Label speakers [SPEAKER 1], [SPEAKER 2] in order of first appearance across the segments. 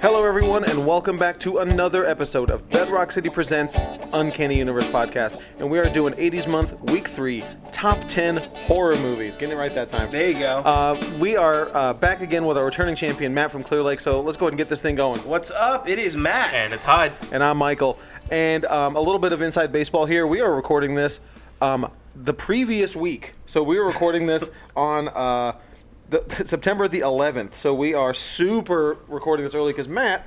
[SPEAKER 1] everyone, and welcome back to another episode of Bedrock City Presents Uncanny Universe Podcast. And we are doing 80s Month, Week 3, Top 10 Horror Movies. Getting it right that time.
[SPEAKER 2] There you go.
[SPEAKER 1] Uh, we are uh, back again with our returning champion, Matt from Clear Lake. So let's go ahead and get this thing going.
[SPEAKER 2] What's up? It is Matt.
[SPEAKER 3] And it's Hyde.
[SPEAKER 1] And I'm Michael. And um, a little bit of inside baseball here. We are recording this um, the previous week. So we were recording this on. Uh, the, September the 11th, so we are super recording this early because Matt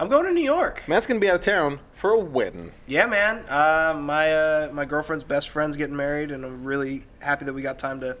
[SPEAKER 2] I'm going to New York.
[SPEAKER 1] Matt's gonna be out of town for a wedding.
[SPEAKER 2] Yeah, man. Uh, my uh, my girlfriend's best friend's getting married, and I'm really happy that we got time to.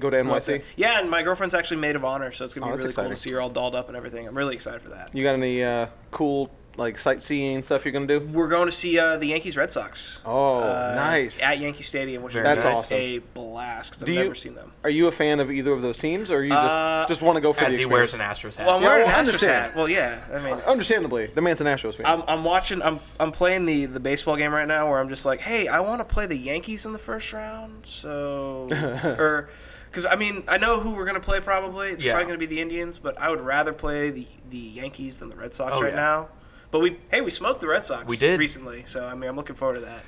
[SPEAKER 1] Go to NYC.
[SPEAKER 2] Yeah, and my girlfriend's actually maid of honor, so it's gonna
[SPEAKER 1] Oh,
[SPEAKER 2] be
[SPEAKER 1] that's
[SPEAKER 2] really cool
[SPEAKER 1] exciting.
[SPEAKER 2] to see her all dolled up and everything. I'm really excited for that.
[SPEAKER 1] You got any uh, cool like sightseeing stuff you're gonna do?
[SPEAKER 2] We're going to see uh, the Yankees Red Sox.
[SPEAKER 1] Oh,
[SPEAKER 2] uh,
[SPEAKER 1] nice.
[SPEAKER 2] At Yankee Stadium, which is
[SPEAKER 3] Very
[SPEAKER 1] That's
[SPEAKER 2] gonna be
[SPEAKER 1] awesome.
[SPEAKER 2] A blast. 'cause I've
[SPEAKER 1] Do you-
[SPEAKER 2] never seen them.
[SPEAKER 1] Are you a fan of either of those teams, or you just,
[SPEAKER 2] Uh,
[SPEAKER 1] just want to go for
[SPEAKER 3] As
[SPEAKER 1] the
[SPEAKER 3] he wears
[SPEAKER 1] experience?
[SPEAKER 3] an Astros hat.
[SPEAKER 2] Well, I'm
[SPEAKER 1] Yeah,
[SPEAKER 2] wearing
[SPEAKER 1] well, I
[SPEAKER 2] an Astros
[SPEAKER 1] understand.
[SPEAKER 2] hat. Well, yeah. I mean,
[SPEAKER 1] Understandably, the man's a Nationals fan.
[SPEAKER 2] I'm, I'm watching. I'm I'm playing the the baseball game right now where I'm just like, hey, I want to play the Yankees in the first round. So, or because I mean, I know who we're gonna play probably. It's
[SPEAKER 3] Yeah.
[SPEAKER 2] probably gonna be the Indians, but I would rather play the the Yankees than the Red Sox
[SPEAKER 3] Oh,
[SPEAKER 2] right
[SPEAKER 3] yeah.
[SPEAKER 2] now. But we hey, we smoked the Red Sox.
[SPEAKER 3] We did.
[SPEAKER 2] recently. So I mean, I'm looking forward to that.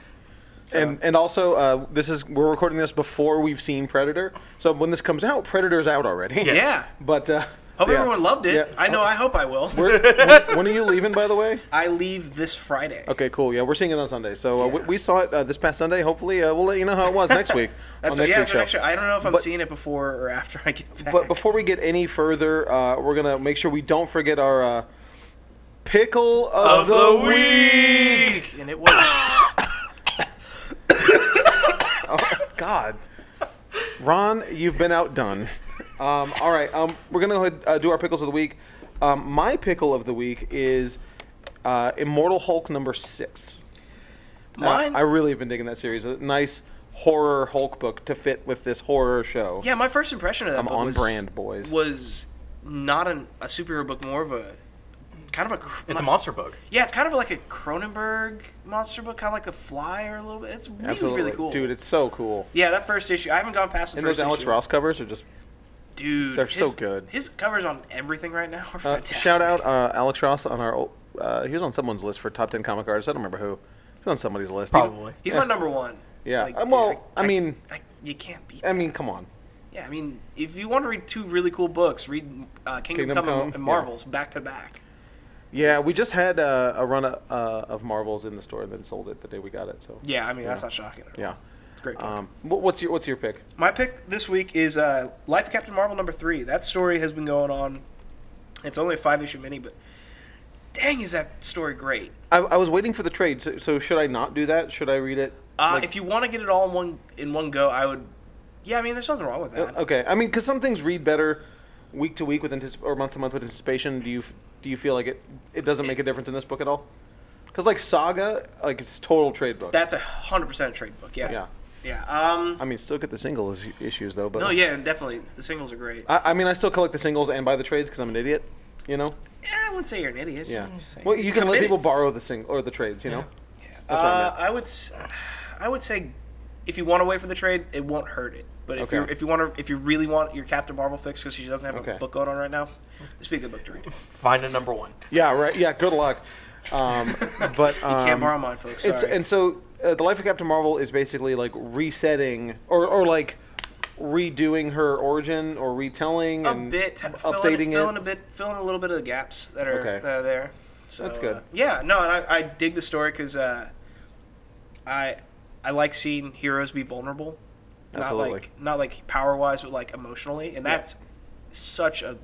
[SPEAKER 1] and and also, uh, this is we're recording this before we've seen Predator, so when this comes out, Predator's out already.
[SPEAKER 2] Yeah.
[SPEAKER 1] But uh,
[SPEAKER 2] Hope
[SPEAKER 1] yeah.
[SPEAKER 2] everyone loved it.
[SPEAKER 1] Yeah.
[SPEAKER 2] I know. I hope I will.
[SPEAKER 1] We're- when, when are you leaving, by the way?
[SPEAKER 2] I leave this Friday.
[SPEAKER 1] Okay, cool. Yeah, we're seeing it on Sunday. So uh, we,
[SPEAKER 2] Yeah.
[SPEAKER 1] we saw it uh, this past Sunday. Hopefully, uh, we'll let you know how it was next week
[SPEAKER 2] That's
[SPEAKER 1] on next
[SPEAKER 2] yeah,
[SPEAKER 1] week's
[SPEAKER 2] that's our next show. I don't know if I'm
[SPEAKER 1] But-
[SPEAKER 2] seeing it before or after I get back.
[SPEAKER 1] But before we get any further, uh, we're gonna make sure we don't forget our uh, pickle of,
[SPEAKER 3] Of
[SPEAKER 1] the,
[SPEAKER 3] the
[SPEAKER 1] week.
[SPEAKER 2] and it was.
[SPEAKER 1] Uh, God, Ron, you've been outdone. Um, all right, um, we're gonna go ahead, uh, do our pickles of the week. Um, my pickle of the week is uh, Immortal Hulk number six. Uh,
[SPEAKER 2] Mine.
[SPEAKER 1] I really have been digging that series. A nice horror Hulk book to fit with this horror show.
[SPEAKER 2] Yeah, my first impression of that
[SPEAKER 1] I'm
[SPEAKER 2] book
[SPEAKER 1] on
[SPEAKER 2] was,
[SPEAKER 1] brand, boys.
[SPEAKER 2] was not an, a superhero book, more of a kind of a. cr-
[SPEAKER 3] it's
[SPEAKER 2] like-
[SPEAKER 3] a monster book.
[SPEAKER 2] Yeah, it's kind of like a Cronenberg monster book, kind of like The Flyer a little bit. It's really
[SPEAKER 1] Absolutely,
[SPEAKER 2] really cool,
[SPEAKER 1] dude. It's so cool.
[SPEAKER 2] yeah, that first issue. I haven't gone past the
[SPEAKER 1] And
[SPEAKER 2] first
[SPEAKER 1] those Alex
[SPEAKER 2] issue.
[SPEAKER 1] Ross covers are just
[SPEAKER 2] dude,
[SPEAKER 1] they're so
[SPEAKER 2] his-
[SPEAKER 1] good.
[SPEAKER 2] His covers on everything right now are
[SPEAKER 1] Uh,
[SPEAKER 2] fantastic.
[SPEAKER 1] shout out uh, Alex Ross on our. ol- Uh, he was on someone's list for top ten comic artists. I don't remember who. He was on somebody's list. He's-
[SPEAKER 3] Probably.
[SPEAKER 2] He's
[SPEAKER 1] Yeah.
[SPEAKER 2] my number one.
[SPEAKER 1] Yeah,
[SPEAKER 2] Like,
[SPEAKER 1] um,
[SPEAKER 2] dude,
[SPEAKER 1] well, I mean- eh.
[SPEAKER 2] I, you can't beat.
[SPEAKER 1] I mean, come on.
[SPEAKER 2] Yeah, I mean, if you want to read two really cool books, read uh, Kingdom,
[SPEAKER 1] Kingdom
[SPEAKER 2] Come, and-
[SPEAKER 1] Come,
[SPEAKER 2] and
[SPEAKER 1] yeah.
[SPEAKER 2] Marvels back to back.
[SPEAKER 1] Yeah, we just had uh, a run uh, of Marvels in the store and then sold it the day we got it. So
[SPEAKER 2] Yeah, I mean that's not shocking. At all.
[SPEAKER 1] yeah.
[SPEAKER 2] it's a great book.
[SPEAKER 1] Um, wh- what's your What's your pick?
[SPEAKER 2] My pick this week is uh, Life of Captain Marvel number three. That story has been going on. It's only a five issue mini, but dang, is that story great?
[SPEAKER 1] I, I was waiting for the trade. So, so should I not do that? Should I read it?
[SPEAKER 2] Uh,
[SPEAKER 1] like-
[SPEAKER 2] if you want to get it all in one in one go, I would. Yeah, I mean, there's nothing wrong with that.
[SPEAKER 1] okay, I mean, because some things read better week to week with anticip- or month to month with anticipation. Do you f- do you feel like it it doesn't make a difference in this book at all? Because like Saga, like it's total trade book.
[SPEAKER 2] That's a hundred percent a trade book. Yeah.
[SPEAKER 1] Yeah.
[SPEAKER 2] Yeah. Um.
[SPEAKER 1] I mean, still get the single is- issues though. But
[SPEAKER 2] No, yeah, definitely. The singles are great.
[SPEAKER 1] I, I mean, I still collect the singles and buy the trades because I'm an idiot. You know?
[SPEAKER 2] yeah, I wouldn't say you're an idiot.
[SPEAKER 1] Yeah.
[SPEAKER 2] Just saying.
[SPEAKER 1] Well, you can let
[SPEAKER 2] Committed.
[SPEAKER 1] people borrow the sing or the trades. You know? That's what I
[SPEAKER 2] Uh,
[SPEAKER 1] meant.
[SPEAKER 2] I would, s- I would say, if you want to wait for the trade, it won't hurt it. But if
[SPEAKER 1] Okay.
[SPEAKER 2] you if you want to if you really want your Captain Marvel fix because she doesn't have
[SPEAKER 1] Okay.
[SPEAKER 2] a book going on right now, this would be a good book to read. You
[SPEAKER 3] Find a number one.
[SPEAKER 1] Yeah. Right. Yeah. Good luck. Um, but um,
[SPEAKER 2] can't borrow mine, folks. Sorry.
[SPEAKER 1] It's, and so uh, the life of Captain Marvel is basically like resetting or, or like redoing her origin or retelling
[SPEAKER 2] a
[SPEAKER 1] and
[SPEAKER 2] bit t-
[SPEAKER 1] updating
[SPEAKER 2] filling, filling
[SPEAKER 1] it.
[SPEAKER 2] a bit filling a little bit of the gaps that are,
[SPEAKER 1] Okay.
[SPEAKER 2] that are there. So,
[SPEAKER 1] That's good.
[SPEAKER 2] uh, yeah, no, and I, I dig the story because uh, I I like seeing heroes be vulnerable.
[SPEAKER 1] Absolutely.
[SPEAKER 2] Not like not like power wise, but like emotionally, and that's such a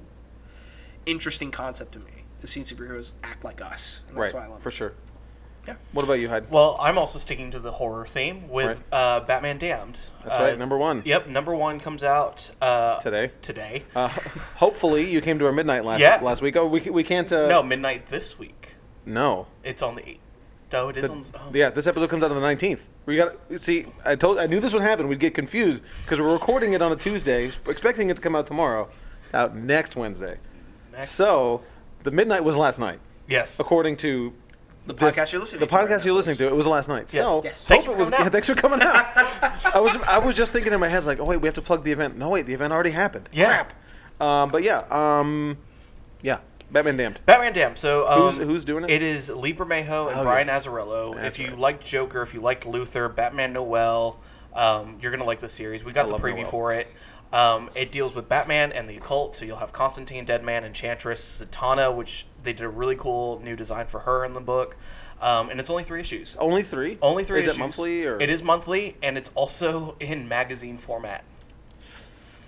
[SPEAKER 2] interesting concept to me. Is seeing superheroes act like us. And that's
[SPEAKER 1] right.
[SPEAKER 2] why I love
[SPEAKER 1] for
[SPEAKER 2] it.
[SPEAKER 1] sure.
[SPEAKER 2] Yeah.
[SPEAKER 1] What about you, Hyde?
[SPEAKER 3] Well, I'm also sticking to the horror theme
[SPEAKER 1] Right.
[SPEAKER 3] with uh, Batman Damned.
[SPEAKER 1] That's
[SPEAKER 3] Uh,
[SPEAKER 1] right. Number one.
[SPEAKER 3] Yep, number one comes out uh,
[SPEAKER 1] Today.
[SPEAKER 3] Today.
[SPEAKER 1] Uh, hopefully, you came to our midnight last
[SPEAKER 3] Yeah.
[SPEAKER 1] last week. Oh, we, we can't. Uh,
[SPEAKER 3] no, midnight this week.
[SPEAKER 1] No.
[SPEAKER 3] It's on the eighth. No, it is on. Oh.
[SPEAKER 1] Yeah, this episode comes out on the nineteenth. We got see. I told. I knew this would happen. We'd get confused because we're recording it on a Tuesday, expecting it to come out tomorrow. It's out next Wednesday.
[SPEAKER 3] Next-
[SPEAKER 1] So the midnight was last night,
[SPEAKER 3] Yes.
[SPEAKER 1] according to
[SPEAKER 2] The
[SPEAKER 1] this-
[SPEAKER 2] podcast you're listening
[SPEAKER 1] The
[SPEAKER 2] to right
[SPEAKER 1] podcast
[SPEAKER 2] now,
[SPEAKER 1] you're
[SPEAKER 2] folks.
[SPEAKER 1] listening to. It was last night.
[SPEAKER 3] Yes.
[SPEAKER 1] So
[SPEAKER 2] Yes.
[SPEAKER 3] Thank
[SPEAKER 1] hope
[SPEAKER 3] you
[SPEAKER 1] it
[SPEAKER 3] for
[SPEAKER 1] was.
[SPEAKER 3] coming out.
[SPEAKER 1] yeah, thanks for coming out. I was. I was just thinking in my head like, oh wait, we have to plug the event. No wait, the event already happened.
[SPEAKER 3] Yeah.
[SPEAKER 1] Crap. Um, but yeah. Um, yeah. Batman Damned.
[SPEAKER 3] Batman Damned. So um,
[SPEAKER 1] Who's- who's doing it?
[SPEAKER 3] It is Lee Bermejo and
[SPEAKER 1] Oh,
[SPEAKER 3] Brian
[SPEAKER 1] yes.
[SPEAKER 3] Azzarello.
[SPEAKER 1] That's
[SPEAKER 3] if you
[SPEAKER 1] right.
[SPEAKER 3] liked Joker, if you liked Luther, Batman Noel, um, you're gonna like the series. We got
[SPEAKER 1] I
[SPEAKER 3] the
[SPEAKER 1] love
[SPEAKER 3] preview
[SPEAKER 1] Noel.
[SPEAKER 3] for it. Um, it deals with Batman and the occult, so you'll have Constantine, Deadman, Enchantress, Zatanna, which they did a really cool new design for her in the book. Um, and it's only three issues.
[SPEAKER 1] Only three.
[SPEAKER 3] Only three.
[SPEAKER 1] Oh, Is
[SPEAKER 3] issues.
[SPEAKER 1] it monthly or
[SPEAKER 3] it is monthly, and it's also in magazine format.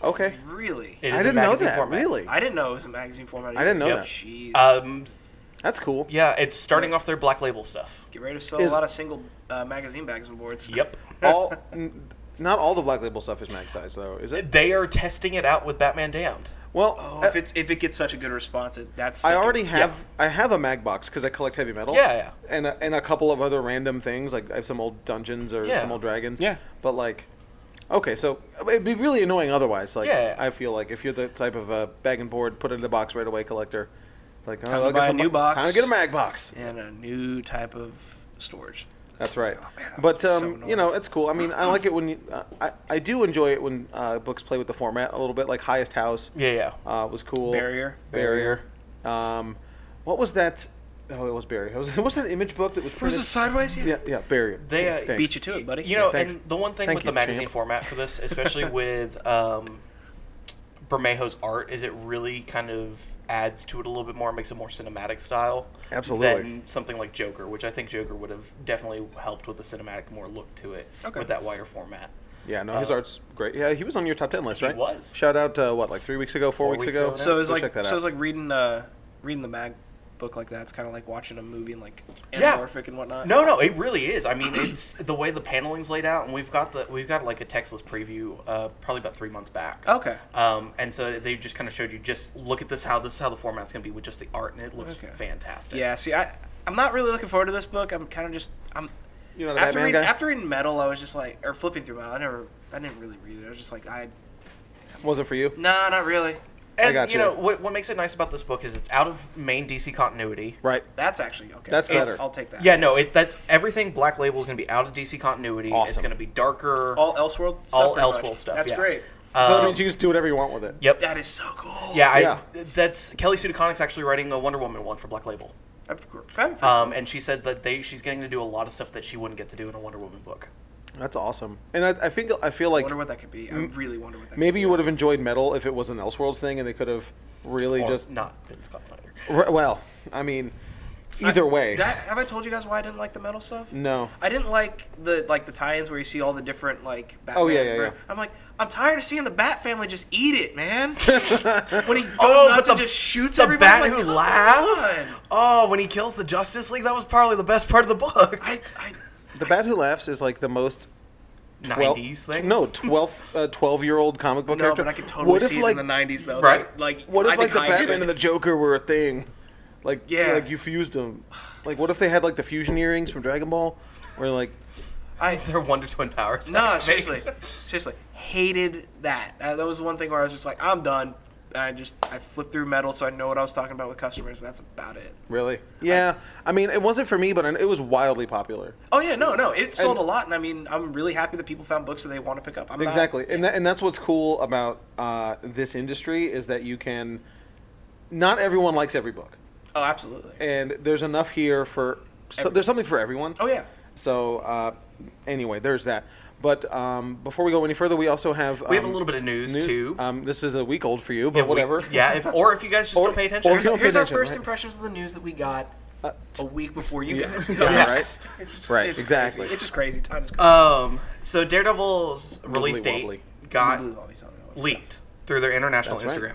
[SPEAKER 1] Okay.
[SPEAKER 2] Really?
[SPEAKER 3] It is
[SPEAKER 1] I
[SPEAKER 3] in
[SPEAKER 1] didn't know
[SPEAKER 3] magazine
[SPEAKER 1] that.
[SPEAKER 3] format.
[SPEAKER 1] Really,
[SPEAKER 2] I didn't know it was a magazine format.
[SPEAKER 1] I didn't know
[SPEAKER 2] either.
[SPEAKER 1] that. Uh,
[SPEAKER 2] Jeez.
[SPEAKER 3] Um,
[SPEAKER 1] that's cool.
[SPEAKER 3] yeah, it's starting off their black label stuff.
[SPEAKER 2] Get ready to sell
[SPEAKER 1] is-
[SPEAKER 2] a lot of single uh, magazine bags and boards.
[SPEAKER 3] Yep.
[SPEAKER 1] All n- not all the Black Label stuff is mag size though, is it?
[SPEAKER 3] They are testing it out with Batman Damned.
[SPEAKER 1] Well,
[SPEAKER 2] Oh,
[SPEAKER 1] uh,
[SPEAKER 2] if it's if it gets such a good response, it, that's.
[SPEAKER 1] I
[SPEAKER 2] sticking.
[SPEAKER 1] already have I have a mag box because I collect heavy metal.
[SPEAKER 3] Yeah, yeah.
[SPEAKER 1] And a, and a couple of other random things like I have some old dungeons or
[SPEAKER 3] Yeah.
[SPEAKER 1] some old dragons.
[SPEAKER 3] Yeah.
[SPEAKER 1] But like, okay, so it'd be really annoying otherwise. Like,
[SPEAKER 3] Yeah, yeah.
[SPEAKER 1] I feel like if you're the type of uh, bag and board, put it in the box right away, collector. It's like, oh,
[SPEAKER 2] Time to
[SPEAKER 1] I guess
[SPEAKER 2] buy a
[SPEAKER 1] I'm-
[SPEAKER 2] new box.
[SPEAKER 1] Time to get a mag box.
[SPEAKER 2] and a new type of storage.
[SPEAKER 1] That's right.
[SPEAKER 2] Oh, man, that
[SPEAKER 1] but
[SPEAKER 2] must be so
[SPEAKER 1] um, you
[SPEAKER 2] annoying.
[SPEAKER 1] know, it's cool. I mean, I like it when you, uh, I I do enjoy it when uh, books play with the format a little bit. Like Highest House
[SPEAKER 3] Yeah, yeah.
[SPEAKER 1] uh, was cool.
[SPEAKER 2] Barrier.
[SPEAKER 1] Barrier. Um, what was that? Oh, it was Barrier. What was, what was that image book that was
[SPEAKER 2] Was
[SPEAKER 1] printed?
[SPEAKER 2] it sideways?
[SPEAKER 1] yeah, yeah, Barrier.
[SPEAKER 3] They,
[SPEAKER 1] Yeah,
[SPEAKER 3] uh,
[SPEAKER 1] thanks.
[SPEAKER 2] Beat you to it, buddy.
[SPEAKER 3] You know,
[SPEAKER 1] Yeah, thanks.
[SPEAKER 3] and the one thing
[SPEAKER 1] Thank
[SPEAKER 3] with
[SPEAKER 1] you,
[SPEAKER 3] the magazine
[SPEAKER 1] champ.
[SPEAKER 3] format for this, especially with um, Bermejo's art, is it really kind of adds to it a little bit more, makes a more cinematic style.
[SPEAKER 1] Absolutely.
[SPEAKER 3] Than something like Joker, which I think Joker would have definitely helped with the cinematic more look to it
[SPEAKER 2] Okay.
[SPEAKER 3] with that wider format.
[SPEAKER 1] Yeah, no, his
[SPEAKER 3] Uh,
[SPEAKER 1] art's great. Yeah, he was on your top ten list,
[SPEAKER 3] He
[SPEAKER 1] right?
[SPEAKER 3] was.
[SPEAKER 1] Shout out uh, what, like three weeks ago, four,
[SPEAKER 3] Four
[SPEAKER 1] weeks,
[SPEAKER 3] weeks
[SPEAKER 1] ago.
[SPEAKER 3] ago now.
[SPEAKER 2] So it's
[SPEAKER 1] Go
[SPEAKER 2] like
[SPEAKER 1] check that
[SPEAKER 2] so
[SPEAKER 1] out.
[SPEAKER 2] it's like reading uh reading the mag book like that. It's kind of like watching a movie and like
[SPEAKER 3] Yeah.
[SPEAKER 2] anamorphic and whatnot.
[SPEAKER 3] No, no, it really is. I mean, it's the way the paneling's laid out, and we've got the we've got like a textless preview, uh, probably about three months back.
[SPEAKER 2] Okay.
[SPEAKER 3] Um, and so they just kind of showed you just look at this how this is how the format's gonna be with just the art, and it looks
[SPEAKER 2] Okay.
[SPEAKER 3] fantastic.
[SPEAKER 2] Yeah. See, I I'm not really looking forward to this book. I'm kind of just I'm.
[SPEAKER 1] You're not a
[SPEAKER 2] after
[SPEAKER 1] Batman
[SPEAKER 2] reading,
[SPEAKER 1] guy?
[SPEAKER 2] after reading Metal, I was just like, or flipping through Metal. I never, I didn't really read it. I was just like, I,
[SPEAKER 1] wasn't for you,
[SPEAKER 2] nah, not really.
[SPEAKER 3] And,
[SPEAKER 1] I got
[SPEAKER 3] you
[SPEAKER 1] you.
[SPEAKER 3] know what, what makes it nice about this book is it's out of main DC continuity.
[SPEAKER 1] right?
[SPEAKER 2] That's actually okay.
[SPEAKER 1] That's
[SPEAKER 2] I'll-
[SPEAKER 1] better.
[SPEAKER 2] I'll take that.
[SPEAKER 3] Yeah, no, it, that's everything. Black Label is gonna be out of DC continuity. It's
[SPEAKER 1] Awesome.
[SPEAKER 3] gonna be darker.
[SPEAKER 2] All Elseworld. Stuff
[SPEAKER 3] all
[SPEAKER 2] pretty much.
[SPEAKER 3] Elseworld stuff,
[SPEAKER 2] That's
[SPEAKER 3] yeah.
[SPEAKER 2] great.
[SPEAKER 3] um,
[SPEAKER 1] so that means you just do whatever you want with it.
[SPEAKER 3] Yep.
[SPEAKER 2] That is so cool.
[SPEAKER 3] yeah, I,
[SPEAKER 1] Yeah.
[SPEAKER 3] that's Kelly Sue DeConnick's actually writing a Wonder Woman one for Black Label.
[SPEAKER 2] That'd be cool.
[SPEAKER 1] Uh,
[SPEAKER 2] That'd be pretty
[SPEAKER 3] Um,
[SPEAKER 2] cool.
[SPEAKER 3] and she said that they she's getting to do a lot of stuff that she wouldn't get to do in a Wonder Woman book.
[SPEAKER 1] That's awesome. And I, I think I feel like
[SPEAKER 2] wonder what that could be. I really wonder what that. could
[SPEAKER 1] maybe
[SPEAKER 2] be,
[SPEAKER 1] you would have
[SPEAKER 2] honestly.
[SPEAKER 1] enjoyed Metal if it was an Elseworlds thing, and they could have really
[SPEAKER 3] Or
[SPEAKER 1] just.
[SPEAKER 3] not Vince Scott Snyder.
[SPEAKER 1] R- well, I mean, either way,
[SPEAKER 2] That, have I told you guys why I didn't like the metal stuff?
[SPEAKER 1] no.
[SPEAKER 2] I didn't like the like the tie-ins where you see all the different like Batman.
[SPEAKER 1] Oh, yeah, yeah,
[SPEAKER 2] bro-
[SPEAKER 1] yeah.
[SPEAKER 2] I'm like, I'm tired of seeing the Bat family just eat it, man. when he goes
[SPEAKER 3] Oh,
[SPEAKER 2] nuts
[SPEAKER 3] but
[SPEAKER 2] and
[SPEAKER 3] the-
[SPEAKER 2] just shoots
[SPEAKER 3] The
[SPEAKER 2] everybody.
[SPEAKER 3] bat
[SPEAKER 2] I'm like,
[SPEAKER 3] who
[SPEAKER 2] "Come
[SPEAKER 3] laughs.
[SPEAKER 2] on."
[SPEAKER 3] Oh, when he kills the Justice League, that was probably the best part of the book.
[SPEAKER 2] I, I
[SPEAKER 1] The Bat Who Laughs is like the most twel-
[SPEAKER 3] Nineties thing.
[SPEAKER 1] No, 12, uh, 12 year old comic book
[SPEAKER 2] no,
[SPEAKER 1] character.
[SPEAKER 2] but I could totally
[SPEAKER 1] What if,
[SPEAKER 2] see it
[SPEAKER 1] like,
[SPEAKER 2] in the '90s though.
[SPEAKER 3] Right.
[SPEAKER 2] That, like,
[SPEAKER 1] What if
[SPEAKER 2] I
[SPEAKER 1] like
[SPEAKER 2] think
[SPEAKER 1] the
[SPEAKER 2] I get
[SPEAKER 1] Batman
[SPEAKER 2] it.
[SPEAKER 1] and the Joker were a thing? Like
[SPEAKER 2] Yeah.
[SPEAKER 1] like you fused them. Like what if they had like the fusion earrings from Dragon Ball? Or like
[SPEAKER 2] I
[SPEAKER 3] Their Wonder Twin powers.
[SPEAKER 2] no, seriously, seriously, hated that. Uh, that was one thing where I was just like, I'm done. And I just I flipped through metal, so I know what I was talking about with customers. But that's about it.
[SPEAKER 1] really? Yeah. I, mean, it wasn't for me, but it was wildly popular.
[SPEAKER 2] Oh yeah, no, no, it sold
[SPEAKER 1] And-
[SPEAKER 2] a lot, and I mean, I'm really happy that people found books that they want to pick up. I'm not-
[SPEAKER 1] Exactly, and that, and that's what's cool about uh, this industry is that you can. Not everyone likes every book,
[SPEAKER 2] oh, absolutely.
[SPEAKER 1] and there's enough here for. So,
[SPEAKER 2] Every-
[SPEAKER 1] there's something for everyone.
[SPEAKER 2] oh yeah,
[SPEAKER 1] So uh, anyway, there's that. But um, before we go any further, we also have
[SPEAKER 3] We have a
[SPEAKER 1] um,
[SPEAKER 3] little bit of news,
[SPEAKER 1] new-
[SPEAKER 3] too.
[SPEAKER 1] Um, this is a week old for you, but
[SPEAKER 3] Yeah, we-
[SPEAKER 1] whatever.
[SPEAKER 3] yeah, if, or if you guys just
[SPEAKER 1] Or-
[SPEAKER 3] don't pay attention.
[SPEAKER 1] or
[SPEAKER 2] here's,
[SPEAKER 1] don't pay
[SPEAKER 2] here's our
[SPEAKER 1] attention,
[SPEAKER 2] first
[SPEAKER 1] right?
[SPEAKER 2] impressions of the news that we got a week before you guys.
[SPEAKER 1] yeah, right.
[SPEAKER 2] It's just-
[SPEAKER 1] Right,
[SPEAKER 2] it's
[SPEAKER 1] exactly.
[SPEAKER 2] crazy. It's just crazy. Time is crazy.
[SPEAKER 3] um, so Daredevil's release date
[SPEAKER 1] wobbly.
[SPEAKER 3] got
[SPEAKER 2] Blue always telling me all this
[SPEAKER 3] leaked
[SPEAKER 2] stuff.
[SPEAKER 3] through their international
[SPEAKER 1] That's right.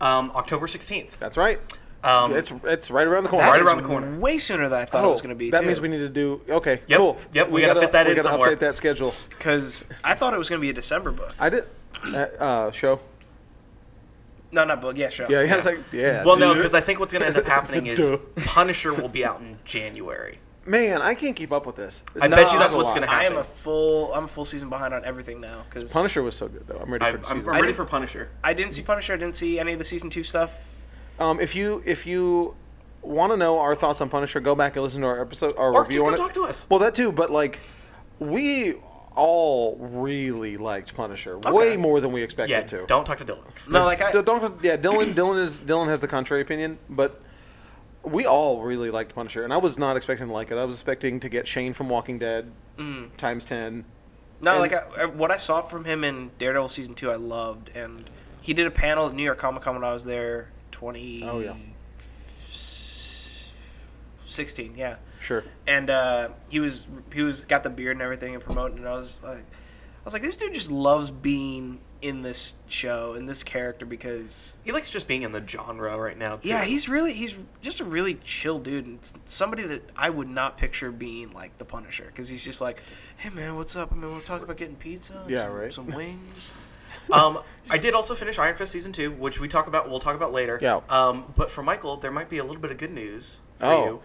[SPEAKER 3] Instagram, um, October sixteenth.
[SPEAKER 1] That's right.
[SPEAKER 3] Um,
[SPEAKER 1] it's it's right around the corner.
[SPEAKER 2] That
[SPEAKER 3] Right
[SPEAKER 2] is
[SPEAKER 3] around the corner.
[SPEAKER 2] Way sooner than I thought it was going to be.
[SPEAKER 1] That means we need to do okay.
[SPEAKER 3] Yep,
[SPEAKER 1] Cool.
[SPEAKER 3] yep, we gotta fit that
[SPEAKER 1] we
[SPEAKER 3] in
[SPEAKER 1] gotta
[SPEAKER 3] somewhere.
[SPEAKER 1] update that schedule.
[SPEAKER 2] because I thought it was going to be a December book.
[SPEAKER 1] I did. Uh, uh, show.
[SPEAKER 2] No, not book. Yeah, sure.
[SPEAKER 1] Yeah, yeah. It's like yeah.
[SPEAKER 3] Well, no,
[SPEAKER 1] dude.
[SPEAKER 3] because I think what's going to end up happening is
[SPEAKER 1] Duh.
[SPEAKER 3] Punisher will be out in January.
[SPEAKER 1] man, I can't keep up with this. This
[SPEAKER 3] I
[SPEAKER 1] is-
[SPEAKER 3] bet
[SPEAKER 1] this
[SPEAKER 3] you
[SPEAKER 1] is
[SPEAKER 3] that's
[SPEAKER 1] a
[SPEAKER 3] what's
[SPEAKER 1] lot.
[SPEAKER 3] gonna
[SPEAKER 2] I am
[SPEAKER 3] happen.
[SPEAKER 2] a full. I'm a full season behind on everything now because
[SPEAKER 1] Punisher was so good though. I'm ready for
[SPEAKER 3] I'm,
[SPEAKER 1] the
[SPEAKER 3] I'm
[SPEAKER 1] season.
[SPEAKER 3] ready
[SPEAKER 2] did-
[SPEAKER 3] for Punisher.
[SPEAKER 2] I didn't see Punisher. I didn't see any of the season two stuff.
[SPEAKER 1] Um, if you if you want to know our thoughts on Punisher, go back and listen to our episode, our
[SPEAKER 3] Or
[SPEAKER 1] review
[SPEAKER 3] just
[SPEAKER 1] on
[SPEAKER 3] come
[SPEAKER 1] it.
[SPEAKER 3] talk to us.
[SPEAKER 1] Well, that too, but like we all really liked Punisher way more than we expected
[SPEAKER 3] Yeah,
[SPEAKER 1] to.
[SPEAKER 3] don't talk to Dylan.
[SPEAKER 2] No, like I,
[SPEAKER 1] So don't- yeah, Dylan. Dylan is Dylan has the contrary opinion, but we all really liked Punisher, and I was not expecting to like it. I was expecting to get Shane from Walking Dead
[SPEAKER 3] Mm.
[SPEAKER 1] times ten.
[SPEAKER 2] No,
[SPEAKER 1] And-
[SPEAKER 2] like I, I- what I saw from him in Daredevil season two, I loved, and he did a panel at New York Comic Con when I was there. Twenty.
[SPEAKER 1] Oh, yeah.
[SPEAKER 2] Sixteen, yeah,
[SPEAKER 1] Sure.
[SPEAKER 2] and uh, he was he was got the beard and everything and promoting, and I was like, I was like, this dude just loves being in this show in this character because
[SPEAKER 3] He likes just being in the genre right now. too.
[SPEAKER 2] yeah, he's really he's just a really chill dude and s- somebody that I would not picture being like the Punisher because he's just like, hey man, what's up? I mean, we're talking about getting pizza, and
[SPEAKER 1] Yeah,
[SPEAKER 2] some,
[SPEAKER 1] right.
[SPEAKER 2] some wings.
[SPEAKER 3] um, I did also finish Iron Fist season two, which we talk about. We'll talk about later.
[SPEAKER 1] Yeah.
[SPEAKER 3] Um, but for Michael, there might be a little bit of good news for
[SPEAKER 1] Oh,
[SPEAKER 3] you.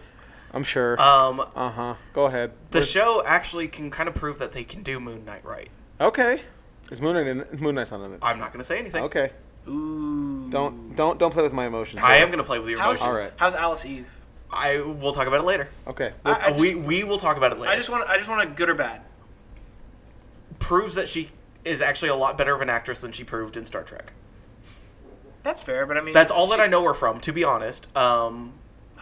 [SPEAKER 1] I'm sure.
[SPEAKER 3] Um,
[SPEAKER 1] Uh huh. Go ahead.
[SPEAKER 3] the
[SPEAKER 1] We're-
[SPEAKER 3] show actually can kind of prove that they can do Moon Knight right.
[SPEAKER 1] okay. Is Moon Knight in it? Moon Knight's not in it.
[SPEAKER 3] I'm not going to say anything.
[SPEAKER 1] Okay.
[SPEAKER 2] Ooh,
[SPEAKER 1] Don't don't don't play with my emotions.
[SPEAKER 3] I am going to play with your
[SPEAKER 2] How's
[SPEAKER 3] emotions.
[SPEAKER 1] All right.
[SPEAKER 2] how's Alice Eve?
[SPEAKER 3] I will talk about it later.
[SPEAKER 1] Okay.
[SPEAKER 2] I- I
[SPEAKER 3] Uh, we we will talk about it later.
[SPEAKER 2] I just want I just want a good or bad.
[SPEAKER 3] proves that she is actually a lot better of an actress than she proved in Star Trek.
[SPEAKER 2] That's fair, but I mean
[SPEAKER 3] That's all that
[SPEAKER 2] she-
[SPEAKER 3] I know her from, to be honest. Um,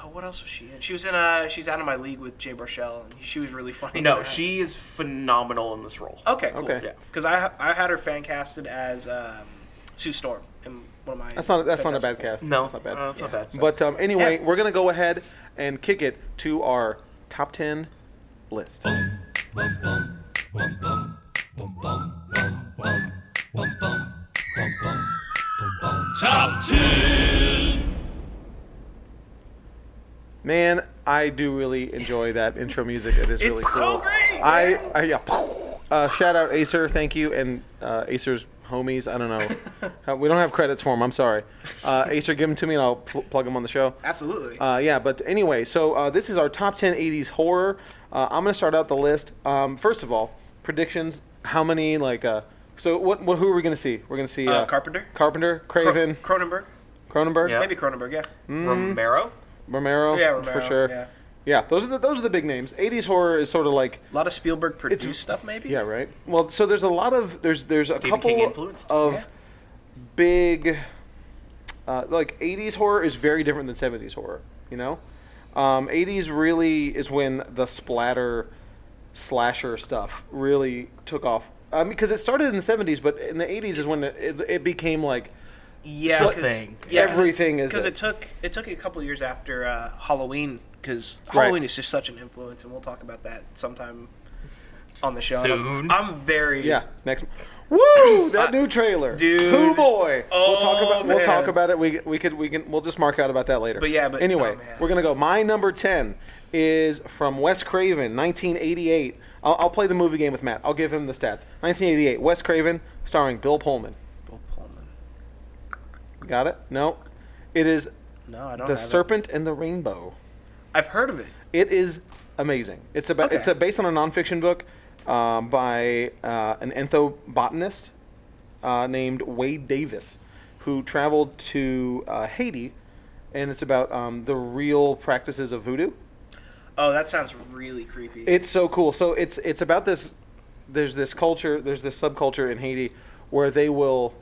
[SPEAKER 2] Oh, what else was she in? She was in uh she's out of my league with Jay Baruchel, and she was really funny. in
[SPEAKER 3] no,
[SPEAKER 2] that.
[SPEAKER 3] she is phenomenal in this role.
[SPEAKER 2] Okay, cool.
[SPEAKER 1] Okay.
[SPEAKER 3] Yeah.
[SPEAKER 2] Because I I had her fan casted as um, Sue Storm in one of my.
[SPEAKER 1] That's not that's not a bad
[SPEAKER 2] Fantastic Four.
[SPEAKER 1] cast.
[SPEAKER 3] No,
[SPEAKER 1] that's not bad.
[SPEAKER 3] uh, it's not
[SPEAKER 2] Yeah.
[SPEAKER 3] bad.
[SPEAKER 1] But um, anyway,
[SPEAKER 2] Yeah.
[SPEAKER 1] we're gonna go ahead and kick it to our top ten list.
[SPEAKER 4] Top two.
[SPEAKER 1] Man, I do really enjoy that intro music. It is really
[SPEAKER 2] It's so
[SPEAKER 1] cool.
[SPEAKER 2] great,
[SPEAKER 1] I,
[SPEAKER 2] man.
[SPEAKER 1] I yeah. Uh, shout out Acer, thank you, and uh, Acer's homies. I don't know. Uh, we don't have credits for them. I'm sorry. Uh, Acer, give them to me, and I'll pl- plug them on the show.
[SPEAKER 2] Absolutely.
[SPEAKER 1] Uh, yeah, but anyway, so uh, this is our top 10 80s horror. Uh, I'm gonna start out the list. Um, first of all, predictions. How many like? Uh, so what, what? Who are we gonna see? We're gonna see
[SPEAKER 2] Uh, Carpenter?
[SPEAKER 1] Carpenter, Craven, Hmm?
[SPEAKER 2] Cro- Cronenberg.
[SPEAKER 1] Cronenberg,
[SPEAKER 3] Yeah.
[SPEAKER 2] Maybe Cronenberg, yeah.
[SPEAKER 1] Mm-hmm.
[SPEAKER 3] Romero?
[SPEAKER 1] Romero,
[SPEAKER 2] Yeah, Romero,
[SPEAKER 1] for sure.
[SPEAKER 2] yeah.
[SPEAKER 1] Yeah, those are the those are the big names. 80s horror is sort of like
[SPEAKER 2] A lot of Spielberg produced stuff, maybe.
[SPEAKER 1] yeah, right. Well, so there's a lot of there's there's a
[SPEAKER 3] Stephen
[SPEAKER 1] couple
[SPEAKER 3] King influenced,
[SPEAKER 1] of
[SPEAKER 2] yeah.
[SPEAKER 1] big uh, like 80s horror is very different than 70s horror, you know? Um, 80s really is when the splatter slasher stuff really took off. Um, because it started in the 70s, but in the 80s is when it, it, it became like
[SPEAKER 2] Yeah.
[SPEAKER 1] Sure
[SPEAKER 2] 'cause-
[SPEAKER 3] thing.
[SPEAKER 2] Yeah, 'cause it-
[SPEAKER 1] Everything is
[SPEAKER 2] Because
[SPEAKER 1] a-
[SPEAKER 2] it took it took a couple years after uh, Halloween, because
[SPEAKER 1] Right.
[SPEAKER 2] Halloween is just such an influence, and we'll talk about that sometime on the show. And I'm-
[SPEAKER 3] Soon.
[SPEAKER 2] I'm, very
[SPEAKER 1] yeah, next Woo! That new trailer,
[SPEAKER 2] dude.
[SPEAKER 1] Hoo boy! we'll talk
[SPEAKER 2] Oh,
[SPEAKER 1] about we'll talk
[SPEAKER 2] man.
[SPEAKER 1] about it. We we could we can we'll just mark out about that later.
[SPEAKER 2] But yeah, but-
[SPEAKER 1] anyway,
[SPEAKER 2] oh, man.
[SPEAKER 1] we're gonna go. My number ten is from Wes Craven, 1988. I'll, I'll play the movie game with Matt. I'll give him the stats. 1988, Wes Craven, starring Bill Pullman.
[SPEAKER 2] Bill Pullman.
[SPEAKER 1] Got it? No, it is
[SPEAKER 2] No, I don't.
[SPEAKER 1] the
[SPEAKER 2] have it.
[SPEAKER 1] Serpent and the Rainbow.
[SPEAKER 2] I've heard of it.
[SPEAKER 1] It is amazing. It's about
[SPEAKER 2] Okay.
[SPEAKER 1] it's a, based on a nonfiction book um, by uh, an ethnobotanist uh, named Wade Davis, who traveled to uh, Haiti, and it's about um, the real practices of voodoo.
[SPEAKER 2] Oh, that sounds really creepy.
[SPEAKER 1] It's so cool. So it's it's about this. There's this culture. There's this subculture in Haiti where they will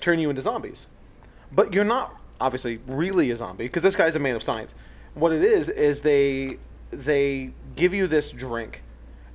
[SPEAKER 1] turn you into zombies, but you're not obviously really a zombie because this guy's a man of science. What it is is they they give you this drink,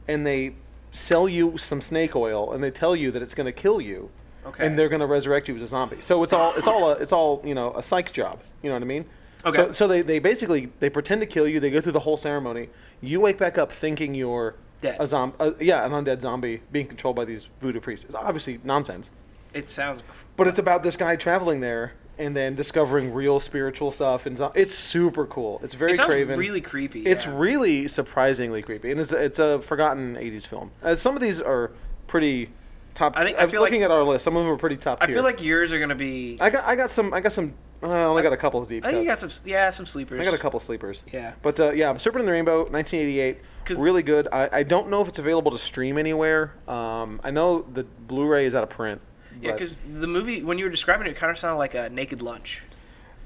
[SPEAKER 1] and they sell you some snake oil, and they tell you that it's going to kill you,
[SPEAKER 2] Okay.
[SPEAKER 1] and they're going to resurrect you as a zombie. So it's all it's all a, it's all you know a psych job. You know what I mean?
[SPEAKER 2] Okay.
[SPEAKER 1] So, so they, they basically they pretend to kill you. They go through the whole ceremony. You wake back up thinking you're
[SPEAKER 2] Dead.
[SPEAKER 1] a zombie. Uh, yeah, an undead zombie being controlled by these voodoo priests. It's obviously nonsense,
[SPEAKER 2] it sounds.
[SPEAKER 1] but it's about this guy traveling there and then discovering real spiritual stuff. And zo- it's super cool. It's very
[SPEAKER 2] It sounds
[SPEAKER 1] craven.
[SPEAKER 2] really creepy.
[SPEAKER 1] It's
[SPEAKER 2] yeah.
[SPEAKER 1] really surprisingly creepy, and it's it's a forgotten '80s film. Uh, some of these are pretty top.
[SPEAKER 2] I think- I
[SPEAKER 1] I'm
[SPEAKER 2] feel
[SPEAKER 1] looking
[SPEAKER 2] like-
[SPEAKER 1] at our list. Some of them are pretty top.
[SPEAKER 2] I
[SPEAKER 1] tier.
[SPEAKER 2] feel like yours are gonna be. I,
[SPEAKER 1] I got I got some I got some. Uh, I only got a couple of deep.
[SPEAKER 2] think you
[SPEAKER 1] cuts.
[SPEAKER 2] got some. Yeah, some sleepers.
[SPEAKER 1] I got a couple sleepers.
[SPEAKER 2] Yeah.
[SPEAKER 1] But uh, yeah, Serpent in the Rainbow, 1988.
[SPEAKER 2] 'Cause-
[SPEAKER 1] Really good. I, I don't know if it's available to stream anywhere. Um, I know the Blu ray is out of print.
[SPEAKER 2] Yeah,
[SPEAKER 1] but-
[SPEAKER 2] because the movie when you were describing it, it kind of sounded like a Naked Lunch,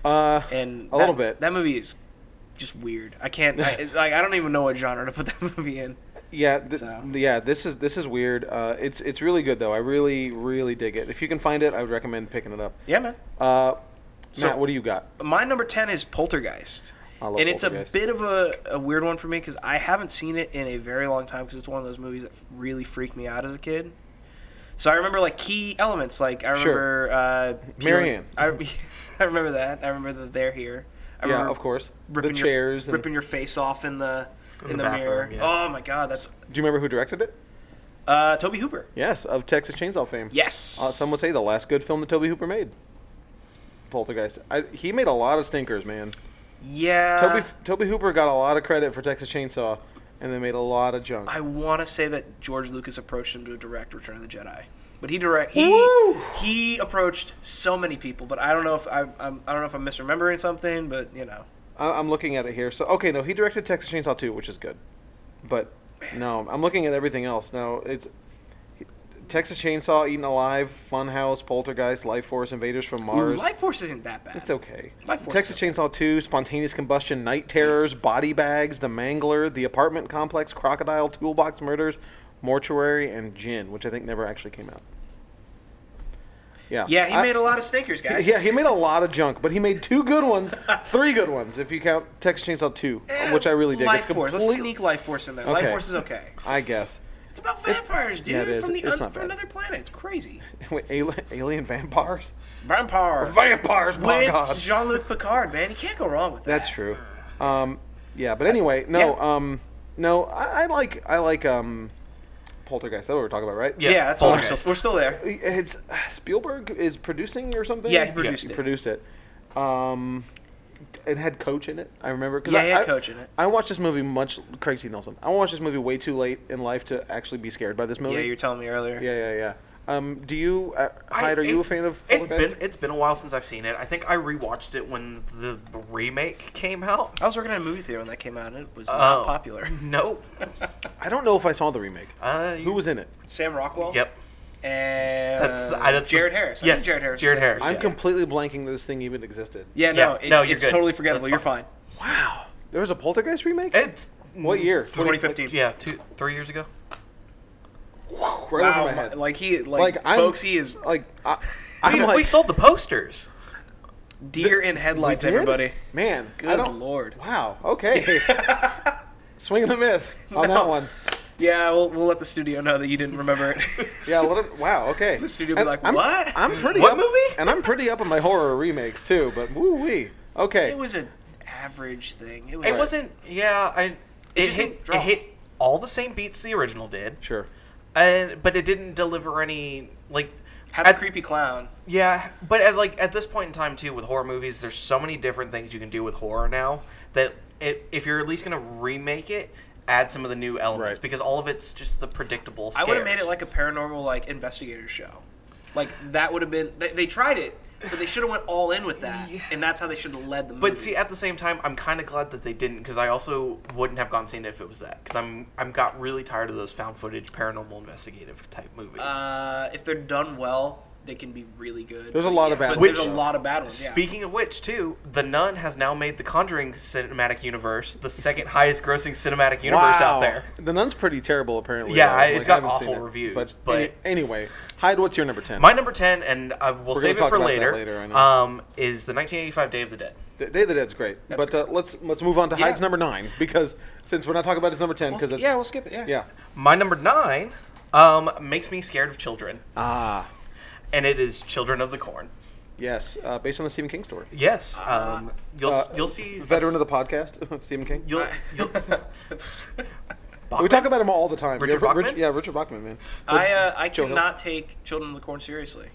[SPEAKER 1] Uh,
[SPEAKER 2] and
[SPEAKER 1] A
[SPEAKER 2] that-
[SPEAKER 1] little bit.
[SPEAKER 2] That movie is just weird. I can't. I, like I don't even know what genre to put that movie in.
[SPEAKER 1] Yeah, th-
[SPEAKER 2] So.
[SPEAKER 1] yeah. This is this is weird. Uh, it's it's really good though. I really really dig it. If you can find it, I would recommend picking it up.
[SPEAKER 2] Yeah, man.
[SPEAKER 1] Uh,
[SPEAKER 2] So-
[SPEAKER 1] Matt, what do you got?
[SPEAKER 2] My number 10 is Poltergeist.
[SPEAKER 1] I love
[SPEAKER 2] and it's
[SPEAKER 1] Poltergeist.
[SPEAKER 2] a bit of a, a weird one for me because I haven't seen it in a very long time because it's one of those movies that really freaked me out as a kid. So I remember like key elements. Like I remember
[SPEAKER 1] Sure.
[SPEAKER 2] uh, peeling-
[SPEAKER 1] Marianne.
[SPEAKER 2] I, I remember that. I remember that they're here. I
[SPEAKER 1] Yeah,
[SPEAKER 2] remember
[SPEAKER 1] of course. The
[SPEAKER 2] Ripping
[SPEAKER 1] chairs.
[SPEAKER 2] your,
[SPEAKER 1] And,
[SPEAKER 2] ripping your face off in the in,
[SPEAKER 3] the
[SPEAKER 2] the,
[SPEAKER 3] bathroom,
[SPEAKER 2] mirror.
[SPEAKER 3] yeah.
[SPEAKER 2] Oh my god, that's
[SPEAKER 1] do you remember who directed it?
[SPEAKER 2] uh, Toby Hooper.
[SPEAKER 1] Yes, of Texas Chainsaw fame.
[SPEAKER 2] Yes.
[SPEAKER 1] Uh, some would say the last good film that Toby Hooper made. Poltergeist. I, he made a lot of stinkers, man.
[SPEAKER 2] Yeah.
[SPEAKER 1] Toby Toby Hooper got a lot of credit for Texas Chainsaw, and they made a lot of junk.
[SPEAKER 2] I want to say that George Lucas approached him to direct Return of the Jedi, but he direct he
[SPEAKER 1] Woo!
[SPEAKER 2] he approached so many people. But I don't know if I, I'm I don't know if I'm misremembering something, but you know,
[SPEAKER 1] I, I'm looking at it here. So okay, no, he directed Texas Chainsaw 2, which is good, but no, I'm looking at everything else. No, it's Texas Chainsaw, Eaten Alive, Funhouse, Poltergeist, Life Force, Invaders from Mars.
[SPEAKER 2] Life Force isn't that bad.
[SPEAKER 1] it's okay.
[SPEAKER 2] Life Force
[SPEAKER 1] Texas Chainsaw 2, Spontaneous Combustion, Night Terrors, Body Bags, The Mangler, The Apartment Complex, Crocodile, Toolbox Murders, Mortuary, and Gin, which I think never actually came out. Yeah.
[SPEAKER 2] Yeah, he
[SPEAKER 1] I-
[SPEAKER 2] made a lot of stinkers, guys.
[SPEAKER 1] yeah, he made a lot of junk, but he made two good ones, three good ones if you count Texas Chainsaw Two,
[SPEAKER 2] Eh,
[SPEAKER 1] which I really dig.
[SPEAKER 2] Life
[SPEAKER 1] It's
[SPEAKER 2] Force. Let's
[SPEAKER 1] complete-
[SPEAKER 2] sneak Life Force in there.
[SPEAKER 1] Okay.
[SPEAKER 2] Life Force is okay.
[SPEAKER 1] I guess.
[SPEAKER 2] It's about vampires, dude,
[SPEAKER 1] yeah, it is.
[SPEAKER 2] from the
[SPEAKER 1] It's
[SPEAKER 2] un-
[SPEAKER 1] not
[SPEAKER 2] from
[SPEAKER 1] bad.
[SPEAKER 2] another planet. It's crazy.
[SPEAKER 1] Wait, alien, alien vampires?
[SPEAKER 2] Vampire
[SPEAKER 1] Vampires, my
[SPEAKER 2] with
[SPEAKER 1] Oh, God.
[SPEAKER 2] Jean-Luc Picard, man. You can't go wrong with that.
[SPEAKER 1] That's true. Um, yeah, but anyway, no,
[SPEAKER 2] Yeah.
[SPEAKER 1] um, no, I, I like, I like, um, Poltergeist. That's what we're talking about, right?
[SPEAKER 2] Yeah,
[SPEAKER 3] Yeah,
[SPEAKER 2] that's what we're
[SPEAKER 3] Poltergeist.
[SPEAKER 2] still, we're still there.
[SPEAKER 1] Uh, It's- Spielberg is producing or something.
[SPEAKER 2] Yeah, he produced it.
[SPEAKER 1] Produced it. Um, it had Coach in it. I remember. 'cause
[SPEAKER 2] Yeah,
[SPEAKER 1] I,
[SPEAKER 2] it had
[SPEAKER 1] I-
[SPEAKER 2] Coach in it.
[SPEAKER 1] I watched this movie much. Craig T. Nelson. I watched this movie way too late in life to actually be scared by this movie.
[SPEAKER 2] Yeah, you were telling me earlier.
[SPEAKER 1] yeah, yeah, yeah. Um, do you, uh,
[SPEAKER 3] I-
[SPEAKER 1] Hyde? Are you a
[SPEAKER 3] it's-
[SPEAKER 1] fan of?
[SPEAKER 3] It's
[SPEAKER 1] Poltergeist?
[SPEAKER 3] been it's been a while since I've seen it. I think I rewatched it when the remake came out.
[SPEAKER 2] I was working at a movie theater when that came out, and it was not
[SPEAKER 3] Oh.
[SPEAKER 2] popular.
[SPEAKER 3] Nope.
[SPEAKER 1] I don't know if I saw the remake.
[SPEAKER 3] Uh,
[SPEAKER 1] Who was in it?
[SPEAKER 2] Sam Rockwell.
[SPEAKER 3] Yep.
[SPEAKER 2] And
[SPEAKER 3] That's the- I- that's the-
[SPEAKER 2] Jared Harris. I
[SPEAKER 3] yes,
[SPEAKER 2] think Jared Harris.
[SPEAKER 3] Jared
[SPEAKER 2] was
[SPEAKER 3] Harris.
[SPEAKER 2] in it.
[SPEAKER 1] I'm
[SPEAKER 3] Yeah.
[SPEAKER 1] completely blanking that this thing even existed.
[SPEAKER 2] Yeah, no,
[SPEAKER 3] Yeah,
[SPEAKER 2] it-
[SPEAKER 3] no, you're
[SPEAKER 2] it's
[SPEAKER 3] good.
[SPEAKER 2] totally forgettable.
[SPEAKER 3] That's
[SPEAKER 2] You're
[SPEAKER 3] fine.
[SPEAKER 2] fine.
[SPEAKER 1] Wow. There was a Poltergeist remake.
[SPEAKER 3] It's
[SPEAKER 1] what year?
[SPEAKER 2] 2015.
[SPEAKER 3] yeah, two three years ago.
[SPEAKER 1] Right
[SPEAKER 2] Wow,
[SPEAKER 1] over my
[SPEAKER 2] my-
[SPEAKER 1] head.
[SPEAKER 2] like he, like,
[SPEAKER 1] I'm-
[SPEAKER 2] folks, he is
[SPEAKER 1] like. I,
[SPEAKER 3] we,
[SPEAKER 1] I'm
[SPEAKER 3] we
[SPEAKER 1] like,
[SPEAKER 3] sold the posters.
[SPEAKER 2] deer in headlights.
[SPEAKER 1] We did?
[SPEAKER 2] Everybody.
[SPEAKER 1] Man, I
[SPEAKER 2] Good
[SPEAKER 1] don't-
[SPEAKER 2] lord.
[SPEAKER 1] Wow. Okay. Swing and a miss on
[SPEAKER 2] No.
[SPEAKER 1] that one.
[SPEAKER 2] Yeah, we'll, we'll let the studio know that you didn't remember it.
[SPEAKER 1] Yeah. Let it, wow. Okay. The
[SPEAKER 2] studio be like,
[SPEAKER 1] I'm,
[SPEAKER 2] "What?"
[SPEAKER 1] I'm pretty
[SPEAKER 3] What
[SPEAKER 1] up,
[SPEAKER 3] movie?
[SPEAKER 1] And I'm pretty up on my horror remakes too. But woo wee. Okay.
[SPEAKER 2] it was an average thing. It, was,
[SPEAKER 3] It wasn't. Yeah, I. It,
[SPEAKER 2] just
[SPEAKER 3] hit.
[SPEAKER 2] didn't draw.
[SPEAKER 3] It hit all the same beats the original did.
[SPEAKER 1] sure.
[SPEAKER 3] And but it didn't deliver any like.
[SPEAKER 2] Had a
[SPEAKER 3] at-
[SPEAKER 2] creepy clown.
[SPEAKER 3] Yeah, but at, like at this point in time too, with horror movies, there's so many different things you can do with horror now that it, if you're at least gonna remake it, add some of the new elements
[SPEAKER 1] Right.
[SPEAKER 3] because all of it's just the predictable.
[SPEAKER 2] I
[SPEAKER 3] Scares.
[SPEAKER 2] would have made it like a paranormal like investigator show. Like that would have been. They, they tried it, but they should have went all in with that,
[SPEAKER 3] Yeah.
[SPEAKER 2] and that's how they should have led the movie.
[SPEAKER 3] But see, at the same time, I'm kind of glad that they didn't because I also wouldn't have gone seen it if it was that because I'm I'm got really tired of those found footage paranormal investigative type movies.
[SPEAKER 2] Uh, if they're done well, they can be really good.
[SPEAKER 1] There's a
[SPEAKER 2] But
[SPEAKER 1] lot
[SPEAKER 2] yeah,
[SPEAKER 1] of bad
[SPEAKER 2] but
[SPEAKER 1] ones,
[SPEAKER 2] There's a
[SPEAKER 1] though.
[SPEAKER 2] lot of bad ones. Yeah.
[SPEAKER 3] Speaking of which, too, The Nun has now made the Conjuring cinematic universe the second highest grossing cinematic universe out there.
[SPEAKER 1] The Nun's pretty terrible apparently.
[SPEAKER 3] Yeah,
[SPEAKER 1] though.
[SPEAKER 3] I-
[SPEAKER 1] Like, I
[SPEAKER 3] it's got
[SPEAKER 1] haven't
[SPEAKER 3] awful
[SPEAKER 1] seen it.
[SPEAKER 3] reviews,
[SPEAKER 1] But,
[SPEAKER 3] but-
[SPEAKER 1] any- anyway, Hyde, what's your number ten?
[SPEAKER 3] My number 10, and I will
[SPEAKER 1] We're
[SPEAKER 3] save
[SPEAKER 1] gonna
[SPEAKER 3] it
[SPEAKER 1] talk
[SPEAKER 3] for
[SPEAKER 1] about that
[SPEAKER 3] later,
[SPEAKER 1] later, I know.
[SPEAKER 3] um, is the 1985 Day of the Dead.
[SPEAKER 1] The Day of the Dead's great, but Uh, let's let's move on to
[SPEAKER 2] Yeah.
[SPEAKER 1] Hyde's number nine because since we're not talking about his number ten
[SPEAKER 2] We'll
[SPEAKER 1] because
[SPEAKER 2] sk-
[SPEAKER 1] it's
[SPEAKER 2] yeah, we'll skip it. Yeah.
[SPEAKER 1] yeah
[SPEAKER 3] My number 9 um, makes me scared of children,
[SPEAKER 1] ah
[SPEAKER 3] and it is Children of the Corn.
[SPEAKER 1] yes uh, based on the Stephen King story.
[SPEAKER 3] Yes, um, you'll,
[SPEAKER 1] Uh,
[SPEAKER 3] you'll see...
[SPEAKER 1] veteran of the podcast Stephen King.
[SPEAKER 3] You'll, you'll,
[SPEAKER 1] We talk about him all the time.
[SPEAKER 3] Richard
[SPEAKER 1] yeah, Ri-
[SPEAKER 3] Bachman?
[SPEAKER 1] Rich- yeah, Richard Bachman, man.
[SPEAKER 2] I uh, I
[SPEAKER 1] Jonah.
[SPEAKER 2] cannot take Children of the Corn seriously.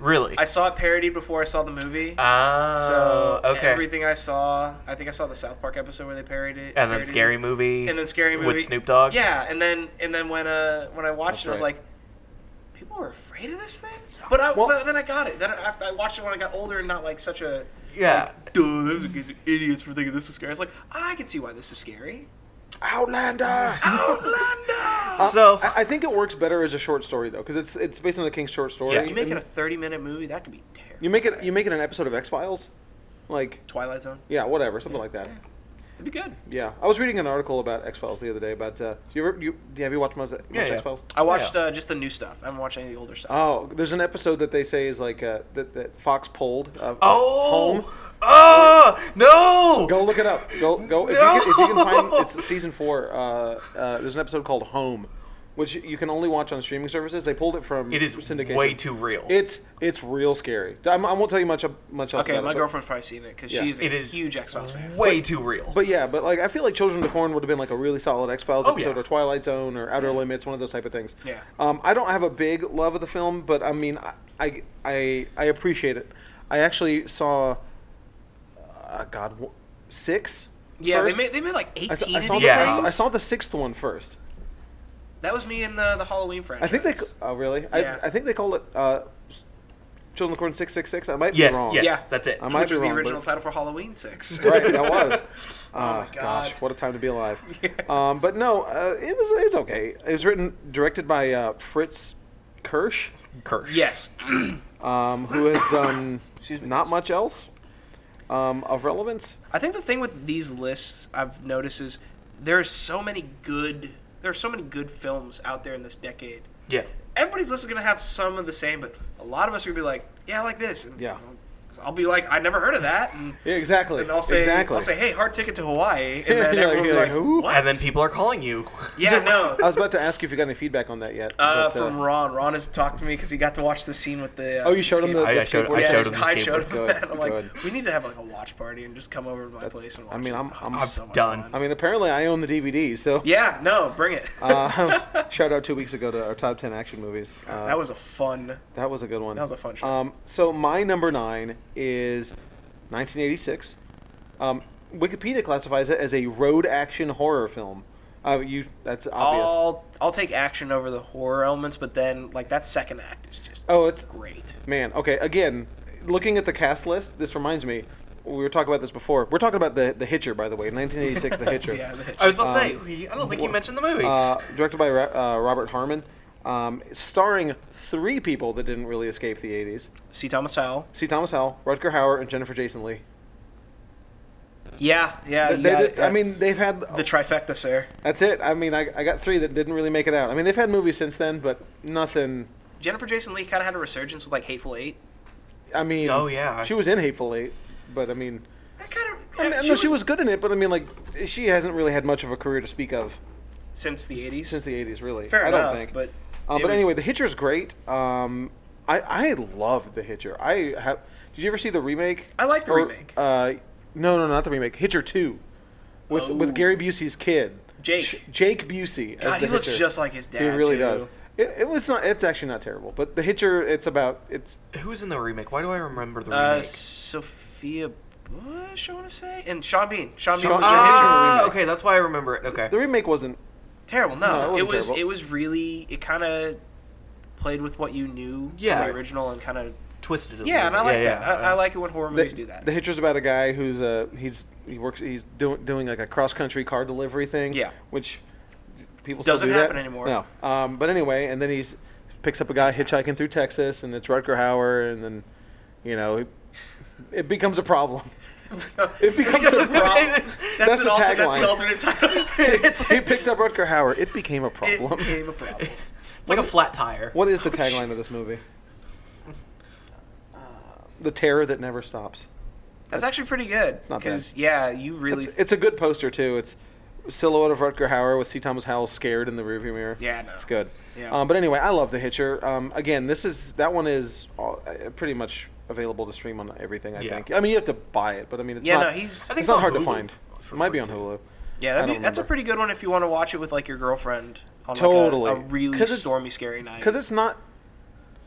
[SPEAKER 3] really?
[SPEAKER 2] I saw it parodied before I saw the movie.
[SPEAKER 3] Ah,
[SPEAKER 2] so
[SPEAKER 3] okay.
[SPEAKER 2] everything I saw, I think I saw the South Park episode where they parodied it.
[SPEAKER 3] and then
[SPEAKER 2] parodied it.
[SPEAKER 3] Scary Movie.
[SPEAKER 2] and then scary movie
[SPEAKER 3] With Snoop Dogg.
[SPEAKER 2] Yeah, and then and then when uh when I
[SPEAKER 1] That's
[SPEAKER 2] watched it, I was
[SPEAKER 1] right.
[SPEAKER 2] like, people were afraid of this thing. But I
[SPEAKER 1] Well-
[SPEAKER 2] but then I got it. Then I, after I watched it when I got older and not like such a
[SPEAKER 3] Yeah.
[SPEAKER 2] Like, Duh, those are guys are idiots for thinking this was scary. I was like, I can see why this is scary.
[SPEAKER 1] Outlander. uh,
[SPEAKER 2] Outlander.
[SPEAKER 3] So...
[SPEAKER 1] I, I think it works better as a short story though, because it's it's based on the King's short story.
[SPEAKER 3] Yeah.
[SPEAKER 2] you make it
[SPEAKER 1] and
[SPEAKER 2] a thirty-minute movie. That could be terrible.
[SPEAKER 1] you make it you make it an episode of X Files, like
[SPEAKER 2] Twilight Zone.
[SPEAKER 1] yeah, whatever, something like that.
[SPEAKER 2] It'd be good.
[SPEAKER 1] Yeah, I was reading an article about X Files the other day. About uh, you ever you have you watched much, much
[SPEAKER 3] Yeah, yeah.
[SPEAKER 1] X Files?
[SPEAKER 2] I watched
[SPEAKER 3] Yeah.
[SPEAKER 2] uh, just the new stuff. I haven't watched any of the older stuff.
[SPEAKER 1] Oh, there's an episode that they say is like uh, that, that Fox pulled. Uh,
[SPEAKER 3] Oh,
[SPEAKER 1] home.
[SPEAKER 3] oh no!
[SPEAKER 1] Go look it up. Go go. If, you, can, if you can find it's season four. Uh, uh, there's an episode called Home, which you can only watch on streaming services. They pulled it from
[SPEAKER 3] It is
[SPEAKER 1] syndication.
[SPEAKER 3] way too real.
[SPEAKER 1] It's it's real scary. I'm, I won't tell you much much else.
[SPEAKER 2] okay,
[SPEAKER 1] about
[SPEAKER 2] my
[SPEAKER 1] it, but-
[SPEAKER 2] girlfriend's probably seen it because
[SPEAKER 1] Yeah.
[SPEAKER 2] she's a
[SPEAKER 3] It is-
[SPEAKER 2] huge X Files fan.
[SPEAKER 3] way too real.
[SPEAKER 1] But yeah, but like I feel like Children of the Corn would have been like a really solid X Files
[SPEAKER 3] Oh,
[SPEAKER 1] episode,
[SPEAKER 3] yeah.
[SPEAKER 1] or Twilight Zone, or Outer Limits, one of those type of things.
[SPEAKER 2] Yeah.
[SPEAKER 1] Um, I don't have a big love of the film, but I mean, I I I, I appreciate it. I actually saw, uh, God, wh- six.
[SPEAKER 2] Yeah,
[SPEAKER 1] first?
[SPEAKER 2] they made they made like
[SPEAKER 1] I, s-
[SPEAKER 2] eighteen
[SPEAKER 1] I
[SPEAKER 2] of
[SPEAKER 1] saw
[SPEAKER 2] these
[SPEAKER 1] the, I,
[SPEAKER 3] Yeah.
[SPEAKER 1] saw,
[SPEAKER 2] things.
[SPEAKER 1] I saw the sixth one first.
[SPEAKER 2] That was me in the the Halloween franchise.
[SPEAKER 1] I think they. c- Oh really?
[SPEAKER 2] Yeah.
[SPEAKER 1] I, I think they called it uh, s- Children of the Corn six six six. I might
[SPEAKER 3] yes,
[SPEAKER 1] be wrong.
[SPEAKER 3] yes,
[SPEAKER 2] Yeah.
[SPEAKER 3] that's it.
[SPEAKER 1] I might
[SPEAKER 2] which
[SPEAKER 1] be
[SPEAKER 2] was the
[SPEAKER 1] wrong,
[SPEAKER 2] original
[SPEAKER 1] but-
[SPEAKER 2] title for Halloween Six.
[SPEAKER 1] right, that was. Uh,
[SPEAKER 2] Oh my God.
[SPEAKER 1] Gosh, what a time to be alive. Um, but no, uh, it was it's okay. It was written directed by uh, Fritz Kirsch,
[SPEAKER 3] Kirsch.
[SPEAKER 2] yes,
[SPEAKER 1] um, who has done not much else um, of relevance.
[SPEAKER 2] I think the thing with these lists I've noticed is there are so many good there are so many good films out there in this decade.
[SPEAKER 3] Yeah.
[SPEAKER 2] Everybody's list is gonna have some of the same, but a lot of us are gonna be like, yeah, I like this. And
[SPEAKER 1] Yeah.
[SPEAKER 2] I'll be like, I never heard of that, and,
[SPEAKER 1] Yeah, exactly.
[SPEAKER 2] and I'll say,
[SPEAKER 1] exactly.
[SPEAKER 2] I'll say, hey, hard ticket to Hawaii, and then
[SPEAKER 1] You're like-
[SPEAKER 2] everyone will
[SPEAKER 1] you're
[SPEAKER 2] be
[SPEAKER 1] like,
[SPEAKER 2] like,
[SPEAKER 1] "Who?"
[SPEAKER 2] what?
[SPEAKER 3] And then people are calling you.
[SPEAKER 2] yeah, no.
[SPEAKER 1] I was about to ask you if you got any feedback on that yet.
[SPEAKER 2] Uh,
[SPEAKER 1] but,
[SPEAKER 2] from Ron. Ron has talked to me because he got to watch the scene with the. Uh,
[SPEAKER 1] oh, you showed him the,
[SPEAKER 2] skateboard.
[SPEAKER 1] the
[SPEAKER 3] I- I showed-
[SPEAKER 1] skateboard
[SPEAKER 2] yeah,
[SPEAKER 3] I
[SPEAKER 1] guy?
[SPEAKER 3] showed him the
[SPEAKER 2] I showed him
[SPEAKER 1] skateboard.
[SPEAKER 2] that. I'm like,
[SPEAKER 1] Good.
[SPEAKER 2] we need to have like a watch party and just come over to my place and watch.
[SPEAKER 1] I mean,
[SPEAKER 2] it.
[SPEAKER 1] I'm-
[SPEAKER 2] Oh,
[SPEAKER 1] I'm
[SPEAKER 2] it's so much
[SPEAKER 3] done.
[SPEAKER 2] fun.
[SPEAKER 1] I mean, apparently I own the DVD, so
[SPEAKER 2] Yeah, no, bring it.
[SPEAKER 1] uh, shout out two weeks ago to our top ten action movies. Uh,
[SPEAKER 2] that was a fun.
[SPEAKER 1] That was a good one.
[SPEAKER 2] That was a fun show.
[SPEAKER 1] Um, so my number nine is 1986. Um, Wikipedia classifies it as a road action horror film. Uh, you, that's obvious.
[SPEAKER 2] I'll I'll take action over the horror elements, but then like that second act is just
[SPEAKER 1] oh, it's
[SPEAKER 2] great.
[SPEAKER 1] man. Okay, again, looking at the cast list, this reminds me. We were talking about this before. We're talking about the the Hitcher, by the way, 1986, the Hitcher.
[SPEAKER 2] Yeah, the-
[SPEAKER 3] I was about to say,
[SPEAKER 2] Um,
[SPEAKER 3] he- I don't think you mentioned the movie.
[SPEAKER 1] uh, directed by Ro- uh, Robert Harmon, um, starring three people that didn't really escape the 80s:
[SPEAKER 2] see Thomas Howell.
[SPEAKER 1] C. Thomas Howell, Rutger Hauer, and Jennifer Jason Lee.
[SPEAKER 2] Yeah, yeah,
[SPEAKER 1] They-
[SPEAKER 2] yeah,
[SPEAKER 1] they- I mean, they've had
[SPEAKER 2] the trifecta, sir.
[SPEAKER 1] That's it. I mean, I, I got three that didn't really make it out. I mean, they've had movies since then, but nothing.
[SPEAKER 2] Jennifer Jason Lee kind of had a resurgence with like Hateful Eight.
[SPEAKER 1] I mean,
[SPEAKER 3] Oh, yeah.
[SPEAKER 1] she was in Hateful Eight, but I mean,
[SPEAKER 2] That kind of
[SPEAKER 1] I mean, no, she was good in it, but I mean, like, she hasn't really had much of a career to speak of
[SPEAKER 2] since the '80s.
[SPEAKER 1] since the '80s, really.
[SPEAKER 2] Fair
[SPEAKER 1] I don't
[SPEAKER 2] enough,
[SPEAKER 1] think.
[SPEAKER 2] but
[SPEAKER 1] uh, but
[SPEAKER 2] it was-
[SPEAKER 1] anyway, The Hitcher's great. Um, I I love The Hitcher. I have. Did you ever see the remake?
[SPEAKER 2] I like the
[SPEAKER 1] Or,
[SPEAKER 2] remake.
[SPEAKER 1] Uh, no, no, not the remake. Hitcher Two, with
[SPEAKER 2] Oh.
[SPEAKER 1] with Gary Busey's kid,
[SPEAKER 2] Jake.
[SPEAKER 1] Sh- Jake Busey. as
[SPEAKER 2] God,
[SPEAKER 1] the
[SPEAKER 2] he looks
[SPEAKER 1] Hitcher.
[SPEAKER 2] just like his dad.
[SPEAKER 1] He really
[SPEAKER 2] too.
[SPEAKER 1] does. It, it was not. It's actually not terrible. But the Hitcher, it's about it's
[SPEAKER 3] Who's in the remake? Why do I remember the
[SPEAKER 2] Uh,
[SPEAKER 3] remake?
[SPEAKER 2] Sophia Bush, I want to say, and Sean Bean. Sean Bean
[SPEAKER 1] Sean-
[SPEAKER 2] was the Hitcher.
[SPEAKER 1] original
[SPEAKER 3] ah,
[SPEAKER 1] remake.
[SPEAKER 3] okay, that's why I remember it. Okay.
[SPEAKER 1] the remake wasn't.
[SPEAKER 2] terrible. No,
[SPEAKER 1] No, it
[SPEAKER 2] it,
[SPEAKER 1] wasn't
[SPEAKER 2] was
[SPEAKER 1] terrible.
[SPEAKER 2] it was really it kind of played with what you knew
[SPEAKER 3] Yeah.
[SPEAKER 2] from the original and kind of
[SPEAKER 3] Twisted. a
[SPEAKER 2] yeah,
[SPEAKER 3] little
[SPEAKER 2] and
[SPEAKER 3] bit.
[SPEAKER 2] I like
[SPEAKER 3] yeah,
[SPEAKER 2] that.
[SPEAKER 3] yeah.
[SPEAKER 2] I, I like it when horror
[SPEAKER 1] The,
[SPEAKER 2] movies do that.
[SPEAKER 1] the Hitcher's about a guy who's uh he's he works he's doing doing like a cross country car delivery thing.
[SPEAKER 2] Yeah.
[SPEAKER 1] which people still
[SPEAKER 2] Doesn't
[SPEAKER 1] do that.
[SPEAKER 2] happen anymore.
[SPEAKER 1] No, um, but anyway, and then he's picks up a guy hitchhiking through Texas, and it's Rutger Hauer, and then you know it, it becomes a problem. It becomes a problem.
[SPEAKER 2] that's,
[SPEAKER 1] That's
[SPEAKER 2] an
[SPEAKER 1] the
[SPEAKER 2] alter, that's an
[SPEAKER 1] tagline.
[SPEAKER 2] alternate title. it's
[SPEAKER 1] he picked up Rutger Hauer. It became a problem.
[SPEAKER 2] it Oh, became a problem.
[SPEAKER 3] It's like a flat tire.
[SPEAKER 1] What is the tagline of this movie? The terror that never stops.
[SPEAKER 2] That's actually pretty good
[SPEAKER 1] not bad.
[SPEAKER 2] because yeah, you really
[SPEAKER 1] It's, it's a good poster too. It's silhouette of Rutger Hauer with C. Thomas Howell scared in the rearview mirror.
[SPEAKER 2] Yeah, no.
[SPEAKER 1] it's good.
[SPEAKER 2] Yeah.
[SPEAKER 1] Um, but anyway, I love The Hitcher. Um, again, this is that one is all, uh, pretty much available to stream on everything. I
[SPEAKER 3] Yeah.
[SPEAKER 1] think. I mean, you have to buy it, but I mean, it's
[SPEAKER 2] yeah.
[SPEAKER 1] not,
[SPEAKER 2] no, he's
[SPEAKER 3] I think
[SPEAKER 1] it's not
[SPEAKER 3] on
[SPEAKER 1] hard to
[SPEAKER 3] Hulu
[SPEAKER 1] find.
[SPEAKER 3] for
[SPEAKER 1] It might be on
[SPEAKER 3] free, too.
[SPEAKER 1] Hulu.
[SPEAKER 2] yeah.
[SPEAKER 1] I
[SPEAKER 2] That'd
[SPEAKER 1] don't
[SPEAKER 2] be, that's a
[SPEAKER 1] remember.
[SPEAKER 2] pretty good one if you want to watch it with like your girlfriend on
[SPEAKER 1] Totally.
[SPEAKER 2] like a, a really
[SPEAKER 1] 'Cause it's-
[SPEAKER 2] stormy, scary night.
[SPEAKER 1] because it's not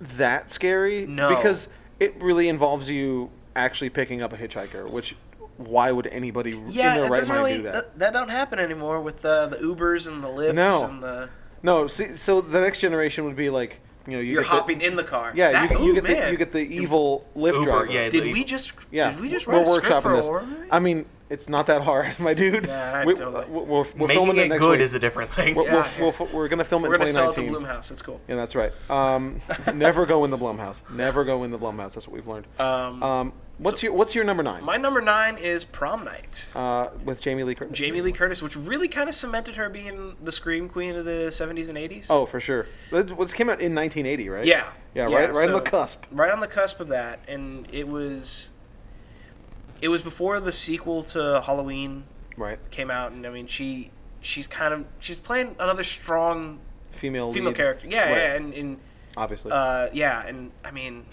[SPEAKER 1] that scary.
[SPEAKER 2] No.
[SPEAKER 1] because it really involves you actually picking up a hitchhiker, which. Why would anybody in
[SPEAKER 2] yeah,
[SPEAKER 1] their
[SPEAKER 2] it
[SPEAKER 1] right
[SPEAKER 2] doesn't
[SPEAKER 1] mind
[SPEAKER 2] really uh
[SPEAKER 1] do
[SPEAKER 2] that. That, don't happen anymore with uh, the Ubers and the lifts
[SPEAKER 1] No.
[SPEAKER 2] and the
[SPEAKER 1] No, see, so the next generation would be like, you know, you
[SPEAKER 2] you're
[SPEAKER 1] get
[SPEAKER 2] hopping
[SPEAKER 1] The,
[SPEAKER 2] in the car.
[SPEAKER 1] yeah,
[SPEAKER 2] That-
[SPEAKER 1] you, you
[SPEAKER 2] ooh,
[SPEAKER 1] get
[SPEAKER 2] man.
[SPEAKER 1] the you get the evil lift
[SPEAKER 3] Uber,
[SPEAKER 1] driver.
[SPEAKER 3] yeah,
[SPEAKER 2] Did we just?
[SPEAKER 1] yeah.
[SPEAKER 2] Did we just
[SPEAKER 1] we're
[SPEAKER 2] write a script for
[SPEAKER 1] workshopping
[SPEAKER 2] a
[SPEAKER 1] this.
[SPEAKER 2] horror movie?
[SPEAKER 1] I mean, it's not that hard, my dude.
[SPEAKER 2] Nah,
[SPEAKER 1] we, uh, We're,
[SPEAKER 2] totally.
[SPEAKER 1] we're, we're
[SPEAKER 3] Making
[SPEAKER 1] filming
[SPEAKER 3] it
[SPEAKER 1] it next
[SPEAKER 3] good
[SPEAKER 1] week.
[SPEAKER 3] is a different thing.
[SPEAKER 1] we're,
[SPEAKER 2] Yeah,
[SPEAKER 1] we're,
[SPEAKER 2] yeah.
[SPEAKER 1] we're, we're gonna film it
[SPEAKER 2] We're
[SPEAKER 1] in
[SPEAKER 2] gonna sell it to
[SPEAKER 1] 2019.
[SPEAKER 2] Bloomhouse. It's cool.
[SPEAKER 1] yeah, that's right. Um, never go in the Blumhouse. Never go in the Blumhouse. That's what we've learned.
[SPEAKER 2] Um,
[SPEAKER 1] Um, What's your What's your number nine?
[SPEAKER 2] My number nine is Prom Night.
[SPEAKER 1] uh, with Jamie Lee Curtis.
[SPEAKER 2] Jamie Lee Curtis, which really kind of cemented her being the scream queen of the 70s and 80s.
[SPEAKER 1] Oh, for sure. That was came out in 1980, right?
[SPEAKER 2] Yeah.
[SPEAKER 1] Yeah. Right. right on the
[SPEAKER 2] so-
[SPEAKER 1] cusp.
[SPEAKER 2] Right on the cusp of that, and it was. It was before the sequel to Halloween
[SPEAKER 1] Right.
[SPEAKER 2] came out, and I mean she she's kind of she's playing another strong
[SPEAKER 1] Female.
[SPEAKER 2] female
[SPEAKER 1] lead.
[SPEAKER 2] character. Yeah,
[SPEAKER 1] Right,
[SPEAKER 2] yeah, and, and
[SPEAKER 1] obviously.
[SPEAKER 2] uh, yeah, and I mean,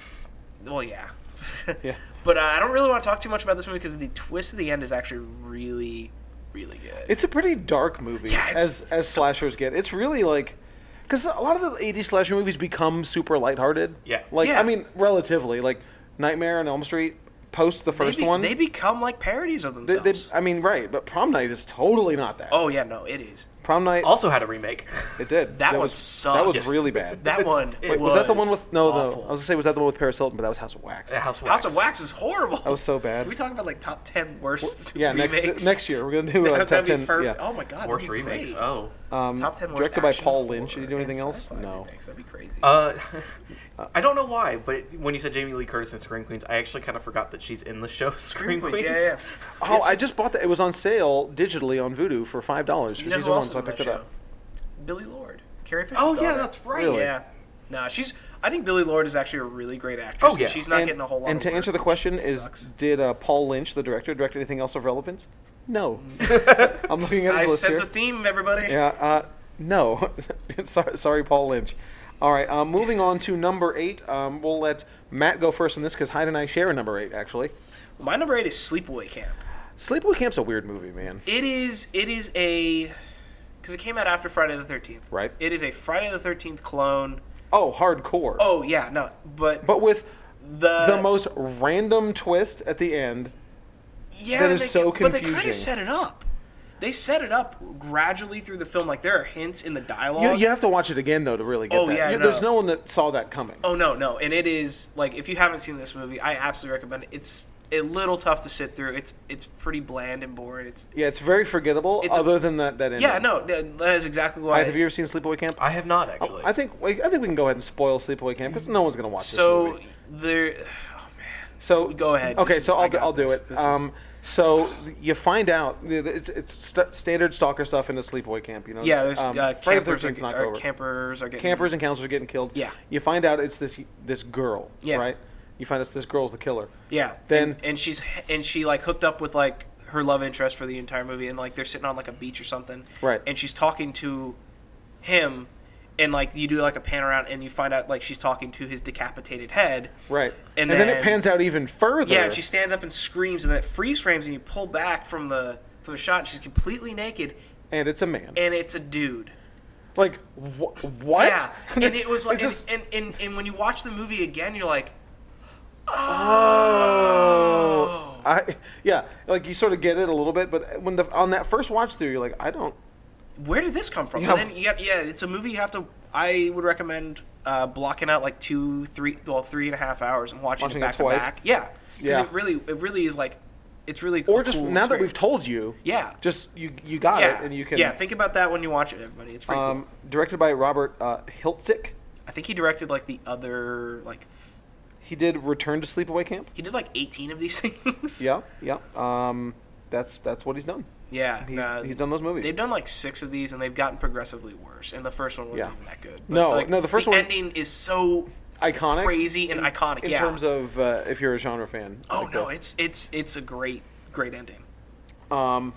[SPEAKER 2] well, yeah.
[SPEAKER 1] Yeah.
[SPEAKER 2] But uh, I don't really want to talk too much about this movie because the twist at the end is actually really, really good.
[SPEAKER 1] It's a pretty dark movie
[SPEAKER 2] Yeah,
[SPEAKER 1] as
[SPEAKER 2] it's-
[SPEAKER 1] as slashers get. It's really like because a lot of the 80s slasher movies become super lighthearted.
[SPEAKER 3] Yeah.
[SPEAKER 1] Like
[SPEAKER 2] Yeah.
[SPEAKER 1] I mean, relatively like Nightmare on Elm Street post the
[SPEAKER 2] they
[SPEAKER 1] first
[SPEAKER 2] be-
[SPEAKER 1] one.
[SPEAKER 2] They become like parodies of
[SPEAKER 1] They-
[SPEAKER 2] themselves.
[SPEAKER 1] they- I mean, right? But Prom Night is totally not that.
[SPEAKER 2] oh yeah, no, it is.
[SPEAKER 1] Prom Night,
[SPEAKER 3] Also had a remake.
[SPEAKER 1] it did.
[SPEAKER 2] That one
[SPEAKER 1] was
[SPEAKER 2] sucked.
[SPEAKER 1] That was really bad.
[SPEAKER 2] That one
[SPEAKER 1] Wait, was, that the one with no? The, I was
[SPEAKER 2] awful.
[SPEAKER 1] gonna say was that the one with Paris Hilton, but that was House of Wax.
[SPEAKER 3] Yeah, House of
[SPEAKER 2] House
[SPEAKER 3] Wax.
[SPEAKER 2] of Wax was horrible. That
[SPEAKER 1] was so bad.
[SPEAKER 2] Can we talk about like top ten worst?
[SPEAKER 1] Yeah, next
[SPEAKER 2] remakes?
[SPEAKER 1] next year we're gonna do a
[SPEAKER 2] That'd
[SPEAKER 1] top
[SPEAKER 2] be
[SPEAKER 1] ten.
[SPEAKER 2] perfect.
[SPEAKER 1] Yeah. Um,
[SPEAKER 2] Oh my god,
[SPEAKER 3] Worst
[SPEAKER 2] that'd be
[SPEAKER 3] remakes.
[SPEAKER 2] great.
[SPEAKER 3] Oh.
[SPEAKER 2] top ten worst.
[SPEAKER 1] directed by
[SPEAKER 2] action,
[SPEAKER 1] Paul Lynch. Did
[SPEAKER 2] horror,
[SPEAKER 1] he do anything
[SPEAKER 2] and
[SPEAKER 1] else?
[SPEAKER 2] sci-fi
[SPEAKER 1] No.
[SPEAKER 2] remakes. That'd be crazy.
[SPEAKER 3] Uh, I don't know why, but when you said Jamie Lee Curtis in Scream Queens, I actually kind of forgot that she's in the show Scream Queens.
[SPEAKER 2] Yeah, yeah.
[SPEAKER 1] Oh, I just bought that. It was on sale digitally on Vudu for five dollars.
[SPEAKER 2] You know who else is in that show? Billy Lord, Carrie Fisher.
[SPEAKER 3] Oh, yeah, that's right.
[SPEAKER 1] Really?
[SPEAKER 2] Yeah, nah, she's. I think Billy Lord is actually a really great actress.
[SPEAKER 3] Oh, yeah.
[SPEAKER 2] and she's not getting a whole lot.
[SPEAKER 1] And
[SPEAKER 2] of
[SPEAKER 1] to
[SPEAKER 2] work,
[SPEAKER 1] answer the
[SPEAKER 2] which
[SPEAKER 1] question is,
[SPEAKER 2] sucks.
[SPEAKER 1] did uh, Paul Lynch, the director, direct anything else of relevance? No. I'm looking at his
[SPEAKER 2] Mm. I
[SPEAKER 1] list
[SPEAKER 2] sense
[SPEAKER 1] here.
[SPEAKER 2] a theme, everybody.
[SPEAKER 1] yeah. Uh, no. sorry, sorry, Paul Lynch. All right. Um, moving on to number eight. Um, we'll let Matt go first on this because Hyde and I share a number eight actually.
[SPEAKER 2] My number eight is Sleepaway Camp.
[SPEAKER 1] Sleepaway Camp's a weird movie, man.
[SPEAKER 2] It is. It is a. Because it came out after Friday the Thirteenth.
[SPEAKER 1] Right.
[SPEAKER 2] It is a Friday the Thirteenth clone.
[SPEAKER 1] Oh, hardcore.
[SPEAKER 2] Oh Uh. yeah, no, but
[SPEAKER 1] But with
[SPEAKER 2] the
[SPEAKER 1] the most random twist at the end.
[SPEAKER 2] yeah,
[SPEAKER 1] that is
[SPEAKER 2] they,
[SPEAKER 1] so
[SPEAKER 2] But they kind
[SPEAKER 1] confusing.
[SPEAKER 2] of set it up. They set it up gradually through the film. Like there are hints in the dialogue.
[SPEAKER 1] You, you have to watch it again though to really get
[SPEAKER 2] Oh,
[SPEAKER 1] that.
[SPEAKER 2] yeah,
[SPEAKER 1] You-
[SPEAKER 2] no.
[SPEAKER 1] There's no one that saw that coming.
[SPEAKER 2] Oh no, no, and it is like if you haven't seen this movie, I absolutely recommend it. It's a little tough to sit through. It's it's pretty bland and boring. It's
[SPEAKER 1] Yeah, it's very forgettable.
[SPEAKER 2] It's a-
[SPEAKER 1] other than that, that ending.
[SPEAKER 2] yeah, no, that that is exactly
[SPEAKER 1] All
[SPEAKER 2] why.
[SPEAKER 1] right, have you ever seen Sleepaway Camp?
[SPEAKER 3] I have not,
[SPEAKER 2] Oh,
[SPEAKER 3] actually.
[SPEAKER 1] I think wait, I think we can go ahead and spoil Sleepaway Camp because no one's gonna watch this
[SPEAKER 2] so
[SPEAKER 1] movie. Um,
[SPEAKER 2] there,
[SPEAKER 1] So
[SPEAKER 2] go ahead.
[SPEAKER 1] Okay,
[SPEAKER 2] This is-
[SPEAKER 1] so
[SPEAKER 2] I
[SPEAKER 1] I'll,
[SPEAKER 2] got
[SPEAKER 1] I'll do
[SPEAKER 2] this.
[SPEAKER 1] it.
[SPEAKER 2] This is-
[SPEAKER 1] Um, so you find out it's it's st- standard stalker stuff in a sleepaway camp. You know,
[SPEAKER 2] yeah, there's
[SPEAKER 1] um,
[SPEAKER 2] uh,
[SPEAKER 1] Friday the
[SPEAKER 2] campers
[SPEAKER 1] 13th is
[SPEAKER 2] are,
[SPEAKER 1] not
[SPEAKER 2] are
[SPEAKER 1] over.
[SPEAKER 2] campers are getting
[SPEAKER 1] campers and counselors are getting killed.
[SPEAKER 2] Yeah.
[SPEAKER 1] you find out it's this this girl.
[SPEAKER 2] Yeah.
[SPEAKER 1] right. You find out this girl's the killer.
[SPEAKER 2] Yeah,
[SPEAKER 1] Then-
[SPEAKER 2] and, and she's and she like hooked up with like her love interest for the entire movie, and like they're sitting on like a beach or something,
[SPEAKER 1] Right.
[SPEAKER 2] And she's talking to him, and like you do like a pan around, and you find out like she's talking to his decapitated head,
[SPEAKER 1] Right,
[SPEAKER 2] And
[SPEAKER 1] then, it
[SPEAKER 2] then-
[SPEAKER 1] pans out even further.
[SPEAKER 2] Yeah, and she stands up and screams, and then it freeze frames, and you pull back from the from the shot, and she's completely naked,
[SPEAKER 1] and it's a man.
[SPEAKER 2] and it's a dude.
[SPEAKER 1] like wh- what?
[SPEAKER 2] Yeah, and it was like,
[SPEAKER 1] It's just-
[SPEAKER 2] and, and, and and when you watch the movie again, you're like,
[SPEAKER 1] Oh, I yeah, like you sort of get it a little bit, but when the on that first watch through, you're like, I don't.
[SPEAKER 2] where did this come from?
[SPEAKER 1] Yeah.
[SPEAKER 2] And then you got, yeah, it's a movie you have to. I would recommend uh, blocking out like two, three, well, three and a half hours and watching,
[SPEAKER 1] Watching it
[SPEAKER 2] it back
[SPEAKER 1] twice.
[SPEAKER 2] to back. Yeah, because
[SPEAKER 1] Yeah.
[SPEAKER 2] it really, it really is like, it's really.
[SPEAKER 1] Or
[SPEAKER 2] a
[SPEAKER 1] just
[SPEAKER 2] cool
[SPEAKER 1] now that we've
[SPEAKER 2] experience.
[SPEAKER 1] told you,
[SPEAKER 2] Yeah.
[SPEAKER 1] just you you got
[SPEAKER 2] yeah,
[SPEAKER 1] it, and you can.
[SPEAKER 2] yeah, think about that when you watch it, everybody. It's pretty
[SPEAKER 1] um,
[SPEAKER 2] cool.
[SPEAKER 1] directed by Robert uh, Hiltzik.
[SPEAKER 2] I think he directed like the other, like th-
[SPEAKER 1] He did Return to Sleepaway Camp.
[SPEAKER 2] he did like eighteen of these things.
[SPEAKER 1] Yeah, yeah. Um, that's that's what he's done.
[SPEAKER 2] yeah.
[SPEAKER 1] He's,
[SPEAKER 2] nah,
[SPEAKER 1] he's done those movies.
[SPEAKER 2] They've done like six of these, and they've gotten progressively worse. And the first one wasn't
[SPEAKER 1] Yeah.
[SPEAKER 2] even that good.
[SPEAKER 1] No,
[SPEAKER 2] like,
[SPEAKER 1] no, the first one-
[SPEAKER 2] ending is so
[SPEAKER 1] Iconic.
[SPEAKER 2] crazy and iconic.
[SPEAKER 1] in
[SPEAKER 2] yeah.
[SPEAKER 1] terms of uh, if you're a genre fan.
[SPEAKER 2] Oh
[SPEAKER 1] like
[SPEAKER 2] no,
[SPEAKER 1] this.
[SPEAKER 2] it's it's it's a great great ending.
[SPEAKER 1] Um,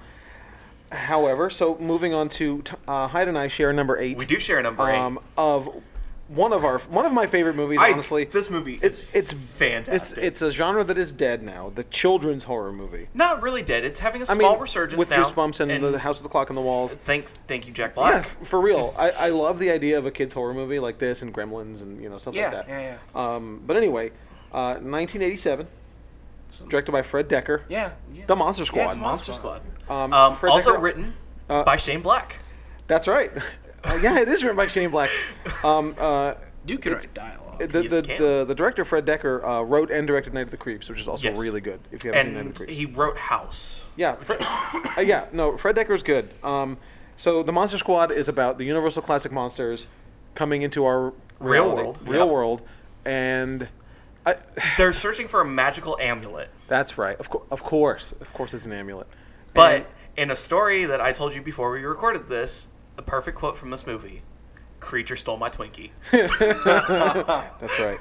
[SPEAKER 1] however, so moving on to t- uh, Hyde and I share number eight.
[SPEAKER 3] we do share a number eight.
[SPEAKER 1] um, of one of our one of my favorite movies.
[SPEAKER 3] I-
[SPEAKER 1] honestly,
[SPEAKER 3] this movie
[SPEAKER 1] it's
[SPEAKER 3] is
[SPEAKER 1] it's
[SPEAKER 3] fantastic.
[SPEAKER 1] It's, it's a genre that is dead now. The children's horror movie.
[SPEAKER 3] Not really dead. It's having a
[SPEAKER 1] I
[SPEAKER 3] small
[SPEAKER 1] mean,
[SPEAKER 3] resurgence
[SPEAKER 1] with
[SPEAKER 3] now.
[SPEAKER 1] Goosebumps and, the House with the Clock on the Walls.
[SPEAKER 3] Thanks, thank you, Jack
[SPEAKER 1] Yeah,
[SPEAKER 3] Black.
[SPEAKER 1] f- for real. I, I love the idea of a kids horror movie like this and Gremlins and you know stuff
[SPEAKER 2] Yeah,
[SPEAKER 1] like that.
[SPEAKER 2] yeah,
[SPEAKER 1] Um, but anyway, uh, 1987, directed by Fred Decker.
[SPEAKER 2] Yeah, yeah.
[SPEAKER 1] The Monster Squad.
[SPEAKER 2] it's Mon-
[SPEAKER 3] Monster Squad.
[SPEAKER 1] Um,
[SPEAKER 3] Um,
[SPEAKER 1] Fred
[SPEAKER 3] also
[SPEAKER 1] Decker-
[SPEAKER 3] written
[SPEAKER 1] uh,
[SPEAKER 3] by Shane Black.
[SPEAKER 1] That's right. Uh, yeah, it is written by Shane Black. Um, uh,
[SPEAKER 2] Duke could write dialogue.
[SPEAKER 1] the,
[SPEAKER 3] Yes,
[SPEAKER 1] the,
[SPEAKER 3] can.
[SPEAKER 1] the, the director Fred Decker uh, wrote and directed Night of the Creeps, which is also
[SPEAKER 3] Yes.
[SPEAKER 1] really good. If you haven't seen Night of
[SPEAKER 3] And
[SPEAKER 1] the Creeps,
[SPEAKER 3] he wrote House.
[SPEAKER 1] yeah, Fred, uh, yeah, no, Fred Decker's good. Um, so the Monster Squad is about the Universal classic monsters coming into our
[SPEAKER 3] Real
[SPEAKER 1] reality-
[SPEAKER 3] world,
[SPEAKER 1] real
[SPEAKER 3] yeah.
[SPEAKER 1] world, and I,
[SPEAKER 3] They're searching for a magical amulet,
[SPEAKER 1] that's right. Of, co- of course, of course, it's an amulet.
[SPEAKER 3] but
[SPEAKER 1] And-
[SPEAKER 3] in a story that I told you before we recorded this, the perfect quote from this movie: "Creature stole my Twinkie."
[SPEAKER 1] That's right.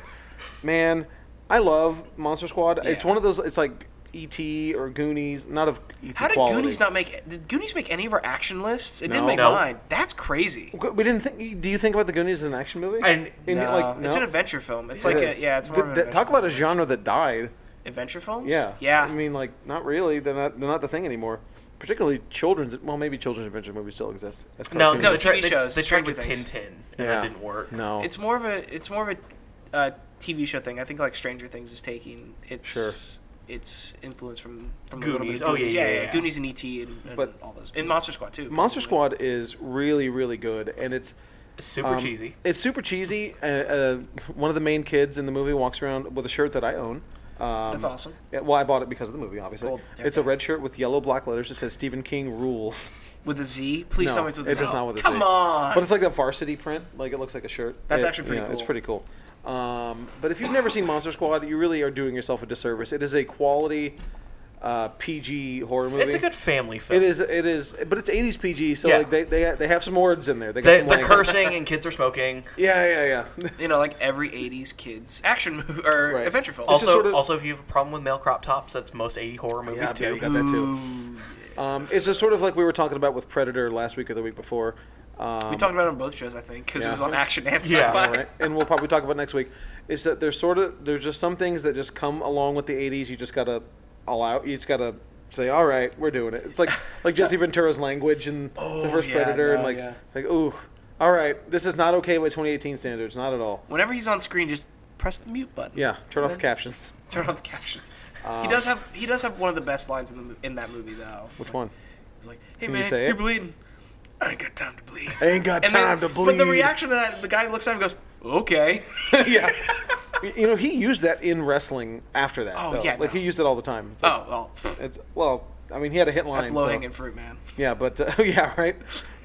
[SPEAKER 1] Man, I love Monster Squad. It's
[SPEAKER 2] Yeah.
[SPEAKER 1] one of those. It's like E.T. or Goonies. Not of E.T.
[SPEAKER 2] How did
[SPEAKER 1] quality.
[SPEAKER 2] Goonies not make? Did Goonies make any of our action lists? It
[SPEAKER 1] No.
[SPEAKER 2] didn't make
[SPEAKER 3] No.
[SPEAKER 2] mine. That's crazy.
[SPEAKER 1] We didn't think. Do you think about the Goonies as an action movie?
[SPEAKER 3] And-
[SPEAKER 1] In-
[SPEAKER 2] No.
[SPEAKER 1] like,
[SPEAKER 2] It's
[SPEAKER 1] no?
[SPEAKER 2] an adventure film. It's
[SPEAKER 1] It
[SPEAKER 2] like
[SPEAKER 1] is.
[SPEAKER 2] a, yeah, it's more
[SPEAKER 1] Th-
[SPEAKER 2] of
[SPEAKER 1] th-
[SPEAKER 2] an
[SPEAKER 1] talk about a
[SPEAKER 2] adventure film.
[SPEAKER 1] genre that died.
[SPEAKER 2] adventure films.
[SPEAKER 1] Yeah.
[SPEAKER 2] yeah.
[SPEAKER 1] I mean, like, not really. They're not. They're not the thing anymore. Particularly children's. Well, maybe children's adventure movies still exist. As
[SPEAKER 3] No,
[SPEAKER 1] cartoons.
[SPEAKER 3] no,
[SPEAKER 2] the
[SPEAKER 3] they tried-
[SPEAKER 2] TV
[SPEAKER 3] they,
[SPEAKER 2] shows,
[SPEAKER 3] They tried
[SPEAKER 2] Stranger
[SPEAKER 3] with
[SPEAKER 2] Things.
[SPEAKER 3] Tintin, and that didn't work.
[SPEAKER 1] No.
[SPEAKER 2] it's more of a it's more of a uh, TV show thing. I think like Stranger Things is taking its
[SPEAKER 1] Sure.
[SPEAKER 2] its influence from from a
[SPEAKER 3] Goonies.
[SPEAKER 2] little
[SPEAKER 3] Oh,
[SPEAKER 2] bit of
[SPEAKER 3] yeah, yeah, yeah.
[SPEAKER 2] Goonies and ET and, and
[SPEAKER 1] But-
[SPEAKER 2] all those and Monster Squad too.
[SPEAKER 1] Monster
[SPEAKER 2] probably.
[SPEAKER 1] Squad is really, really good, and it's
[SPEAKER 3] Super
[SPEAKER 1] um,
[SPEAKER 3] cheesy.
[SPEAKER 1] It's super cheesy. Uh, uh, one of the main kids in the movie walks around with a shirt that I own. Um,
[SPEAKER 2] That's awesome.
[SPEAKER 1] yeah, well, I bought it because of the movie, obviously.
[SPEAKER 2] Gold.
[SPEAKER 1] It's a red shirt with yellow block letters that says Stephen King rules.
[SPEAKER 2] with a Z. Please
[SPEAKER 1] No,
[SPEAKER 2] tell me it's with a
[SPEAKER 1] it
[SPEAKER 2] Z.
[SPEAKER 1] is not with a
[SPEAKER 2] Come
[SPEAKER 1] Z.
[SPEAKER 2] on.
[SPEAKER 1] But it's like a varsity print. Like it looks like a shirt.
[SPEAKER 2] That's
[SPEAKER 1] It-
[SPEAKER 2] actually pretty
[SPEAKER 1] yeah, It's
[SPEAKER 2] cool.
[SPEAKER 1] pretty cool. Um, but if you've never seen Monster Squad, you really are doing yourself a disservice. It is a quality uh, PG horror movie.
[SPEAKER 3] It's a good family film.
[SPEAKER 1] It is. It is. But it's 80s PG, so
[SPEAKER 3] Yeah.
[SPEAKER 1] like they, they they have some words in there. They got
[SPEAKER 3] They,
[SPEAKER 1] some
[SPEAKER 3] they're
[SPEAKER 1] language.
[SPEAKER 3] cursing and kids are smoking.
[SPEAKER 1] Yeah, yeah, yeah.
[SPEAKER 2] you know, like every '80s kids action movie or
[SPEAKER 1] Right.
[SPEAKER 2] adventure film.
[SPEAKER 1] This is
[SPEAKER 3] Also,
[SPEAKER 1] sort of-
[SPEAKER 3] also, if you have a problem with male crop tops, that's most 80 horror movies
[SPEAKER 1] Yeah,
[SPEAKER 3] too.
[SPEAKER 1] you got that too. Um, it's just sort of like we were talking about with Predator last week or the week before. Um,
[SPEAKER 2] we talked about it on both shows, I think, because
[SPEAKER 1] Yeah.
[SPEAKER 2] it was on action and
[SPEAKER 3] Yeah.
[SPEAKER 2] sci-fi.
[SPEAKER 1] all right, and we'll probably talk about next week. Is that there's sort of there's just some things that just come along with the '80s. You just gotta allow. You just gotta say, "All right, we're doing it." It's like like Jesse Ventura's language in the first
[SPEAKER 2] Oh, yeah,
[SPEAKER 1] Predator, and
[SPEAKER 2] no,
[SPEAKER 1] like
[SPEAKER 2] yeah.
[SPEAKER 1] like ooh, all right, this is not okay by 2018 standards, not at all.
[SPEAKER 2] Whenever he's on screen, just press the mute button.
[SPEAKER 1] Yeah, Um, turn off the
[SPEAKER 2] Then
[SPEAKER 1] captions.
[SPEAKER 2] Turn off the captions. he does have he does have one of the best lines in the mo- in that movie though. It's
[SPEAKER 1] Which
[SPEAKER 2] like-
[SPEAKER 1] one?
[SPEAKER 2] He's like, "Hey
[SPEAKER 1] Can you
[SPEAKER 2] man,
[SPEAKER 1] say
[SPEAKER 2] you are
[SPEAKER 1] it?
[SPEAKER 2] bleeding. I ain't got time to bleed.
[SPEAKER 1] I ain't got
[SPEAKER 2] then-
[SPEAKER 1] time to
[SPEAKER 2] But the
[SPEAKER 1] bleed.
[SPEAKER 2] reaction to that, the guy looks at him and goes, "Okay." Oh,
[SPEAKER 1] yeah. You know, he used that in wrestling after that.
[SPEAKER 2] Oh,
[SPEAKER 1] though.
[SPEAKER 2] yeah,
[SPEAKER 1] Like, he
[SPEAKER 2] no.
[SPEAKER 1] used it all the time. It's like-
[SPEAKER 2] oh well, pff,
[SPEAKER 1] It's well, I mean, he had a hit line.
[SPEAKER 2] that's
[SPEAKER 1] so-
[SPEAKER 2] low hanging fruit, man.
[SPEAKER 1] Yeah, but uh, yeah, right.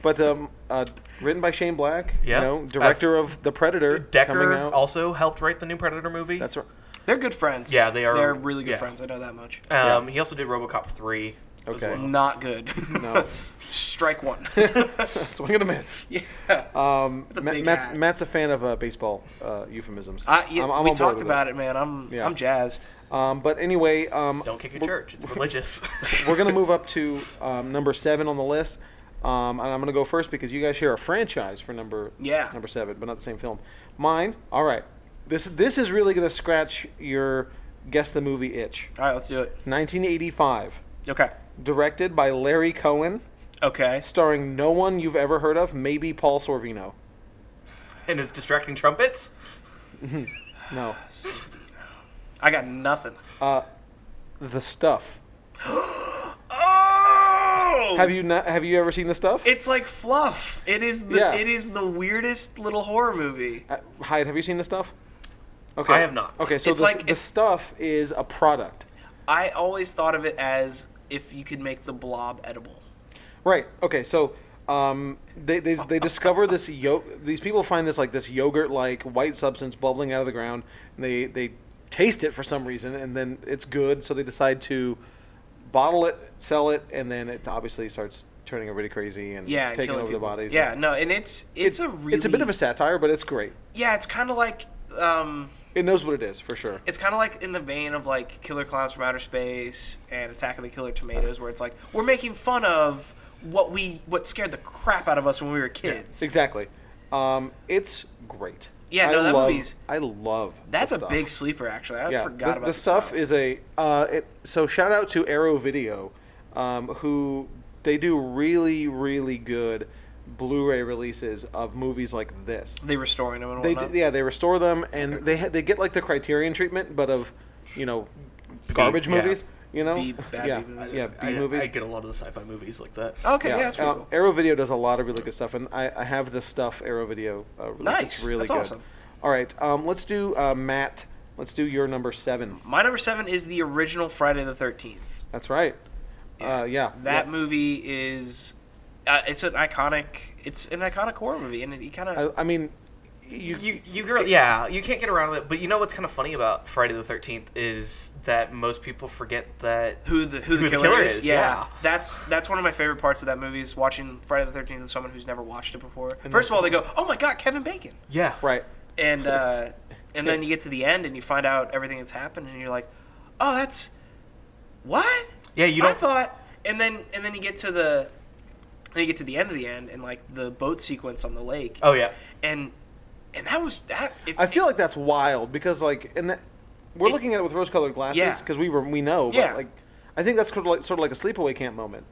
[SPEAKER 1] But um, uh, written by Shane Black.
[SPEAKER 3] Yeah. Uh,
[SPEAKER 1] You know, director of The Predator. coming
[SPEAKER 3] Decker
[SPEAKER 1] out.
[SPEAKER 3] also helped write the new Predator movie.
[SPEAKER 1] That's right.
[SPEAKER 2] They're good friends.
[SPEAKER 3] Yeah, they are-
[SPEAKER 2] They're really good
[SPEAKER 3] yeah.
[SPEAKER 2] friends. I know that much.
[SPEAKER 3] Um, He also did RoboCop 3. as
[SPEAKER 1] Okay.
[SPEAKER 3] well.
[SPEAKER 2] Not good.
[SPEAKER 1] No.
[SPEAKER 2] Strike one.
[SPEAKER 1] Swing and a miss.
[SPEAKER 2] yeah.
[SPEAKER 1] Um,
[SPEAKER 2] That's a
[SPEAKER 1] Ma-
[SPEAKER 2] big
[SPEAKER 1] Matt's,
[SPEAKER 2] hat.
[SPEAKER 1] Matt's a fan of uh, baseball uh, euphemisms.
[SPEAKER 2] I, yeah,
[SPEAKER 1] I'm- I'm
[SPEAKER 2] we
[SPEAKER 1] on board
[SPEAKER 2] talked
[SPEAKER 1] with
[SPEAKER 2] about it, man. I'm
[SPEAKER 1] Yeah.
[SPEAKER 2] I'm jazzed.
[SPEAKER 1] that. Um, but anyway, um,
[SPEAKER 3] Don't kick your
[SPEAKER 1] we're-
[SPEAKER 3] church. It's religious.
[SPEAKER 1] We're gonna move up to um, number seven on the list, um, and I'm gonna go first because you guys share a franchise for number
[SPEAKER 2] Yeah.
[SPEAKER 1] number seven, but not the same film. Mine. All right. This this is really gonna scratch your guess the movie itch.
[SPEAKER 2] All right, let's do it.
[SPEAKER 1] 1985,
[SPEAKER 2] Okay.
[SPEAKER 1] directed by Larry Cohen,
[SPEAKER 2] Okay.
[SPEAKER 1] starring no one you've ever heard of, maybe Paul Sorvino.
[SPEAKER 3] and his distracting trumpets.
[SPEAKER 1] No, Uh,
[SPEAKER 2] I got nothing.
[SPEAKER 1] The Stuff.
[SPEAKER 2] Oh!
[SPEAKER 1] Have you not? Have you ever seen The Stuff?
[SPEAKER 2] It's like fluff. It is the
[SPEAKER 1] Yeah.
[SPEAKER 2] it is the weirdest little horror movie.
[SPEAKER 1] Uh, Hyde, have you seen The Stuff? Okay.
[SPEAKER 3] I have not.
[SPEAKER 1] Okay, so
[SPEAKER 2] It's
[SPEAKER 1] the,
[SPEAKER 2] like-
[SPEAKER 1] the
[SPEAKER 2] it's-
[SPEAKER 1] stuff is a product.
[SPEAKER 2] I always thought of it as if you could make the blob edible.
[SPEAKER 1] Right. Okay. So um, they, they they discover this yo- these people find this like this yogurt like white substance bubbling out of the ground, and they they taste it for some reason, and then it's good, so they decide to bottle it, sell it, and then it obviously starts turning everybody crazy and
[SPEAKER 2] Yeah, and
[SPEAKER 1] taking
[SPEAKER 2] killing
[SPEAKER 1] over
[SPEAKER 2] people.
[SPEAKER 1] the bodies.
[SPEAKER 2] Yeah,
[SPEAKER 1] And
[SPEAKER 2] no, and it's
[SPEAKER 1] it-
[SPEAKER 2] it's a really
[SPEAKER 1] it's a bit of a satire, but it's great.
[SPEAKER 2] yeah. It's kind of like um,
[SPEAKER 1] It knows what it is for sure.
[SPEAKER 2] it's kind of like in the vein of like Killer Clowns from Outer Space and Attack of the Killer Tomatoes, where it's like we're making fun of what we what scared the crap out of us when we were kids.
[SPEAKER 1] Exactly. Um, it's great.
[SPEAKER 2] Yeah, no,
[SPEAKER 1] I
[SPEAKER 2] that
[SPEAKER 1] love,
[SPEAKER 2] movie's-
[SPEAKER 1] I love.
[SPEAKER 2] That's
[SPEAKER 1] the
[SPEAKER 2] a
[SPEAKER 1] stuff.
[SPEAKER 2] big sleeper, actually. I forgot
[SPEAKER 1] the,
[SPEAKER 2] about
[SPEAKER 1] the
[SPEAKER 2] the
[SPEAKER 1] stuff, is a uh, it, so shout out to Arrow Video, um, who they do really really good Blu-ray releases of movies like this.
[SPEAKER 2] they restoring them and
[SPEAKER 1] They
[SPEAKER 2] whatnot.
[SPEAKER 1] do, yeah they restore them and they ha- they get like the Criterion treatment, but of you know garbage
[SPEAKER 3] yeah.
[SPEAKER 1] movies. You know,
[SPEAKER 2] B- bad
[SPEAKER 1] yeah,
[SPEAKER 2] B movies.
[SPEAKER 1] yeah, B
[SPEAKER 3] I,
[SPEAKER 1] movies.
[SPEAKER 3] I get a lot of the sci-fi movies like that.
[SPEAKER 2] Okay, yeah, that's pretty
[SPEAKER 1] um,
[SPEAKER 2] cool.
[SPEAKER 1] Arrow Video does a lot of really good stuff, and I, I have the stuff Arrow Video uh, release. It's
[SPEAKER 2] Nice.
[SPEAKER 1] really
[SPEAKER 2] That's
[SPEAKER 1] good.
[SPEAKER 2] awesome.
[SPEAKER 1] All right, um, let's do uh, Matt. Let's do your number seven.
[SPEAKER 2] My number seven is the original Friday the Thirteenth.
[SPEAKER 1] That's right. Yeah. Uh, yeah.
[SPEAKER 2] That
[SPEAKER 1] Yeah.
[SPEAKER 2] movie is, uh, it's an iconic. It's an iconic horror movie, and it, kind of
[SPEAKER 1] I, I mean, you,
[SPEAKER 3] you you girl yeah you can't get around it but you know what's kind of funny about friday the 13th is that most people forget that
[SPEAKER 2] who the who, the, killer, is. Yeah. that's that's one of my favorite parts of that movie is watching Friday the Thirteenth with someone who's never watched it before. First of all, they go, "Oh my God, Kevin Bacon,"
[SPEAKER 3] yeah
[SPEAKER 1] right.
[SPEAKER 2] and uh, and then you get to the end and you find out everything that's happened, and you're like, "Oh, that's what?"
[SPEAKER 3] Yeah, you
[SPEAKER 2] I
[SPEAKER 3] don't-
[SPEAKER 2] thought, and then and then you get to the then you get to the end of the end and like the boat sequence on the lake.
[SPEAKER 3] oh yeah
[SPEAKER 2] and and that was that. If,
[SPEAKER 1] I feel like that's wild because like and that we're
[SPEAKER 2] It-
[SPEAKER 1] looking at it with rose-colored
[SPEAKER 2] Yeah.
[SPEAKER 1] glasses because we were we know. But,
[SPEAKER 2] Yeah.
[SPEAKER 1] Like I think that's sort of like sort of like a sleepaway camp moment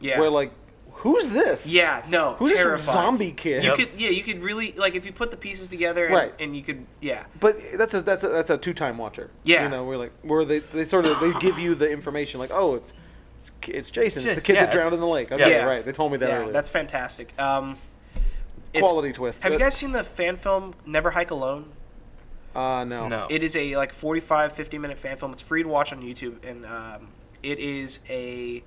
[SPEAKER 2] yeah,
[SPEAKER 1] where like who's this?
[SPEAKER 2] yeah, no,
[SPEAKER 1] Who's this
[SPEAKER 2] terrifying.
[SPEAKER 1] zombie kid?
[SPEAKER 2] You
[SPEAKER 3] Yep.
[SPEAKER 2] could yeah, you could really like if you put the pieces together, and,
[SPEAKER 1] Right.
[SPEAKER 2] And you could yeah,
[SPEAKER 1] But that's a that's a, that's a two time watcher.
[SPEAKER 2] Yeah.
[SPEAKER 1] you know, we're like where they, they sort of they give you the information like oh it's it's, K- it's Jason, it's the
[SPEAKER 3] Just-
[SPEAKER 1] kid
[SPEAKER 3] yeah,
[SPEAKER 1] that drowned
[SPEAKER 3] it's-
[SPEAKER 1] in the lake.
[SPEAKER 3] Yeah.
[SPEAKER 1] Okay, right. They told me that
[SPEAKER 2] yeah,
[SPEAKER 1] earlier.
[SPEAKER 2] that's fantastic. Um, it's-
[SPEAKER 1] quality twist.
[SPEAKER 2] Have you
[SPEAKER 1] That-
[SPEAKER 2] guys seen the fan film Never Hike Alone?
[SPEAKER 1] Uh, no.
[SPEAKER 3] no
[SPEAKER 2] It is a like 45, 50 minute fan film. It's free to watch on YouTube, and um, it is a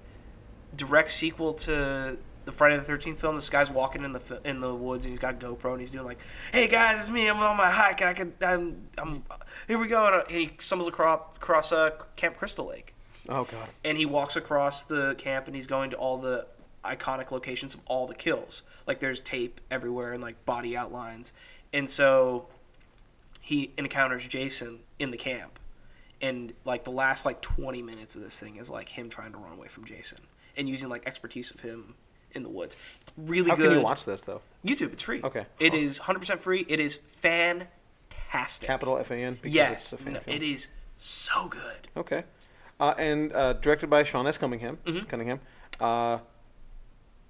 [SPEAKER 2] direct sequel to the Friday the Thirteenth film. This guy's walking in the fi- in the woods, and he's got GoPro, and he's doing like, "Hey guys, it's me. I'm on my hike, and I can I'm, I'm here we go." And, uh, and he stumbles across across uh, Camp Crystal Lake,
[SPEAKER 1] Oh god.
[SPEAKER 2] and he walks across the camp, and he's going to all the iconic locations of all the kills. Like there's tape everywhere, and like body outlines, and so he encounters Jason in the camp, and like the last like twenty minutes of this thing is like him trying to run away from Jason and using like expertise of him in the woods. Really
[SPEAKER 1] How
[SPEAKER 2] good.
[SPEAKER 1] can you watch this though?
[SPEAKER 2] YouTube? It's free.
[SPEAKER 1] Okay.
[SPEAKER 2] it is hundred percent free. It is fantastic.
[SPEAKER 1] Capital F A N. because
[SPEAKER 2] Yes,
[SPEAKER 1] it's a fan
[SPEAKER 2] No,
[SPEAKER 1] film.
[SPEAKER 2] it is so good.
[SPEAKER 1] Okay. Uh, and uh, directed by Sean S. Cunningham.
[SPEAKER 2] Mm-hmm.
[SPEAKER 1] Cunningham. Uh,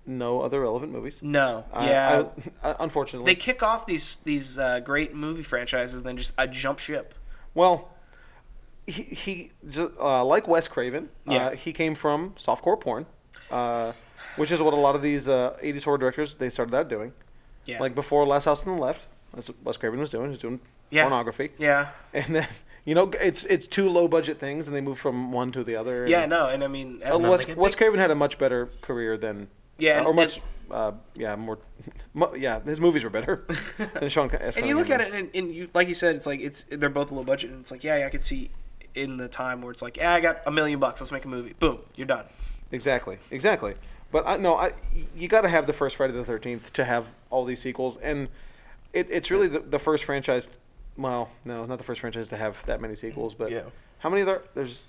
[SPEAKER 1] no other relevant movies.
[SPEAKER 2] No,
[SPEAKER 1] I-
[SPEAKER 2] yeah.
[SPEAKER 1] I- unfortunately.
[SPEAKER 2] they kick off these these uh, great movie franchises, and then just a jump ship.
[SPEAKER 1] well, he, he j- uh, like Wes Craven,
[SPEAKER 2] Yeah.
[SPEAKER 1] uh, he came from softcore porn, uh, which is what a lot of these uh, 80s horror directors, they started out doing.
[SPEAKER 2] Yeah,
[SPEAKER 1] Like before Last House on the Left, that's what Wes Craven was doing. He was doing
[SPEAKER 2] Yeah.
[SPEAKER 1] pornography.
[SPEAKER 2] yeah,
[SPEAKER 1] And then, you know, it's it's two low-budget things, and they move from one to the other. and-
[SPEAKER 2] yeah. No, and I mean,
[SPEAKER 1] Uh,
[SPEAKER 2] I don't know,
[SPEAKER 1] Wes,
[SPEAKER 2] like-
[SPEAKER 1] Wes Craven had a much better career than
[SPEAKER 2] Yeah,
[SPEAKER 1] uh, or
[SPEAKER 2] and-
[SPEAKER 1] much uh, yeah more mu- yeah his movies were better than Sean. Con- S.
[SPEAKER 2] and you look at
[SPEAKER 1] Cunningham.
[SPEAKER 2] it, and, and you like you said, it's like it's they're both low budget, and it's like yeah, yeah I could see in the time where it's like yeah, I got a million bucks, let's make a movie, boom, you're done.
[SPEAKER 1] exactly exactly. But I no, I you got to have the first Friday the Thirteenth to have all these sequels, and it, it's really the, the first franchise. Well, no, not the first franchise to have that many sequels. But
[SPEAKER 3] Yeah.
[SPEAKER 1] how many there? There's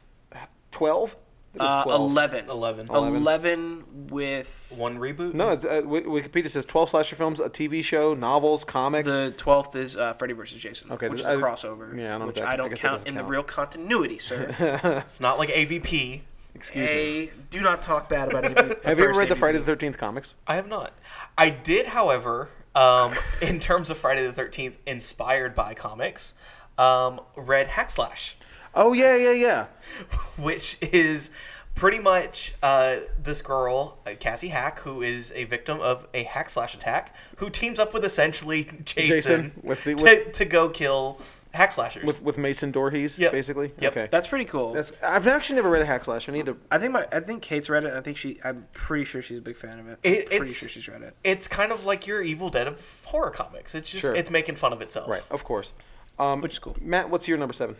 [SPEAKER 1] twelve.
[SPEAKER 2] Uh, 11.
[SPEAKER 3] 11.
[SPEAKER 2] 11. with
[SPEAKER 3] one reboot
[SPEAKER 1] No, it's, uh, Wi- Wikipedia says twelve slasher films, a TV show, novels, comics.
[SPEAKER 2] the 12th is uh, Freddy versus Jason,
[SPEAKER 1] Okay,
[SPEAKER 2] which is
[SPEAKER 1] this-
[SPEAKER 2] a
[SPEAKER 1] I-
[SPEAKER 2] crossover,
[SPEAKER 1] yeah, I don't
[SPEAKER 2] which
[SPEAKER 1] think-
[SPEAKER 2] I
[SPEAKER 1] I
[SPEAKER 2] don't
[SPEAKER 1] guess that
[SPEAKER 2] count
[SPEAKER 1] doesn't
[SPEAKER 2] in the
[SPEAKER 1] count.
[SPEAKER 2] real continuity, sir.
[SPEAKER 3] it's not like avp
[SPEAKER 1] Excuse me.
[SPEAKER 2] hey, do not talk bad about it.
[SPEAKER 1] Have you ever read the Friday the Thirteenth comics?
[SPEAKER 3] I have not. I did, however, um, in terms of Friday the Thirteenth, inspired by comics, um, read Hackslash,
[SPEAKER 1] Oh yeah, yeah, yeah.
[SPEAKER 3] which is pretty much uh, this girl uh, Cassie Hack, who is a victim of a Hackslash attack, who teams up with essentially Jason,
[SPEAKER 1] Jason, with the-
[SPEAKER 3] to,
[SPEAKER 1] with-
[SPEAKER 3] to go kill Hackslashers.
[SPEAKER 1] With with Mason Dorhees,
[SPEAKER 3] Yep.
[SPEAKER 1] basically.
[SPEAKER 3] Yep.
[SPEAKER 1] Okay.
[SPEAKER 2] That's pretty cool.
[SPEAKER 1] That's, I've actually never read a hack slash. I need to.
[SPEAKER 2] I think my I think Kate's read it. and I think she. I'm pretty sure she's a big fan of it.
[SPEAKER 3] It-
[SPEAKER 2] I'm pretty
[SPEAKER 3] it's-
[SPEAKER 2] sure she's read it.
[SPEAKER 3] it's kind of like your Evil Dead of horror comics. It's just
[SPEAKER 1] Sure.
[SPEAKER 3] it's making fun of itself.
[SPEAKER 1] Right, of course. Um,
[SPEAKER 2] Which is cool.
[SPEAKER 1] Matt, what's your number seven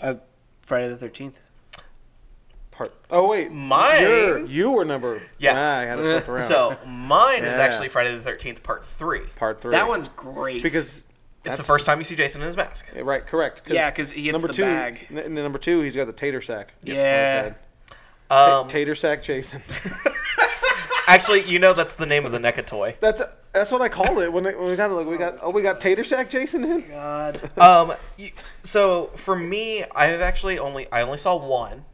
[SPEAKER 2] Uh, Friday the Thirteenth.
[SPEAKER 1] part? Oh wait,
[SPEAKER 3] Mine?
[SPEAKER 1] You're, you were number.
[SPEAKER 3] Yeah.
[SPEAKER 1] Ah, I had to flip around.
[SPEAKER 3] So mine is
[SPEAKER 1] Yeah.
[SPEAKER 3] actually Friday the Thirteenth Part Three.
[SPEAKER 1] part three.
[SPEAKER 2] That one's great
[SPEAKER 1] because
[SPEAKER 3] It's
[SPEAKER 1] that's
[SPEAKER 3] the first time you see Jason in his mask.
[SPEAKER 1] Right, correct.
[SPEAKER 2] Yeah, 'cause he gets
[SPEAKER 1] number
[SPEAKER 2] the
[SPEAKER 1] two,
[SPEAKER 2] bag.
[SPEAKER 1] n- n- number two, he's got the tater sack. on his
[SPEAKER 2] Yeah.
[SPEAKER 1] head. Ta-
[SPEAKER 3] Um,
[SPEAKER 1] tater sack, Jason.
[SPEAKER 3] actually, you know that's the name of the NECA toy.
[SPEAKER 1] That's that's what I called it when, it, when we got it. Like we got oh we got tater sack, Jason in.
[SPEAKER 2] God.
[SPEAKER 3] Um, y- so for me, I've actually only I only saw one,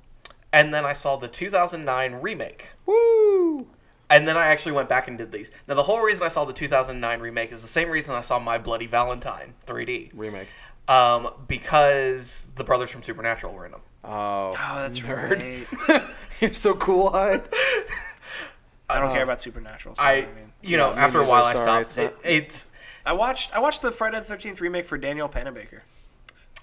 [SPEAKER 3] and then I saw the 2009 remake,
[SPEAKER 1] Woo!
[SPEAKER 3] and then I actually went back and did these. Now the whole reason I saw the 2009 remake is the same reason I saw My Bloody Valentine 3D
[SPEAKER 1] Remake.
[SPEAKER 3] um, because the brothers from Supernatural were in them.
[SPEAKER 1] Oh,
[SPEAKER 2] Oh, that's right.
[SPEAKER 1] you're so cool eyed.
[SPEAKER 2] I don't care about Supernatural. So I,
[SPEAKER 3] I,
[SPEAKER 2] mean,
[SPEAKER 3] you know,
[SPEAKER 1] Yeah, me
[SPEAKER 3] after a
[SPEAKER 1] neither,
[SPEAKER 3] while, I
[SPEAKER 1] sorry,
[SPEAKER 3] stopped.
[SPEAKER 1] it's
[SPEAKER 3] It,
[SPEAKER 1] not-
[SPEAKER 3] it's
[SPEAKER 2] I watched I watched the Friday the Thirteenth remake for Daniel Panabaker.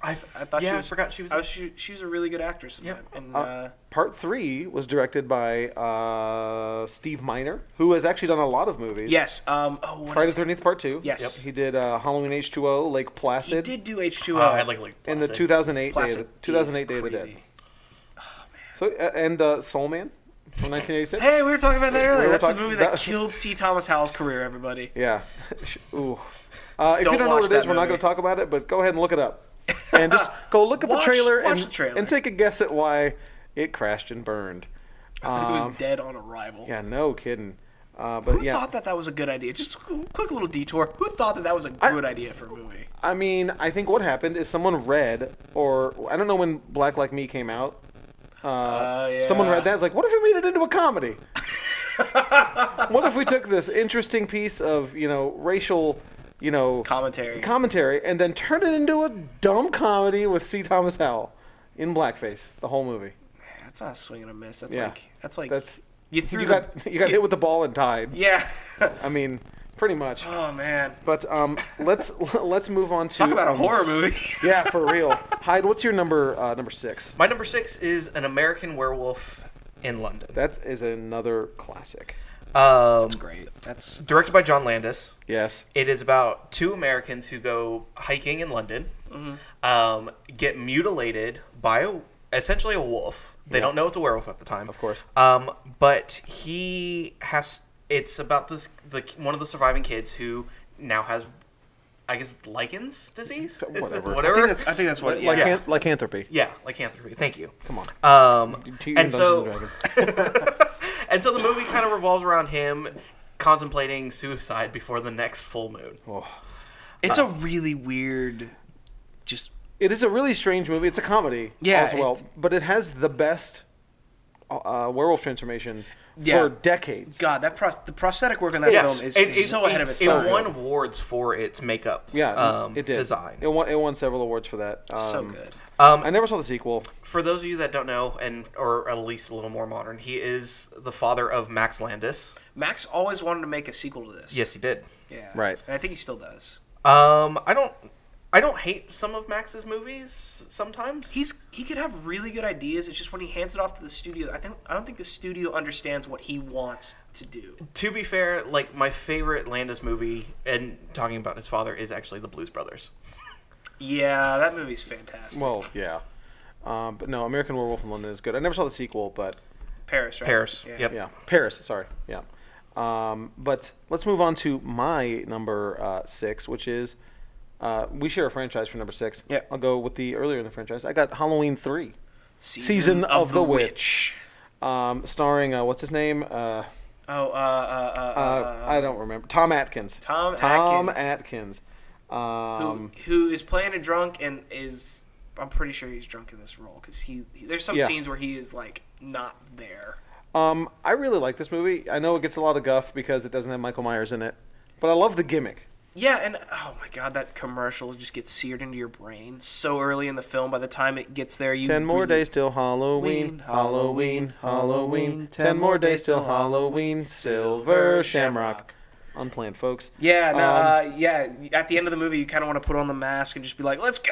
[SPEAKER 3] I,
[SPEAKER 2] I thought
[SPEAKER 3] yeah,
[SPEAKER 2] she was.
[SPEAKER 3] I forgot she was.
[SPEAKER 2] I was she, she was a really good actress. In
[SPEAKER 3] Yeah.
[SPEAKER 2] that. And
[SPEAKER 1] Uh,
[SPEAKER 2] uh,
[SPEAKER 1] Part three was directed by uh, Steve Miner, who has actually done a lot of movies.
[SPEAKER 2] yes. Um. Oh, what
[SPEAKER 1] Friday
[SPEAKER 2] is-
[SPEAKER 1] the Thirteenth Part Two.
[SPEAKER 2] Yes.
[SPEAKER 1] He did uh, Halloween H two O, Lake
[SPEAKER 2] he
[SPEAKER 1] Placid,
[SPEAKER 2] did do H two
[SPEAKER 3] uh,
[SPEAKER 2] O.
[SPEAKER 3] I like like
[SPEAKER 1] and the
[SPEAKER 3] Placid.
[SPEAKER 1] 2008 day,
[SPEAKER 2] Placid.
[SPEAKER 1] of the, 2008 Day of the
[SPEAKER 2] He's
[SPEAKER 1] Dead.
[SPEAKER 2] crazy.
[SPEAKER 1] So uh, and uh, Soul Man from 1986.
[SPEAKER 2] Hey, we were talking about that earlier.
[SPEAKER 1] were
[SPEAKER 2] That's
[SPEAKER 1] talking-
[SPEAKER 2] the movie that,
[SPEAKER 1] that-
[SPEAKER 2] killed C. Thomas Howell's career. Everybody.
[SPEAKER 1] Yeah. Ooh. Uh, if you
[SPEAKER 2] Don't
[SPEAKER 1] don't know what it
[SPEAKER 2] watch
[SPEAKER 1] is,
[SPEAKER 2] that
[SPEAKER 1] we're not
[SPEAKER 2] movie.
[SPEAKER 1] going to talk about it, but go ahead and look it up. And just go look at the
[SPEAKER 2] Watch-
[SPEAKER 1] trailer,
[SPEAKER 2] watch
[SPEAKER 1] and,
[SPEAKER 2] the trailer.
[SPEAKER 1] and take a guess at why it crashed and burned.
[SPEAKER 2] he was dead on arrival.
[SPEAKER 1] Yeah, no kidding. Uh, but
[SPEAKER 2] Who
[SPEAKER 1] yeah,
[SPEAKER 2] thought that that was a good idea? Just a quick little detour. Who thought that that was a good idea for a movie?
[SPEAKER 1] I mean, I think what happened is someone read, or I don't know when Black Like Me came out. Uh,
[SPEAKER 2] yeah.
[SPEAKER 1] Someone read that. It's like, what if we made it into a comedy? what if we took this interesting piece of you know racial, you know,
[SPEAKER 2] Commentary.
[SPEAKER 1] commentary, and then turned it into a dumb comedy with C. Thomas Howell in blackface the whole movie.
[SPEAKER 2] that's not a swing and a miss. That's
[SPEAKER 1] Yeah.
[SPEAKER 2] like that's like
[SPEAKER 1] That's
[SPEAKER 2] you threw
[SPEAKER 1] you
[SPEAKER 2] the-
[SPEAKER 1] got you got hit with the ball and died.
[SPEAKER 2] yeah.
[SPEAKER 1] I mean, pretty much.
[SPEAKER 2] oh man,
[SPEAKER 1] But um, let's let's move on to
[SPEAKER 2] talk about a
[SPEAKER 1] um,
[SPEAKER 2] horror movie.
[SPEAKER 1] Yeah, for real. Hyde, what's your number? Uh, number six.
[SPEAKER 3] My number six is an American Werewolf in London.
[SPEAKER 1] That is another classic.
[SPEAKER 3] Um,
[SPEAKER 2] That's great. That's
[SPEAKER 3] directed by John Landis.
[SPEAKER 1] Yes.
[SPEAKER 3] It is about two Americans who go hiking in London, um, get mutilated by a, essentially a wolf. They don't know it's a werewolf at the time, of
[SPEAKER 1] course.
[SPEAKER 3] Um, but he has. It's about this the one of the surviving kids who now has, I guess, it's lichens disease.
[SPEAKER 1] Whatever.
[SPEAKER 3] whatever.
[SPEAKER 2] I think that's what.
[SPEAKER 1] Lycan-
[SPEAKER 2] yeah.
[SPEAKER 1] Lycanthropy.
[SPEAKER 3] yeah, lycanthropy. Thank you.
[SPEAKER 1] Come on.
[SPEAKER 3] Um,
[SPEAKER 1] Two
[SPEAKER 3] and
[SPEAKER 1] Dungeons
[SPEAKER 3] so,
[SPEAKER 1] and Dragons.
[SPEAKER 3] and so the movie kind of revolves around him contemplating suicide before the next full moon.
[SPEAKER 1] Oh.
[SPEAKER 2] It's a really weird. Just
[SPEAKER 1] It is a really strange movie. It's a comedy
[SPEAKER 2] Yeah,
[SPEAKER 1] as well,
[SPEAKER 2] it's-
[SPEAKER 1] but it has the best uh, werewolf transformation
[SPEAKER 2] Yeah.
[SPEAKER 1] for decades.
[SPEAKER 2] God, that pros- the prosthetic work on that
[SPEAKER 3] Yes,
[SPEAKER 2] film is,
[SPEAKER 3] it-
[SPEAKER 2] is
[SPEAKER 3] it-
[SPEAKER 2] so ahead of
[SPEAKER 3] it-
[SPEAKER 2] its
[SPEAKER 3] It
[SPEAKER 2] time.
[SPEAKER 3] won awards for its makeup.
[SPEAKER 1] Yeah,
[SPEAKER 3] um,
[SPEAKER 1] it did.
[SPEAKER 3] design.
[SPEAKER 1] It won, it won several awards for that. Um,
[SPEAKER 2] so good.
[SPEAKER 1] I never saw the sequel.
[SPEAKER 3] For those of you that don't know, and or at least a little more modern, he is the father of Max Landis.
[SPEAKER 2] Max always wanted to make a sequel to this.
[SPEAKER 3] Yes, he did.
[SPEAKER 2] Yeah.
[SPEAKER 1] Right.
[SPEAKER 2] And I think he still does.
[SPEAKER 3] Um, I don't, I don't hate some of Max's movies. Sometimes
[SPEAKER 2] He's he could have really good ideas. It's just when he hands it off to the studio, I think I don't think the studio understands what he wants to do.
[SPEAKER 3] to be fair, like my favorite Landis movie, and talking about his father is actually The Blues Brothers.
[SPEAKER 2] Yeah, that movie's fantastic.
[SPEAKER 1] Well, yeah. Um, but no, American Werewolf in London is good. I never saw the sequel, but
[SPEAKER 2] Paris, right?
[SPEAKER 3] Paris.
[SPEAKER 2] Yeah.
[SPEAKER 3] Yep.
[SPEAKER 1] yeah, Paris. Sorry, yeah. Um, but let's move on to my number uh, six, which is uh, we share a franchise for number six.
[SPEAKER 2] Yeah.
[SPEAKER 1] I'll go with the earlier in the franchise. I got Halloween three,
[SPEAKER 2] Season,
[SPEAKER 1] Season of the Witch. um, starring uh, what's his name? Uh,
[SPEAKER 2] Oh, uh, uh, uh,
[SPEAKER 1] uh, I don't remember. Tom Atkins.
[SPEAKER 2] Tom
[SPEAKER 1] Tom
[SPEAKER 2] Atkins.
[SPEAKER 1] Atkins. Um,
[SPEAKER 2] who is playing a drunk and is I'm pretty sure he's drunk in this role because he, he- there's some
[SPEAKER 1] Yeah.
[SPEAKER 2] scenes where he is like not there.
[SPEAKER 1] um, I really like this movie. I know it gets a lot of guff because it doesn't have Michael Myers in it, but I love the gimmick.
[SPEAKER 2] Yeah, and oh my god, that commercial just gets seared into your brain so early in the film. By the time it gets there, you
[SPEAKER 1] Ten more
[SPEAKER 2] really-
[SPEAKER 1] days till Halloween, Halloween, Halloween. Ten more days till Halloween, Silver Shamrock. Unplanned, folks.
[SPEAKER 2] Yeah, no,
[SPEAKER 1] Um,
[SPEAKER 2] uh, yeah. At the end of the movie, you kind of want to put on the mask and just be like, "Let's go,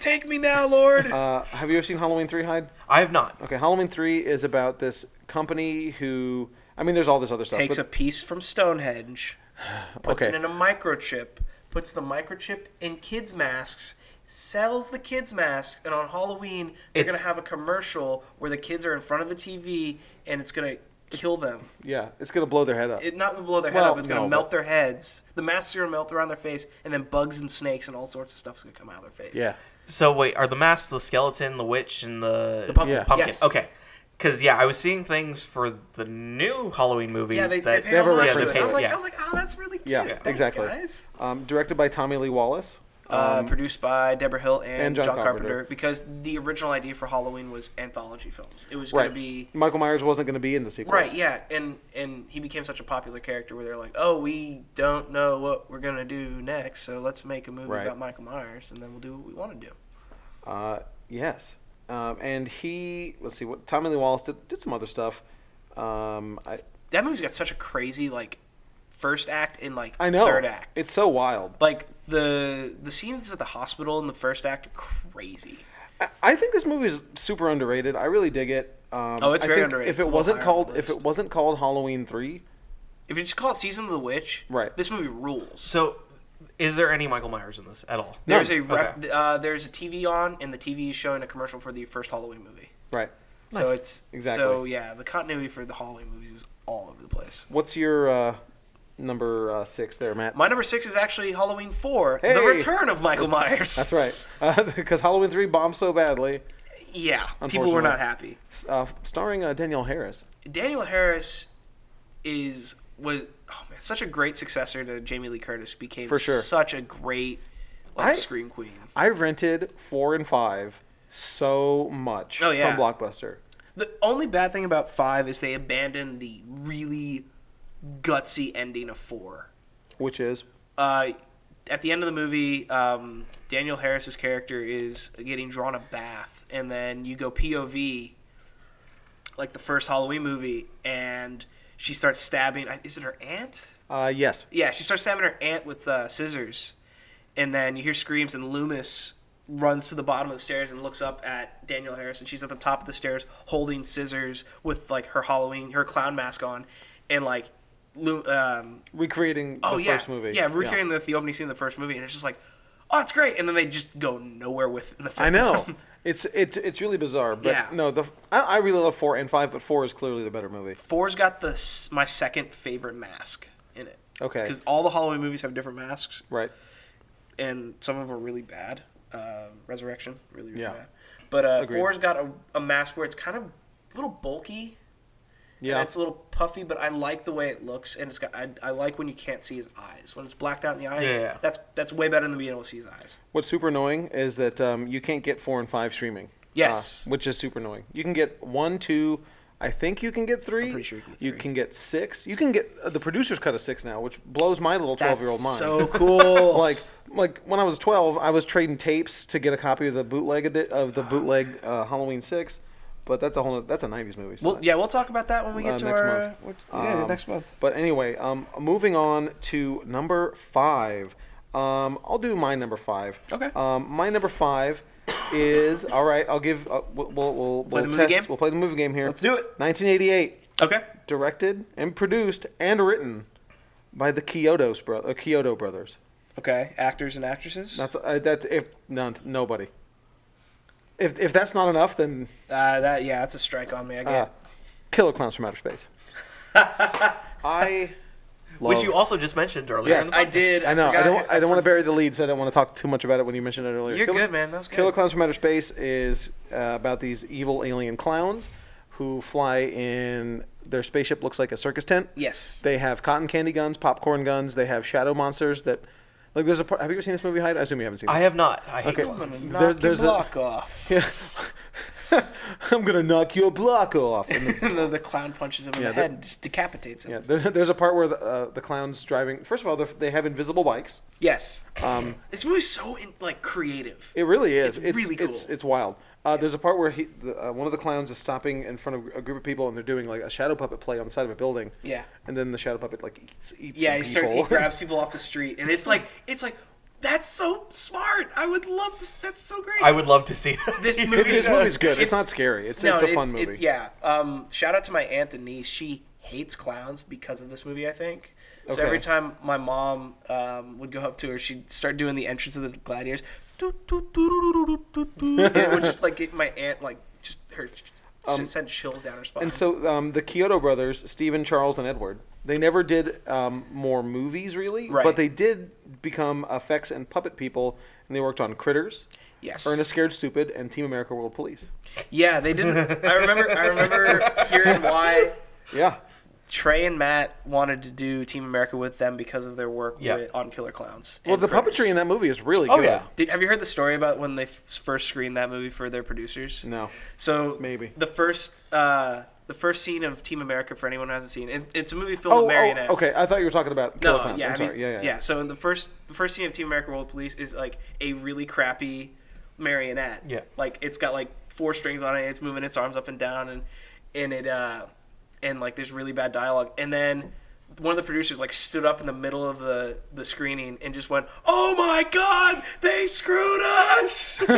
[SPEAKER 2] take me now, Lord."
[SPEAKER 1] uh, have you ever seen Halloween 3, Hyde?
[SPEAKER 3] I have not.
[SPEAKER 1] Okay, Halloween 3 is about this company who. I mean, there's all this other stuff.
[SPEAKER 2] Takes a
[SPEAKER 1] but,
[SPEAKER 2] piece from Stonehenge, puts
[SPEAKER 1] Okay.
[SPEAKER 2] it in a microchip, puts the microchip in kids' masks, sells the kids' masks, and on Halloween they're
[SPEAKER 3] It's-
[SPEAKER 2] gonna have a commercial where the kids are in front of the TV and it's gonna kill them.
[SPEAKER 1] Yeah, it's going to blow their head up.
[SPEAKER 2] It not gonna blow their head
[SPEAKER 1] Well,
[SPEAKER 2] up. It's gonna
[SPEAKER 1] no,
[SPEAKER 2] melt
[SPEAKER 1] but-
[SPEAKER 2] their heads. The masks are gonna melt around their face, and then bugs and snakes and all sorts of stuff's gonna come out of their face.
[SPEAKER 1] yeah.
[SPEAKER 3] So wait, are the masks the skeleton, the witch, and the the
[SPEAKER 2] pumpkin.
[SPEAKER 1] Yeah.
[SPEAKER 3] Pumpkin.
[SPEAKER 2] Yes.
[SPEAKER 3] Okay. Because yeah, I was seeing things for the new Halloween movie.
[SPEAKER 2] Yeah, they, they
[SPEAKER 3] that,
[SPEAKER 2] pay
[SPEAKER 1] they have a
[SPEAKER 2] homage to
[SPEAKER 1] reference
[SPEAKER 2] it. I was
[SPEAKER 1] to
[SPEAKER 2] like,
[SPEAKER 3] it,
[SPEAKER 2] I was like, oh, that's really cute.
[SPEAKER 1] Yeah,
[SPEAKER 2] Thanks,
[SPEAKER 1] exactly.
[SPEAKER 2] Guys.
[SPEAKER 1] Um, directed by Tommy Lee Wallace.
[SPEAKER 2] Uh, produced by Deborah Hill and,
[SPEAKER 1] and
[SPEAKER 2] John,
[SPEAKER 1] John
[SPEAKER 2] Carpenter.
[SPEAKER 1] Carpenter.
[SPEAKER 2] because the original idea for Halloween was anthology films. It was going
[SPEAKER 1] Right.
[SPEAKER 2] to be
[SPEAKER 1] Michael Myers wasn't going to be in the sequel.
[SPEAKER 2] right, yeah, and and he became such a popular character where they're like, oh, we don't know what we're gonna do next, so let's make a movie
[SPEAKER 1] Right.
[SPEAKER 2] about Michael Myers, and then we'll do what we want to do.
[SPEAKER 1] Uh, yes. Um, and he. Let's see, what Tommy Lee Wallace did, did some other stuff. Um, I,
[SPEAKER 2] That movie's got such a crazy like first act and like
[SPEAKER 1] I know.
[SPEAKER 2] third act.
[SPEAKER 1] It's so wild.
[SPEAKER 2] like the the scenes at the hospital in the first act are crazy.
[SPEAKER 1] I- I think this movie is super underrated. I really dig it. Um,
[SPEAKER 2] Oh, it's
[SPEAKER 1] I
[SPEAKER 2] very
[SPEAKER 1] think
[SPEAKER 2] underrated.
[SPEAKER 1] If
[SPEAKER 2] It's a
[SPEAKER 1] it
[SPEAKER 2] little
[SPEAKER 1] wasn't
[SPEAKER 2] higher on the
[SPEAKER 1] called, if it
[SPEAKER 2] list.
[SPEAKER 1] wasn't called Halloween three,
[SPEAKER 2] If you just call it Season of the Witch,
[SPEAKER 1] Right.
[SPEAKER 2] This movie rules.
[SPEAKER 3] So, is there any Michael Myers in this at all?
[SPEAKER 2] There's a
[SPEAKER 3] Okay.
[SPEAKER 2] rec- uh, there's a TV on, and the TV is showing a commercial for the first Halloween movie.
[SPEAKER 1] right?
[SPEAKER 2] So it's
[SPEAKER 1] Exactly.
[SPEAKER 2] So yeah, the continuity for the Halloween movies is all over the place.
[SPEAKER 1] What's your uh, number uh, six there, Matt?
[SPEAKER 2] My number six is actually Halloween Four:
[SPEAKER 1] Hey!
[SPEAKER 2] The Return of Michael Myers.
[SPEAKER 1] That's right, because Halloween three bombed so badly,
[SPEAKER 2] Yeah, people were
[SPEAKER 1] Unfortunately.
[SPEAKER 2] not happy.
[SPEAKER 1] S- uh, starring uh, Danielle Harris.
[SPEAKER 2] Daniel Harris is was oh man, such a great successor to Jamie Lee Curtis. Became
[SPEAKER 1] For sure.
[SPEAKER 2] such a great like
[SPEAKER 1] I-
[SPEAKER 2] scream queen.
[SPEAKER 1] I rented four and five so much
[SPEAKER 2] Oh, yeah.
[SPEAKER 1] from Blockbuster.
[SPEAKER 2] The only bad thing about five is they abandoned the really gutsy ending of four.
[SPEAKER 1] Which is
[SPEAKER 2] Uh, at the end of the movie, um, Daniel Harris's character is getting drawn a bath, and then you go POV, like the first Halloween movie, and she starts stabbing. Is it her aunt?
[SPEAKER 1] uh, yes,
[SPEAKER 2] Yeah, she starts stabbing her aunt with uh, scissors, and then you hear screams, and Loomis runs to the bottom of the stairs and looks up at Daniel Harris, and she's at the top of the stairs holding scissors with like her Halloween, her clown mask on, and like, Loo- um,
[SPEAKER 1] recreating
[SPEAKER 2] oh
[SPEAKER 1] the
[SPEAKER 2] yeah,
[SPEAKER 1] first movie.
[SPEAKER 2] yeah, recreating The, the opening scene of the first movie, and it's just like, oh, it's great, and then they just go nowhere with it in the. Fifth
[SPEAKER 1] I know.
[SPEAKER 2] one.
[SPEAKER 1] It's it's it's really bizarre, but
[SPEAKER 2] Yeah.
[SPEAKER 1] no, the I, I really love four and five, but four is clearly the better movie.
[SPEAKER 2] Four's got the s- my second favorite mask in it.
[SPEAKER 1] Okay.
[SPEAKER 2] Because all the Halloween movies have different masks.
[SPEAKER 1] Right.
[SPEAKER 2] and some of them are really bad. Uh, Resurrection, really, really
[SPEAKER 1] Yeah.
[SPEAKER 2] bad. But uh,
[SPEAKER 1] Agreed.
[SPEAKER 2] four's got a, a mask where it's kind of a little bulky.
[SPEAKER 1] Yeah.
[SPEAKER 2] And it's a little puffy, but I like the way it looks, and it's got. I, I like when you can't see his eyes. When it's blacked out in the eyes,
[SPEAKER 3] Yeah, yeah.
[SPEAKER 2] that's that's way better than being able to see his eyes.
[SPEAKER 1] What's super annoying is that um, you can't get four and five streaming.
[SPEAKER 2] Yes.
[SPEAKER 1] Uh, which is super annoying. You can get one, two. I think you can get 3
[SPEAKER 2] pretty sure you can get three.
[SPEAKER 1] can get six. You can get uh, the producer's cut of six now, which blows my little twelve year old mind.
[SPEAKER 2] That's so cool.
[SPEAKER 1] like like when I was 12, I was trading tapes to get a copy of the bootleg edi- of the bootleg uh, Halloween 6, but that's a whole that's a 90s movie. So
[SPEAKER 2] well, yeah, we'll talk about that when we get
[SPEAKER 1] uh,
[SPEAKER 2] to
[SPEAKER 1] next
[SPEAKER 2] our
[SPEAKER 1] month.
[SPEAKER 2] what- yeah,
[SPEAKER 1] Um,
[SPEAKER 2] next month.
[SPEAKER 1] But anyway, um, moving on to number five. Um, I'll do my number five.
[SPEAKER 2] Okay.
[SPEAKER 1] Um, my number five is all right. I'll give. Uh, we'll we'll, we'll, we'll
[SPEAKER 2] Play the movie
[SPEAKER 1] test.
[SPEAKER 2] game?
[SPEAKER 1] We'll play the movie game here.
[SPEAKER 2] Let's do it.
[SPEAKER 1] 1988,
[SPEAKER 2] Okay,
[SPEAKER 1] directed and produced and written by the Kyoto's bro- uh, Kyoto brothers.
[SPEAKER 2] okay, actors and actresses.
[SPEAKER 1] That's uh, that's if none nobody. If if that's not enough, then
[SPEAKER 2] Uh, that yeah, that's a strike on me. I get.
[SPEAKER 1] uh, Killer Clowns from Outer Space. Uh. I. Love
[SPEAKER 3] Which you also just mentioned earlier.
[SPEAKER 1] Yes,
[SPEAKER 3] in the
[SPEAKER 2] I
[SPEAKER 3] podcast.
[SPEAKER 2] did.
[SPEAKER 1] I know. I
[SPEAKER 2] forgot-
[SPEAKER 1] don't. I don't want to
[SPEAKER 2] for-
[SPEAKER 1] bury the lead, so I don't want to talk too much about it when you mentioned it earlier.
[SPEAKER 2] You're
[SPEAKER 1] Killer-
[SPEAKER 2] good, man. That was good.
[SPEAKER 1] Killer Clowns from Outer Space is uh, about these evil alien clowns who fly in their spaceship. Looks like a circus tent.
[SPEAKER 2] Yes.
[SPEAKER 1] They have cotton candy guns, popcorn guns. They have shadow monsters that. Like there's a part. Have you ever seen this movie, Hyde? I assume you haven't seen.
[SPEAKER 3] I
[SPEAKER 1] this.
[SPEAKER 3] have not. I hate
[SPEAKER 1] Okay.
[SPEAKER 2] I'm gonna
[SPEAKER 3] clowns.
[SPEAKER 2] knock
[SPEAKER 1] There's-
[SPEAKER 2] your
[SPEAKER 1] there's a-
[SPEAKER 2] block off.
[SPEAKER 1] I'm gonna knock your block off. And the-
[SPEAKER 2] the, the clown punches him in
[SPEAKER 1] Yeah,
[SPEAKER 2] the
[SPEAKER 1] they're-
[SPEAKER 2] head and just decapitates him.
[SPEAKER 1] yeah, there, there's a part where the, uh, the clowns driving. First of all, they're- they have invisible bikes.
[SPEAKER 2] Yes. Um, this movie's so in, like creative.
[SPEAKER 1] It really is.
[SPEAKER 2] It's really
[SPEAKER 1] It's,
[SPEAKER 2] cool.
[SPEAKER 1] it's wild. Uh, There's a part where he, the, uh, one of the clowns is stopping in front of a group of people, and they're doing like a shadow puppet play on the side of a building.
[SPEAKER 2] Yeah.
[SPEAKER 1] And then the shadow puppet like eats eats.
[SPEAKER 2] yeah,
[SPEAKER 1] some
[SPEAKER 2] he,
[SPEAKER 1] people.
[SPEAKER 2] start, he grabs people off the street, and it's like it's like that's so smart. I would love this. That's so great.
[SPEAKER 3] I would love to see that.
[SPEAKER 2] This movie.
[SPEAKER 1] this movie's good. It's, not scary. It's
[SPEAKER 2] no,
[SPEAKER 1] it's a fun movie.
[SPEAKER 2] it's- yeah. Um, shout out to my aunt and niece. She hates clowns because of this movie. I think. So
[SPEAKER 1] Okay.
[SPEAKER 2] every time my mom um, would go up to her, she'd start doing the entrance of the gladiators. Doo, doo, doo, doo, doo, doo, doo, doo. And it would just like get my aunt like just her um, send chills down her spine.
[SPEAKER 1] And so um, the Kyoto brothers, Stephen, Charles, and Edward, they never did um, more movies really,
[SPEAKER 2] Right.
[SPEAKER 1] but they did become effects and puppet people, and they worked on Critters,
[SPEAKER 2] yes,
[SPEAKER 1] Ernest Scared Stupid, and Team America World Police.
[SPEAKER 2] Yeah, they didn't. I remember. I remember hearing why
[SPEAKER 1] Yeah.
[SPEAKER 2] Trey and Matt wanted to do Team America with them because of their work
[SPEAKER 3] Yeah.
[SPEAKER 2] with, on Killer Clowns.
[SPEAKER 1] Well,
[SPEAKER 2] and
[SPEAKER 1] the
[SPEAKER 2] Critters.
[SPEAKER 1] puppetry in that movie is really
[SPEAKER 3] Oh,
[SPEAKER 1] good.
[SPEAKER 3] yeah.
[SPEAKER 2] Did, have you heard the story about when they f- first screened that movie for their producers?
[SPEAKER 1] No.
[SPEAKER 2] So
[SPEAKER 1] Maybe.
[SPEAKER 2] the first uh, the first scene of Team America for anyone who hasn't seen it, it's a movie filmed with marionettes.
[SPEAKER 1] Oh, okay. I thought you were talking about Killer
[SPEAKER 2] Oh, No,
[SPEAKER 1] Clowns.
[SPEAKER 2] yeah,
[SPEAKER 1] I'm
[SPEAKER 2] I
[SPEAKER 1] sorry.
[SPEAKER 2] mean,
[SPEAKER 1] yeah, yeah, yeah.
[SPEAKER 2] So in the first, the first scene of Team America: World Police is like a really crappy marionette.
[SPEAKER 3] Yeah.
[SPEAKER 2] like it's got like four strings on it. It's moving its arms up and down, and and it uh, and like there's really bad dialogue. And then one of the producers like stood up in the middle of the the screening and just went, "Oh my god, they screwed us!"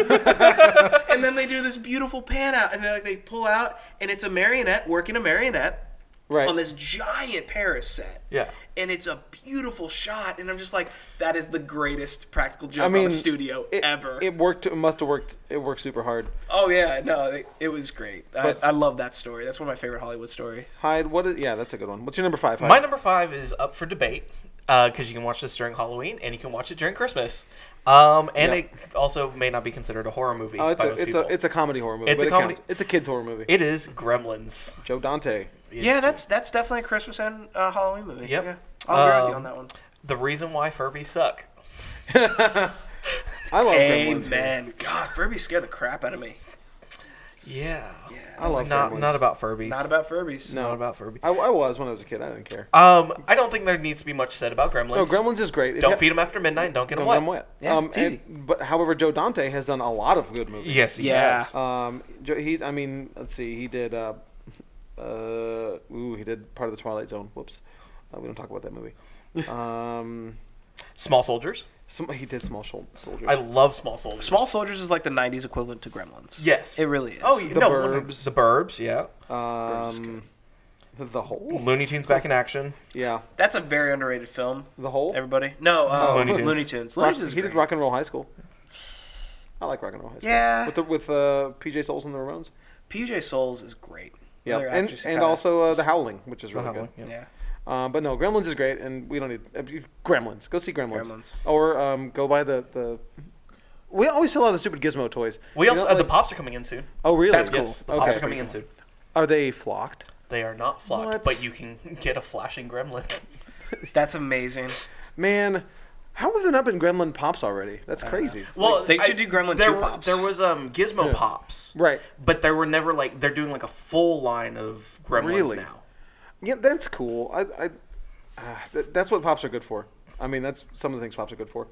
[SPEAKER 2] and then they do this beautiful pan out, and then like they pull out, and it's a marionette working a marionette
[SPEAKER 1] Right.
[SPEAKER 2] on this giant Paris set.
[SPEAKER 3] Yeah.
[SPEAKER 2] and it's a beautiful shot, and I'm just like, that is the greatest practical joke
[SPEAKER 1] I mean,
[SPEAKER 2] on a studio
[SPEAKER 1] it,
[SPEAKER 2] ever.
[SPEAKER 1] It worked. It must have worked. It worked super hard.
[SPEAKER 2] oh yeah, no, it, it was great. I,
[SPEAKER 1] But-
[SPEAKER 2] I love that story. That's one of my favorite Hollywood stories.
[SPEAKER 1] Hyde. What is? Yeah, that's a good one. What's your number five? Hyde?
[SPEAKER 3] My number five is up for debate because you can watch this during Halloween and you can watch it during Christmas. Um, and
[SPEAKER 1] Yeah.
[SPEAKER 3] it also may not be considered a horror movie.
[SPEAKER 1] Oh, it's
[SPEAKER 3] by
[SPEAKER 1] a
[SPEAKER 3] most
[SPEAKER 1] it's
[SPEAKER 3] people.
[SPEAKER 1] a it's a comedy horror movie.
[SPEAKER 3] It's
[SPEAKER 1] but
[SPEAKER 3] a
[SPEAKER 1] it
[SPEAKER 3] comedy-
[SPEAKER 1] counts. It's a kids horror movie.
[SPEAKER 3] It is Gremlins.
[SPEAKER 1] Joe Dante.
[SPEAKER 2] Yeah, that's that's definitely a Christmas and uh, Halloween movie.
[SPEAKER 3] Yep.
[SPEAKER 2] Yeah, I'll agree with you
[SPEAKER 3] Um,
[SPEAKER 2] on that one.
[SPEAKER 3] The reason why Furbies suck.
[SPEAKER 1] I love Gremlins. oh, man.
[SPEAKER 2] Amen. God, Furby scared the crap out of me.
[SPEAKER 3] Yeah.
[SPEAKER 2] Yeah,
[SPEAKER 1] I love
[SPEAKER 3] Not
[SPEAKER 1] Gremlins.
[SPEAKER 3] not about Furbies.
[SPEAKER 2] not about Furbies.
[SPEAKER 1] No.
[SPEAKER 3] Not about Furbies.
[SPEAKER 1] I, I was when I was a kid. I didn't care.
[SPEAKER 3] Um, I don't think there needs to be much said about Gremlins.
[SPEAKER 1] No, Gremlins is great. If
[SPEAKER 3] Don't
[SPEAKER 1] you-
[SPEAKER 3] feed them after midnight. and Don't get them
[SPEAKER 1] Don't
[SPEAKER 3] wet.
[SPEAKER 1] get 'em wet.
[SPEAKER 2] Yeah,
[SPEAKER 1] um,
[SPEAKER 2] it's
[SPEAKER 1] and-
[SPEAKER 2] easy.
[SPEAKER 1] but however, Joe Dante has done a lot of good movies.
[SPEAKER 3] Yes. he
[SPEAKER 2] Yeah.
[SPEAKER 3] has.
[SPEAKER 1] Um, Jo- he's. I mean, let's see. He did. Uh, uh, ooh, he did part of the Twilight Zone. Whoops. Uh, we don't talk about that movie. Um,
[SPEAKER 3] Small Soldiers.
[SPEAKER 1] some, he did Small Shol- Soldier.
[SPEAKER 3] I love Small Soldiers.
[SPEAKER 2] Small Soldiers is like the '90s equivalent to Gremlins.
[SPEAKER 3] Yes.
[SPEAKER 2] it really is.
[SPEAKER 3] Oh, yeah,
[SPEAKER 1] The
[SPEAKER 3] no,
[SPEAKER 1] Burbs.
[SPEAKER 3] The Burbs. Yeah.
[SPEAKER 2] Burbs is
[SPEAKER 1] um, the whole.
[SPEAKER 3] Looney Tunes back in action.
[SPEAKER 1] Yeah,
[SPEAKER 2] that's a very underrated film.
[SPEAKER 1] the whole.
[SPEAKER 2] Everybody, no, uh,
[SPEAKER 3] Oh, Looney
[SPEAKER 2] Looney
[SPEAKER 3] Tunes.
[SPEAKER 2] Tunes. Looney Tunes. Looney
[SPEAKER 1] Rock-
[SPEAKER 2] Tunes is
[SPEAKER 1] he did
[SPEAKER 2] great.
[SPEAKER 1] Rock and Roll High School. I like Rock and Roll High School.
[SPEAKER 2] Yeah.
[SPEAKER 1] With the, with uh, PJ Souls and the Ramones.
[SPEAKER 2] PJ Souls is great.
[SPEAKER 1] Yeah,
[SPEAKER 2] Other
[SPEAKER 1] and,
[SPEAKER 2] actors
[SPEAKER 1] and
[SPEAKER 2] kinda-
[SPEAKER 1] also uh, the Howling, which is really
[SPEAKER 3] Howling,
[SPEAKER 1] good.
[SPEAKER 2] yeah.
[SPEAKER 1] Um, but no, Gremlins is great, and we don't need uh, Gremlins. Go see Gremlins,
[SPEAKER 2] Gremlins.
[SPEAKER 1] or um, go buy the the. We always sell out the stupid Gizmo toys.
[SPEAKER 3] We
[SPEAKER 1] You
[SPEAKER 3] also
[SPEAKER 1] know,
[SPEAKER 3] uh, the
[SPEAKER 1] like-
[SPEAKER 3] pops are coming in soon.
[SPEAKER 1] Oh really?
[SPEAKER 2] That's
[SPEAKER 3] Yes, the
[SPEAKER 1] Okay.
[SPEAKER 3] pops are coming in soon.
[SPEAKER 1] Are they flocked?
[SPEAKER 3] They are not flocked,
[SPEAKER 1] What?
[SPEAKER 3] but you can get a flashing gremlin.
[SPEAKER 2] that's amazing.
[SPEAKER 1] Man, how have there not been Gremlin pops already? That's crazy.
[SPEAKER 3] Well,
[SPEAKER 2] Like, they should do Gremlin
[SPEAKER 3] there,
[SPEAKER 2] 2
[SPEAKER 3] were-
[SPEAKER 2] pops.
[SPEAKER 3] There was um Gizmo pops,
[SPEAKER 1] Right.
[SPEAKER 3] But there were never like they're doing like a full line of gremlins
[SPEAKER 1] Really?
[SPEAKER 3] now.
[SPEAKER 1] Yeah, that's cool. I, I uh, th- that's what pops are good for. I mean, that's some of the things pops are good for.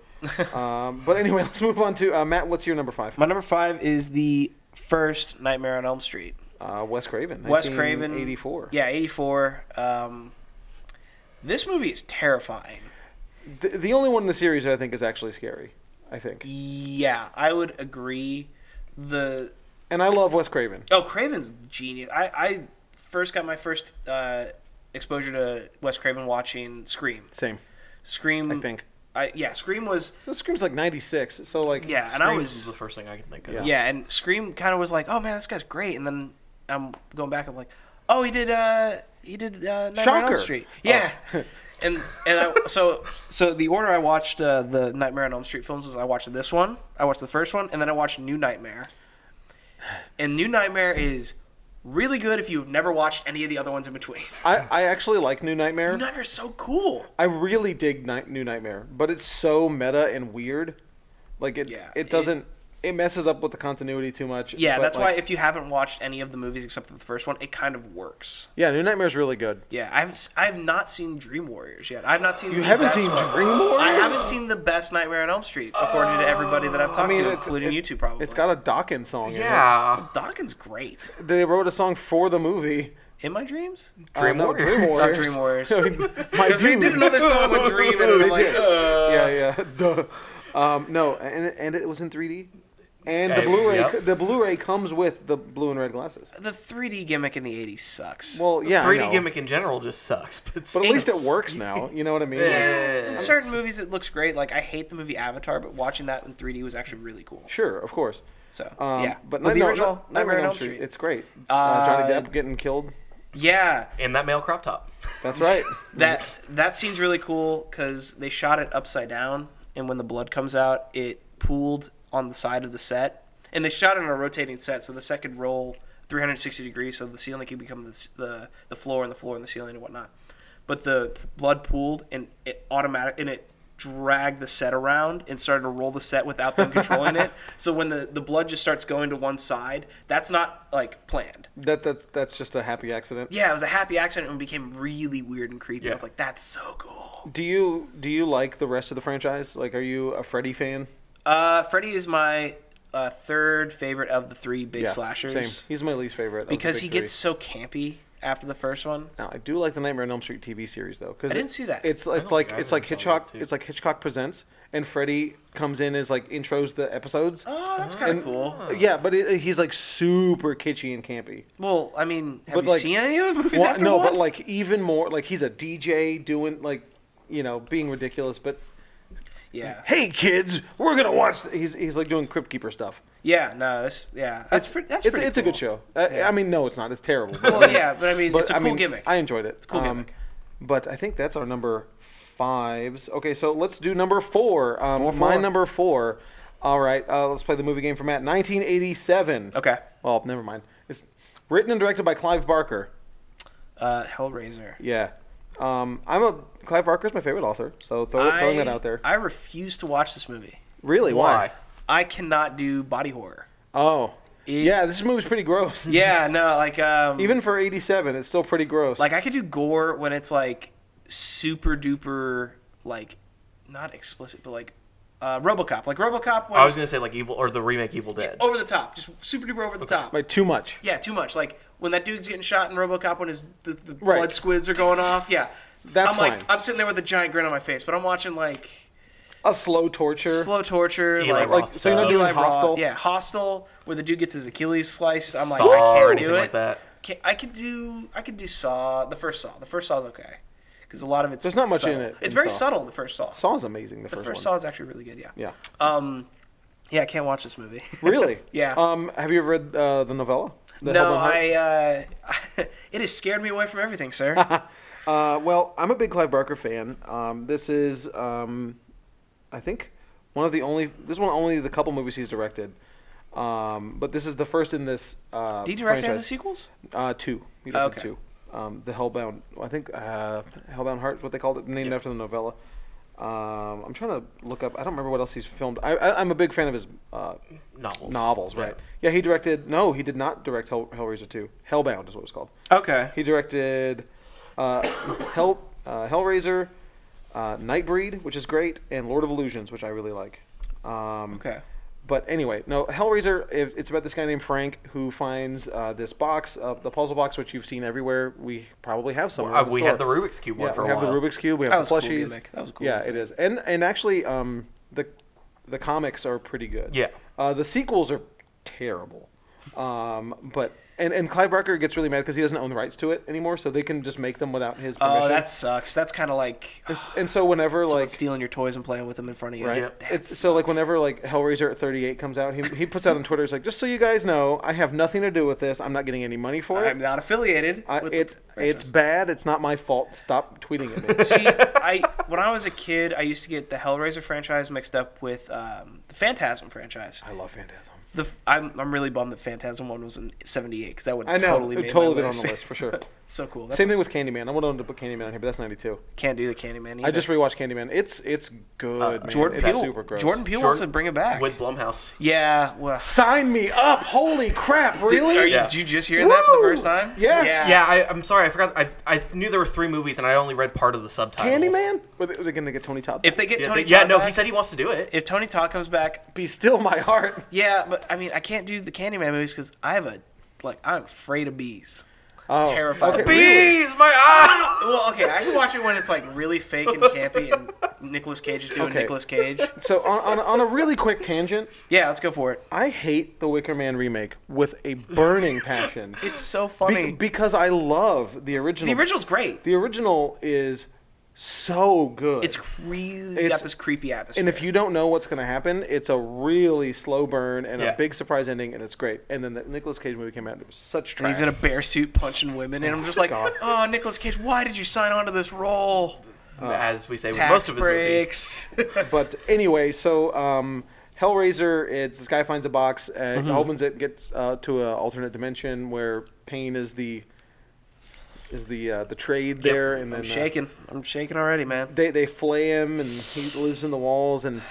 [SPEAKER 1] um, but anyway, let's move on to uh, Matt. What's your number five?
[SPEAKER 2] My number five is the first Nightmare on Elm Street.
[SPEAKER 1] Uh, Wes Craven.
[SPEAKER 2] Wes Craven,
[SPEAKER 1] Eighty-four.
[SPEAKER 2] Yeah, eighty-four. Um, this movie is terrifying.
[SPEAKER 1] The, the only one in the series that I think is actually scary. I think.
[SPEAKER 2] Yeah, I would agree. The
[SPEAKER 1] And I love Wes Craven.
[SPEAKER 2] oh, Craven's genius. I, I first got my first uh, exposure to Wes Craven watching Scream.
[SPEAKER 1] Same.
[SPEAKER 2] Scream.
[SPEAKER 1] I think.
[SPEAKER 2] I, yeah, Scream was.
[SPEAKER 1] Mm. So Scream's like '96. So like.
[SPEAKER 2] Yeah, and I
[SPEAKER 3] Screams
[SPEAKER 2] was.
[SPEAKER 3] is the first thing I can think of.
[SPEAKER 1] Yeah.
[SPEAKER 2] yeah, and Scream kind of was like, oh man, this guy's great. And then I'm going back. I'm like, oh, he did. uh He did. uh Nightmare on
[SPEAKER 1] Shocker. Oh.
[SPEAKER 2] Elm Street. Yeah. and and I, so so the order I watched uh, the Nightmare on Elm Street films was I watched this one, I watched the first one, and then I watched New Nightmare. And New Nightmare is really good if you've never watched any of the other ones in between.
[SPEAKER 1] I, I actually like New Nightmare.
[SPEAKER 2] New Nightmare's so cool.
[SPEAKER 1] I really dig Night- New Nightmare, but it's so meta and weird. Like it,
[SPEAKER 2] Yeah,
[SPEAKER 1] it
[SPEAKER 2] it-
[SPEAKER 1] doesn't. It, messes up with the continuity too much.
[SPEAKER 2] Yeah,
[SPEAKER 1] but,
[SPEAKER 2] that's
[SPEAKER 1] like-
[SPEAKER 2] why if you haven't watched any of the movies except for the first one, it kind of works.
[SPEAKER 1] yeah, New Nightmare's really good.
[SPEAKER 2] Yeah, I've s- I've not seen Dream Warriors yet. I've not seen
[SPEAKER 1] You
[SPEAKER 2] the
[SPEAKER 1] haven't
[SPEAKER 2] best
[SPEAKER 1] seen
[SPEAKER 2] one.
[SPEAKER 1] Dream Warriors?
[SPEAKER 2] I haven't seen the best Nightmare on Elm Street, according to everybody that I've talked
[SPEAKER 1] mean,
[SPEAKER 2] to,
[SPEAKER 1] it's-
[SPEAKER 2] including you two probably.
[SPEAKER 1] It's got a Dawkins song.
[SPEAKER 3] Yeah.
[SPEAKER 2] Dawkins great.
[SPEAKER 1] in it. They wrote a song for the movie. Uh,
[SPEAKER 2] In my dreams?
[SPEAKER 3] Dream
[SPEAKER 1] no,
[SPEAKER 3] Warriors.
[SPEAKER 1] Dream Warriors.
[SPEAKER 2] Not Dream Warriors.
[SPEAKER 1] My
[SPEAKER 2] Because they
[SPEAKER 1] dude.
[SPEAKER 2] did another song with Dream, and they're like,
[SPEAKER 1] did.
[SPEAKER 2] uh,
[SPEAKER 1] yeah, yeah. Duh. Um, no, and and it was in 3D. And the
[SPEAKER 3] Yeah,
[SPEAKER 1] Blu-ray,
[SPEAKER 3] yep.
[SPEAKER 1] the Blu-ray comes with the blue and red glasses.
[SPEAKER 2] the 3D gimmick in the 80s sucks.
[SPEAKER 1] Well, yeah, I
[SPEAKER 3] 3D
[SPEAKER 1] know.
[SPEAKER 3] gimmick in general just sucks. But,
[SPEAKER 1] But at least it works now. You know what I mean?
[SPEAKER 2] in certain movies it looks great. Like I hate the movie Avatar, but watching that in 3D was actually really cool.
[SPEAKER 1] Sure, of course.
[SPEAKER 2] So
[SPEAKER 1] Um,
[SPEAKER 2] yeah,
[SPEAKER 1] but
[SPEAKER 2] But
[SPEAKER 1] no,
[SPEAKER 2] the
[SPEAKER 1] no,
[SPEAKER 2] original
[SPEAKER 1] no, Nightmare on Elm Street. It's great. Uh, Johnny
[SPEAKER 2] Uh,
[SPEAKER 1] Depp getting killed.
[SPEAKER 2] yeah,
[SPEAKER 3] and that male crop top.
[SPEAKER 1] That's right.
[SPEAKER 2] that that scene's really cool because they shot it upside down, and when the blood comes out, it pooled on the side of the set, and they shot it on a rotating set, so the set could roll 360 degrees, so the ceiling could become the s- the, the floor and the floor and the ceiling and whatnot. But the blood pooled, and it automatic and it dragged the set around and started to roll the set without them controlling it. So when the, the blood just starts going to one side, that's not like planned.
[SPEAKER 1] that that's that's just a happy accident.
[SPEAKER 2] Yeah, it was a happy accident and it became really weird and creepy. I was
[SPEAKER 3] Yeah.
[SPEAKER 2] like, that's so cool.
[SPEAKER 1] Do you do you like the rest of the franchise? Like, are you a Freddy fan?
[SPEAKER 2] Uh, Freddy is my uh, third favorite of the three big
[SPEAKER 1] Yeah,
[SPEAKER 2] slashers
[SPEAKER 1] Same. He's my least favorite of the
[SPEAKER 2] because
[SPEAKER 1] big
[SPEAKER 2] he
[SPEAKER 1] three.
[SPEAKER 2] gets so campy. after the first one.
[SPEAKER 1] Now I do like the Nightmare on Elm Street TV series though, because
[SPEAKER 2] I didn't see that.
[SPEAKER 1] It's it's
[SPEAKER 5] don't
[SPEAKER 1] like
[SPEAKER 5] think I
[SPEAKER 1] it's like
[SPEAKER 5] ever saw
[SPEAKER 1] Hitchcock
[SPEAKER 5] that, too.
[SPEAKER 1] it's like Hitchcock presents, and Freddy comes in as like intros the episodes.
[SPEAKER 2] Oh, that's kind
[SPEAKER 1] And-
[SPEAKER 2] of cool.
[SPEAKER 1] Yeah, but it, he's like super kitschy and campy.
[SPEAKER 2] Well, I mean, have
[SPEAKER 1] But,
[SPEAKER 2] you
[SPEAKER 1] like,
[SPEAKER 2] seen any of the movies
[SPEAKER 1] Well,
[SPEAKER 2] after
[SPEAKER 1] no,
[SPEAKER 2] one?
[SPEAKER 1] but like even more like he's a DJ doing like you know being ridiculous, but
[SPEAKER 2] yeah,
[SPEAKER 1] hey kids, we're gonna watch. th- He's he's like doing Crypt Keeper stuff.
[SPEAKER 2] yeah, no, that's yeah, that's
[SPEAKER 1] it's
[SPEAKER 2] pretty. That's
[SPEAKER 1] it's,
[SPEAKER 2] pretty
[SPEAKER 1] it's a good
[SPEAKER 2] cool.
[SPEAKER 1] show. I, I mean, no, it's not. It's terrible. But,
[SPEAKER 2] Well, yeah, but I mean,
[SPEAKER 1] but,
[SPEAKER 2] it's a
[SPEAKER 1] I
[SPEAKER 2] cool
[SPEAKER 1] mean,
[SPEAKER 2] gimmick.
[SPEAKER 1] I enjoyed it. It's
[SPEAKER 2] cool gimmick.
[SPEAKER 1] But I think that's our number fives. Okay, so let's do number four. Um, My number four. All right, uh, let's play the movie game for Matt. 1987.
[SPEAKER 2] Okay.
[SPEAKER 1] Well, never mind. It's written and directed by Clive Barker.
[SPEAKER 2] uh, Hellraiser.
[SPEAKER 1] Yeah. Um, I'm a Clive Barker's my favorite author, so throw, throwing that out there.
[SPEAKER 2] I refuse to watch this movie.
[SPEAKER 1] really? Why?
[SPEAKER 2] I cannot do body horror.
[SPEAKER 1] Oh. yeah, this movie's pretty gross.
[SPEAKER 2] Yeah, no, like um,
[SPEAKER 1] Even for 87, it's still pretty gross.
[SPEAKER 2] like I could do gore when it's like super duper like not explicit, but like uh, RoboCop, like RoboCop when
[SPEAKER 3] I was gonna say like Evil or the remake Evil Dead.
[SPEAKER 1] Oh
[SPEAKER 2] over the top, just super duper over the top.
[SPEAKER 1] like too much.
[SPEAKER 2] Yeah, too much. Like when that dude's getting shot in RoboCop when his the, the
[SPEAKER 1] Right.
[SPEAKER 2] blood squids are going off. Yeah,
[SPEAKER 1] That's
[SPEAKER 2] I'm like
[SPEAKER 1] fine.
[SPEAKER 2] I'm sitting there with a giant grin on my face, but I'm watching like
[SPEAKER 1] A slow torture.
[SPEAKER 2] slow torture,
[SPEAKER 3] Eli
[SPEAKER 2] like,
[SPEAKER 3] Roth
[SPEAKER 1] like so you're not
[SPEAKER 3] style.
[SPEAKER 1] doing
[SPEAKER 2] Eli Roth.
[SPEAKER 1] hostel.
[SPEAKER 2] Yeah, Hostel, where the dude gets his Achilles sliced. I'm like,
[SPEAKER 3] Saw
[SPEAKER 2] I
[SPEAKER 3] or
[SPEAKER 2] can't
[SPEAKER 3] anything
[SPEAKER 2] do it.
[SPEAKER 3] like that.
[SPEAKER 2] Can't- I could do, I could do Saw. The first Saw. The first Saw's okay, because a lot of it's
[SPEAKER 1] There's not much
[SPEAKER 2] subtle.
[SPEAKER 1] in it
[SPEAKER 2] It's
[SPEAKER 1] in
[SPEAKER 2] very
[SPEAKER 1] Saw.
[SPEAKER 2] subtle. The first Saw.
[SPEAKER 1] Saw's amazing. The,
[SPEAKER 2] the
[SPEAKER 1] first,
[SPEAKER 2] first
[SPEAKER 1] one.
[SPEAKER 2] Saw is actually really good. Yeah.
[SPEAKER 1] Yeah.
[SPEAKER 2] Um, yeah, I can't watch this movie.
[SPEAKER 1] Really?
[SPEAKER 2] Yeah.
[SPEAKER 1] Um, have you ever read uh, the novella? The
[SPEAKER 2] no,
[SPEAKER 1] Hellbound Heart?
[SPEAKER 2] I. Uh, it has scared me away from everything, sir.
[SPEAKER 1] Uh, well, I'm a big Clive Barker fan. Um, this is, um, I think, one of the only. This is one only the couple movies he's directed. Um, but this is the first in this. Uh,
[SPEAKER 2] Do you direct any of the
[SPEAKER 1] franchise.
[SPEAKER 2] sequels?
[SPEAKER 1] Uh, two. He directed
[SPEAKER 2] Okay.
[SPEAKER 1] two. Um, the Hellbound. I think uh, Hellbound Heart is what they called it, named after the novella. Um, I'm trying to look up. I don't remember what else he's filmed. I, I, I'm a big fan of his uh,
[SPEAKER 3] Novels.
[SPEAKER 1] novels, right? Yeah. he directed. No, he did not direct Hell, Hellraiser 2. Hellbound is what it's called.
[SPEAKER 2] Okay.
[SPEAKER 1] He directed uh, Hell, uh, Hellraiser, uh, Nightbreed, which is great, and Lord of Illusions, which I really like. Um,
[SPEAKER 2] Okay.
[SPEAKER 1] But anyway, no, Hellraiser, it- it's about this guy named Frank who finds uh, this box, uh, the puzzle box, which you've seen everywhere. We probably have somewhere.
[SPEAKER 3] Uh,
[SPEAKER 1] in the
[SPEAKER 3] we
[SPEAKER 1] store.
[SPEAKER 3] had the Rubik's Cube one
[SPEAKER 1] Yeah,
[SPEAKER 3] for
[SPEAKER 1] we
[SPEAKER 3] a
[SPEAKER 1] have
[SPEAKER 3] while.
[SPEAKER 1] the Rubik's Cube. We have
[SPEAKER 2] That
[SPEAKER 1] the
[SPEAKER 2] was a cool
[SPEAKER 1] plushies.
[SPEAKER 2] gimmick. That was a cool
[SPEAKER 1] Yeah,
[SPEAKER 2] thing.
[SPEAKER 1] it is, and and actually, um, the the comics are pretty good.
[SPEAKER 3] Yeah.
[SPEAKER 1] uh, the sequels are terrible. Um, but and and Clive Barker gets really mad because he doesn't own the rights to it anymore, so they can just make them without his permission.
[SPEAKER 2] Oh, that sucks. That's kind of like
[SPEAKER 1] and so whenever
[SPEAKER 2] like
[SPEAKER 1] like
[SPEAKER 2] stealing your toys and playing with them in front of you.
[SPEAKER 1] right?
[SPEAKER 3] Yep.
[SPEAKER 2] That
[SPEAKER 1] It's so like
[SPEAKER 2] sucks.
[SPEAKER 1] whenever like Hellraiser at 38 comes out, he, he puts out on Twitter, he's like, just so you guys know, I have nothing to do with this. I'm not getting any money for
[SPEAKER 2] I'm
[SPEAKER 1] it.
[SPEAKER 2] not affiliated.
[SPEAKER 1] I,
[SPEAKER 2] with
[SPEAKER 1] it
[SPEAKER 2] the
[SPEAKER 1] it's
[SPEAKER 2] franchise.
[SPEAKER 1] bad. It's not my fault. Stop tweeting at me.
[SPEAKER 2] See, I when I was a kid, I used to get the Hellraiser franchise mixed up with um, the Phantasm franchise.
[SPEAKER 1] I love Phantasm.
[SPEAKER 2] The I'm, I'm really bummed that Phantasm one was in '78 because that would
[SPEAKER 1] I know.
[SPEAKER 2] totally
[SPEAKER 1] Totally,
[SPEAKER 2] made
[SPEAKER 1] totally
[SPEAKER 2] my
[SPEAKER 1] been on the list for sure.
[SPEAKER 2] so cool. That's
[SPEAKER 1] Same thing with Candyman. I would own to put Candyman on here, but that's 92.
[SPEAKER 2] can't do the Candyman. Either.
[SPEAKER 1] I just rewatched Candyman. It's it's good. man.
[SPEAKER 2] Uh, Jordan
[SPEAKER 1] it's
[SPEAKER 2] Peele.
[SPEAKER 1] super gross.
[SPEAKER 2] Jordan Peele wants to bring it back.
[SPEAKER 3] with Blumhouse.
[SPEAKER 2] yeah. Well,
[SPEAKER 1] sign me up. Holy crap! Really?
[SPEAKER 2] Are you,
[SPEAKER 3] Yeah.
[SPEAKER 2] Did you just hear that for the
[SPEAKER 1] Woo!
[SPEAKER 2] first time?
[SPEAKER 1] Yes.
[SPEAKER 2] Yeah.
[SPEAKER 3] Yeah, I, I'm sorry, I forgot. I, I knew there were three movies, and I only read part of the subtitles.
[SPEAKER 1] Candyman? Are they, are they gonna get Tony Todd?
[SPEAKER 2] If they get
[SPEAKER 3] Yeah,
[SPEAKER 2] Tony,
[SPEAKER 3] they- yeah,
[SPEAKER 2] Todd
[SPEAKER 3] no,
[SPEAKER 2] back,
[SPEAKER 3] he said he wants to do it.
[SPEAKER 2] if Tony Todd comes back,
[SPEAKER 1] be still my heart.
[SPEAKER 2] Yeah, but I mean, I can't do the Candyman movies because I have a like I'm afraid of bees.
[SPEAKER 1] Oh,
[SPEAKER 2] Terrified.
[SPEAKER 1] okay,
[SPEAKER 2] Bees!
[SPEAKER 1] really?
[SPEAKER 3] Please, my eye.
[SPEAKER 2] Well, okay, I can watch it when it's like really fake and campy and Nicolas Cage is doing
[SPEAKER 1] Okay.
[SPEAKER 2] Nicolas Cage.
[SPEAKER 1] So on, on, on a really quick tangent,
[SPEAKER 2] Yeah, let's go for it.
[SPEAKER 1] I hate the Wicker Man remake with a burning passion.
[SPEAKER 2] It's so
[SPEAKER 1] Be-
[SPEAKER 2] funny.
[SPEAKER 1] because I love the original.
[SPEAKER 2] the original's great.
[SPEAKER 1] The original is so good.
[SPEAKER 2] It's really
[SPEAKER 1] It's-
[SPEAKER 2] got this creepy atmosphere.
[SPEAKER 1] and if you don't know what's going to happen, it's a really slow burn and
[SPEAKER 3] Yeah.
[SPEAKER 1] a big surprise ending, and it's great. And then the Nicolas Cage movie came out, and it was such
[SPEAKER 2] and
[SPEAKER 1] trash.
[SPEAKER 2] he's in a bear suit punching women, and I'm just like,
[SPEAKER 1] God.
[SPEAKER 2] oh, Nicolas Cage, why did you sign on to this role?
[SPEAKER 3] As we say with
[SPEAKER 2] Tax
[SPEAKER 3] most of his movies.
[SPEAKER 2] breaks.
[SPEAKER 1] but anyway, so um, Hellraiser, it's this guy finds a box
[SPEAKER 2] Mm-hmm.
[SPEAKER 1] and opens it, gets uh, to an alternate dimension where pain is the is the uh, the trade there, and then
[SPEAKER 2] I'm
[SPEAKER 1] uh,
[SPEAKER 2] shaking. I'm shaking already, man.
[SPEAKER 1] they they flay him and he lives in the walls and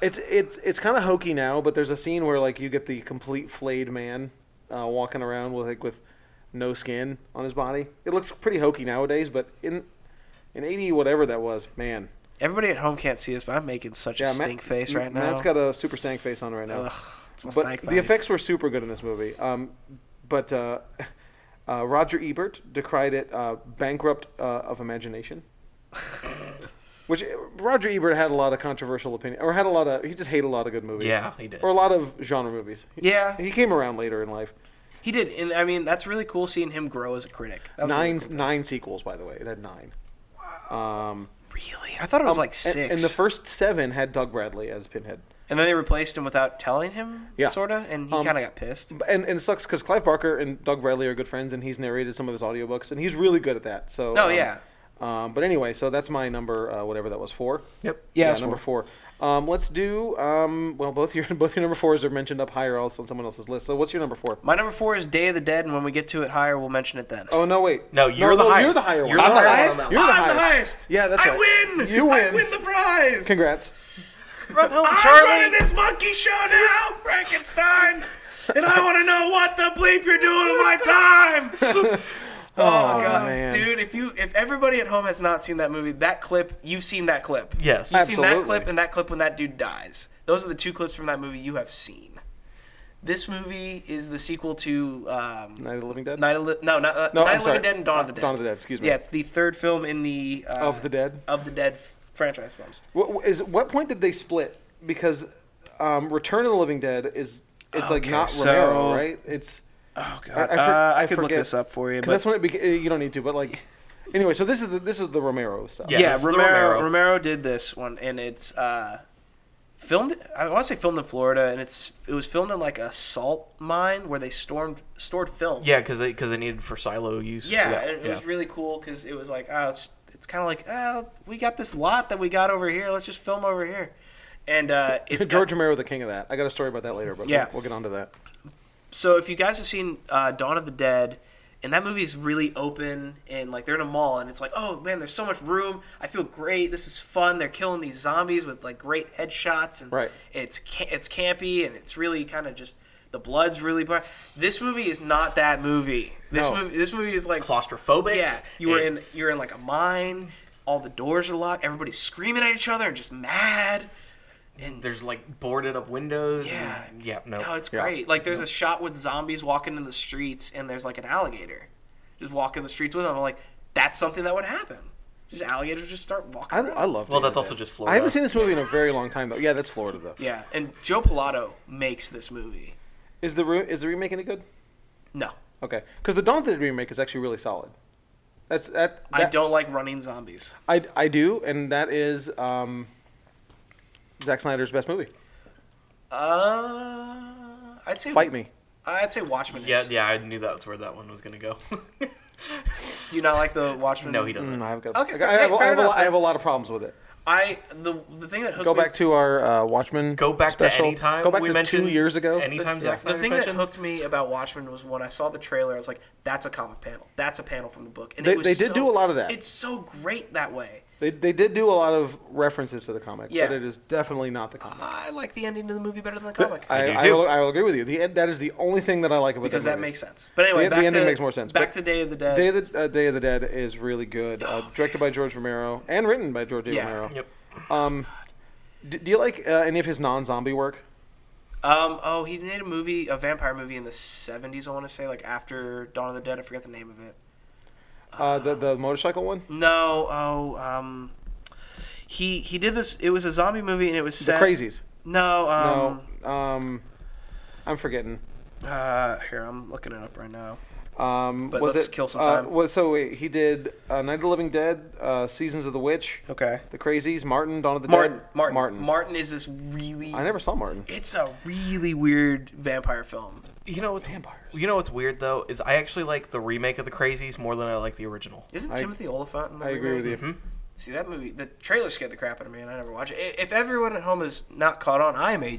[SPEAKER 1] it's it's it's kind of hokey now but there's a scene where like you get the complete flayed man uh, walking around with like with no skin on his body it looks pretty hokey nowadays but in in 80 whatever that was man
[SPEAKER 2] Everybody at home can't see us, but I'm making such a
[SPEAKER 1] yeah
[SPEAKER 2] stink face right now.
[SPEAKER 1] matt's got a super stank face on right now
[SPEAKER 2] Ugh, it's my
[SPEAKER 1] but
[SPEAKER 2] stank
[SPEAKER 1] the
[SPEAKER 2] face.
[SPEAKER 1] effects were super good in this movie um, but uh, Uh, Roger Ebert decried it uh, bankrupt uh, of imagination. Which Roger Ebert had a lot of controversial opinion, or had a lot of he just hated a lot of good movies.
[SPEAKER 3] Yeah, he did.
[SPEAKER 1] Or a lot of genre movies.
[SPEAKER 2] Yeah.
[SPEAKER 1] he came around later in life.
[SPEAKER 2] He did, and I mean that's really cool seeing him grow as a critic. That was really
[SPEAKER 1] Nine nine sequels, by the way. It had nine.
[SPEAKER 2] cool. really, I thought it was like
[SPEAKER 1] Um, And-
[SPEAKER 2] six.
[SPEAKER 1] And, the first seven had Doug Bradley as Pinhead.
[SPEAKER 2] And then they replaced him without telling him,
[SPEAKER 1] Yeah. Um,
[SPEAKER 2] sorta, and he kind of got pissed.
[SPEAKER 1] And, and it sucks because Clive Barker and Doug Bradley are good friends, and he's narrated some of his audiobooks, and he's really good at that. So
[SPEAKER 2] Oh, yeah.
[SPEAKER 1] Um, but anyway, so that's my number, uh, whatever that was, four.
[SPEAKER 3] Yep.
[SPEAKER 2] Yeah,
[SPEAKER 1] Yeah,
[SPEAKER 2] it's
[SPEAKER 1] number four. Um, let's do. Um, well, both your both your number fours are mentioned up higher, also on someone else's list. So what's your number four?
[SPEAKER 2] My number four is Day of the Dead, and when we get to it higher, we'll mention it then.
[SPEAKER 1] Oh no, wait.
[SPEAKER 3] No, you're the
[SPEAKER 1] You're
[SPEAKER 3] highest.
[SPEAKER 1] the higher
[SPEAKER 3] You're
[SPEAKER 1] one.
[SPEAKER 3] the
[SPEAKER 1] I'm
[SPEAKER 3] highest.
[SPEAKER 1] You're the highest. Yeah, that's right. You win.
[SPEAKER 2] the prize.
[SPEAKER 1] Congrats.
[SPEAKER 3] Run home,
[SPEAKER 2] this monkey show now, Frankenstein, and I want to know what the bleep you're doing with my time. oh, God,
[SPEAKER 1] man.
[SPEAKER 2] dude! If you, if everybody at home has not seen that movie, that clip, you've seen that clip.
[SPEAKER 3] Yes.
[SPEAKER 2] you've seen
[SPEAKER 1] Absolutely.
[SPEAKER 2] that clip and that clip when that dude dies. Those are the two clips from that movie you have seen. This movie is the sequel to um,
[SPEAKER 1] Night of the Living Dead.
[SPEAKER 2] Night of the no, not, uh,
[SPEAKER 1] No,
[SPEAKER 2] Night
[SPEAKER 1] I'm
[SPEAKER 2] of the
[SPEAKER 1] sorry.
[SPEAKER 2] Living Dead and Dawn of the Dead.
[SPEAKER 1] Dawn of the Dead, excuse me.
[SPEAKER 2] Yeah, it's the third film in the uh,
[SPEAKER 1] Of the Dead.
[SPEAKER 2] of the Dead f- franchise films.
[SPEAKER 1] What is what point did they split? Because um, Return of the Living Dead is it's like
[SPEAKER 2] Okay,
[SPEAKER 1] not
[SPEAKER 2] so-
[SPEAKER 1] Romero, right? It's
[SPEAKER 2] Oh
[SPEAKER 1] I,
[SPEAKER 2] god,
[SPEAKER 1] I,
[SPEAKER 2] I,
[SPEAKER 1] for-
[SPEAKER 2] uh, I,
[SPEAKER 1] I
[SPEAKER 2] could look
[SPEAKER 1] forget.
[SPEAKER 2] this up for you,
[SPEAKER 1] 'Cause
[SPEAKER 2] but
[SPEAKER 1] that's when it beca- eh, you don't need to, but like anyway, so this is the this is the Romero stuff.
[SPEAKER 3] Yeah.
[SPEAKER 2] yeah,
[SPEAKER 3] this is the
[SPEAKER 2] Romero, Romero
[SPEAKER 3] Romero.
[SPEAKER 2] did this one, and it's uh, filmed. I want to say filmed in Florida, and it's it was filmed in like a salt mine where they stormed stored film.
[SPEAKER 3] Yeah, because they, 'cause they needed for silo use.
[SPEAKER 2] yeah,
[SPEAKER 3] yeah.
[SPEAKER 2] and it was
[SPEAKER 3] yeah.
[SPEAKER 2] really cool because it was like, ah, it's, it's kind of like, ah, we got this lot that we got over here. Let's just film over here, and uh, it's got-
[SPEAKER 1] George Romero, the king of that. I got a story about that later, but
[SPEAKER 2] Yeah.
[SPEAKER 1] we'll, we'll get onto that.
[SPEAKER 2] so if you guys have seen uh, Dawn of the Dead, and that movie is really open and like they're in a mall and it's like, oh man, there's so much room. I feel great. This is fun. They're killing these zombies with like great headshots and
[SPEAKER 1] Right.
[SPEAKER 2] it's ca- it's campy and it's really kind of just the blood's really. Bar- this movie is not that movie. This
[SPEAKER 1] No.
[SPEAKER 2] movie this movie is like
[SPEAKER 3] Claustrophobic.
[SPEAKER 2] yeah, you were in
[SPEAKER 3] It's-
[SPEAKER 2] you're in like a mine. All the doors are locked. Everybody's screaming at each other and just mad. And
[SPEAKER 3] There's like boarded up windows.
[SPEAKER 2] Yeah.
[SPEAKER 3] And, yeah. No.
[SPEAKER 2] Oh, it's
[SPEAKER 1] Yeah.
[SPEAKER 2] great. Like there's a shot with zombies walking in the streets, and there's like an alligator just walking the streets with them. I'm like, that's something that would happen. Just alligators just start walking.
[SPEAKER 1] I,
[SPEAKER 2] around.
[SPEAKER 1] I love.
[SPEAKER 3] Well,
[SPEAKER 1] Day of
[SPEAKER 3] that's
[SPEAKER 1] the
[SPEAKER 3] also
[SPEAKER 1] Dead.
[SPEAKER 3] just
[SPEAKER 1] I
[SPEAKER 3] Florida.
[SPEAKER 1] haven't seen this movie in a very long time though. Yeah, that's Florida though.
[SPEAKER 2] Yeah, and Joe Pilato makes this movie.
[SPEAKER 1] Is the re- is the remake any good?
[SPEAKER 2] No,
[SPEAKER 1] Okay, because the Dawn of the Dead remake is actually really solid. That's that.
[SPEAKER 2] I
[SPEAKER 1] that-
[SPEAKER 2] don't like running zombies.
[SPEAKER 1] I, I do, and that is um, Zack Snyder's best movie.
[SPEAKER 2] Uh, I'd say
[SPEAKER 1] Fight me.
[SPEAKER 2] I'd say Watchmen.
[SPEAKER 3] yeah.
[SPEAKER 2] Is.
[SPEAKER 3] Yeah. I knew that was where that one was gonna go.
[SPEAKER 2] Do you not like the Watchmen?
[SPEAKER 3] no, he doesn't.
[SPEAKER 1] No, I've got.
[SPEAKER 2] Okay,
[SPEAKER 1] I,
[SPEAKER 2] fair-
[SPEAKER 1] I have,
[SPEAKER 2] hey,
[SPEAKER 1] I
[SPEAKER 2] fair
[SPEAKER 1] have a lot,
[SPEAKER 2] enough.
[SPEAKER 1] I have a lot of problems with it.
[SPEAKER 2] I the the thing that hooked
[SPEAKER 1] Go
[SPEAKER 2] me,
[SPEAKER 1] back to our uh, Watchmen.
[SPEAKER 3] Go back
[SPEAKER 1] special.
[SPEAKER 3] to any time.
[SPEAKER 1] Go back
[SPEAKER 3] we
[SPEAKER 1] to
[SPEAKER 3] mentioned
[SPEAKER 1] two years ago.
[SPEAKER 3] Anytime
[SPEAKER 1] Yeah.
[SPEAKER 3] Zack Snyder
[SPEAKER 2] The thing that
[SPEAKER 3] mentioned.
[SPEAKER 2] hooked me about Watchmen was when I saw the trailer. I was like, "That's a comic panel. That's a panel from the book." And
[SPEAKER 1] They-
[SPEAKER 2] it was
[SPEAKER 1] they did
[SPEAKER 2] so-
[SPEAKER 1] do a lot of that.
[SPEAKER 2] It's so great that way.
[SPEAKER 1] They, they did do a lot of references to the comic,
[SPEAKER 2] Yeah.
[SPEAKER 1] but it is definitely not the
[SPEAKER 3] Uh,
[SPEAKER 1] comic.
[SPEAKER 2] I like the ending of the movie better than the comic
[SPEAKER 1] I,
[SPEAKER 3] do
[SPEAKER 1] I,
[SPEAKER 3] too.
[SPEAKER 1] will, I will agree with you. The, end- that is the only thing that I like about
[SPEAKER 2] because
[SPEAKER 1] that,
[SPEAKER 2] that
[SPEAKER 1] movie.
[SPEAKER 2] makes sense. But anyway,
[SPEAKER 1] The- the
[SPEAKER 2] back
[SPEAKER 1] ending
[SPEAKER 2] to,
[SPEAKER 1] makes more sense,
[SPEAKER 2] Back
[SPEAKER 1] but-
[SPEAKER 2] to Day of the Dead.
[SPEAKER 1] Day of the uh, Day of the Dead is really good. Uh, directed by George Romero and written by George A.
[SPEAKER 2] Yeah.
[SPEAKER 1] Romero.
[SPEAKER 3] Yep.
[SPEAKER 1] D- do you like uh, any of his non-zombie work?
[SPEAKER 2] um, oh, he made a movie, a vampire movie in the '70s. I want to say, like after Dawn of the Dead. I forget the name of it.
[SPEAKER 1] Uh, the the motorcycle one,
[SPEAKER 2] No, oh, um, he he did this. It was a zombie movie, and it was
[SPEAKER 1] The
[SPEAKER 2] set.
[SPEAKER 1] Crazies.
[SPEAKER 2] No, um,
[SPEAKER 1] no, um, I'm forgetting.
[SPEAKER 2] Uh, here I'm looking it up right now.
[SPEAKER 1] Um,
[SPEAKER 2] But
[SPEAKER 1] was
[SPEAKER 2] let's
[SPEAKER 1] it,
[SPEAKER 2] kill some
[SPEAKER 1] uh,
[SPEAKER 2] time.
[SPEAKER 1] was- so wait, he did uh, Night of the Living Dead, uh, Seasons of the Witch,
[SPEAKER 2] Okay.
[SPEAKER 1] The Crazies, Martin, Dawn of the
[SPEAKER 2] Martin,
[SPEAKER 1] Dead,
[SPEAKER 2] Martin,
[SPEAKER 1] Martin.
[SPEAKER 2] Martin, is this really?
[SPEAKER 1] I never saw Martin.
[SPEAKER 2] It's a really weird vampire film.
[SPEAKER 3] You know what's
[SPEAKER 1] Vampires.
[SPEAKER 3] You know what's weird though is I actually like the remake of the Crazies more than I like the original.
[SPEAKER 2] Isn't Timothy Oliphant in the
[SPEAKER 1] I agree with you.
[SPEAKER 2] Mm-hmm. See that movie? The trailer scared the crap out of me, and I never watched it. I- If everyone at home is not caught on, I am a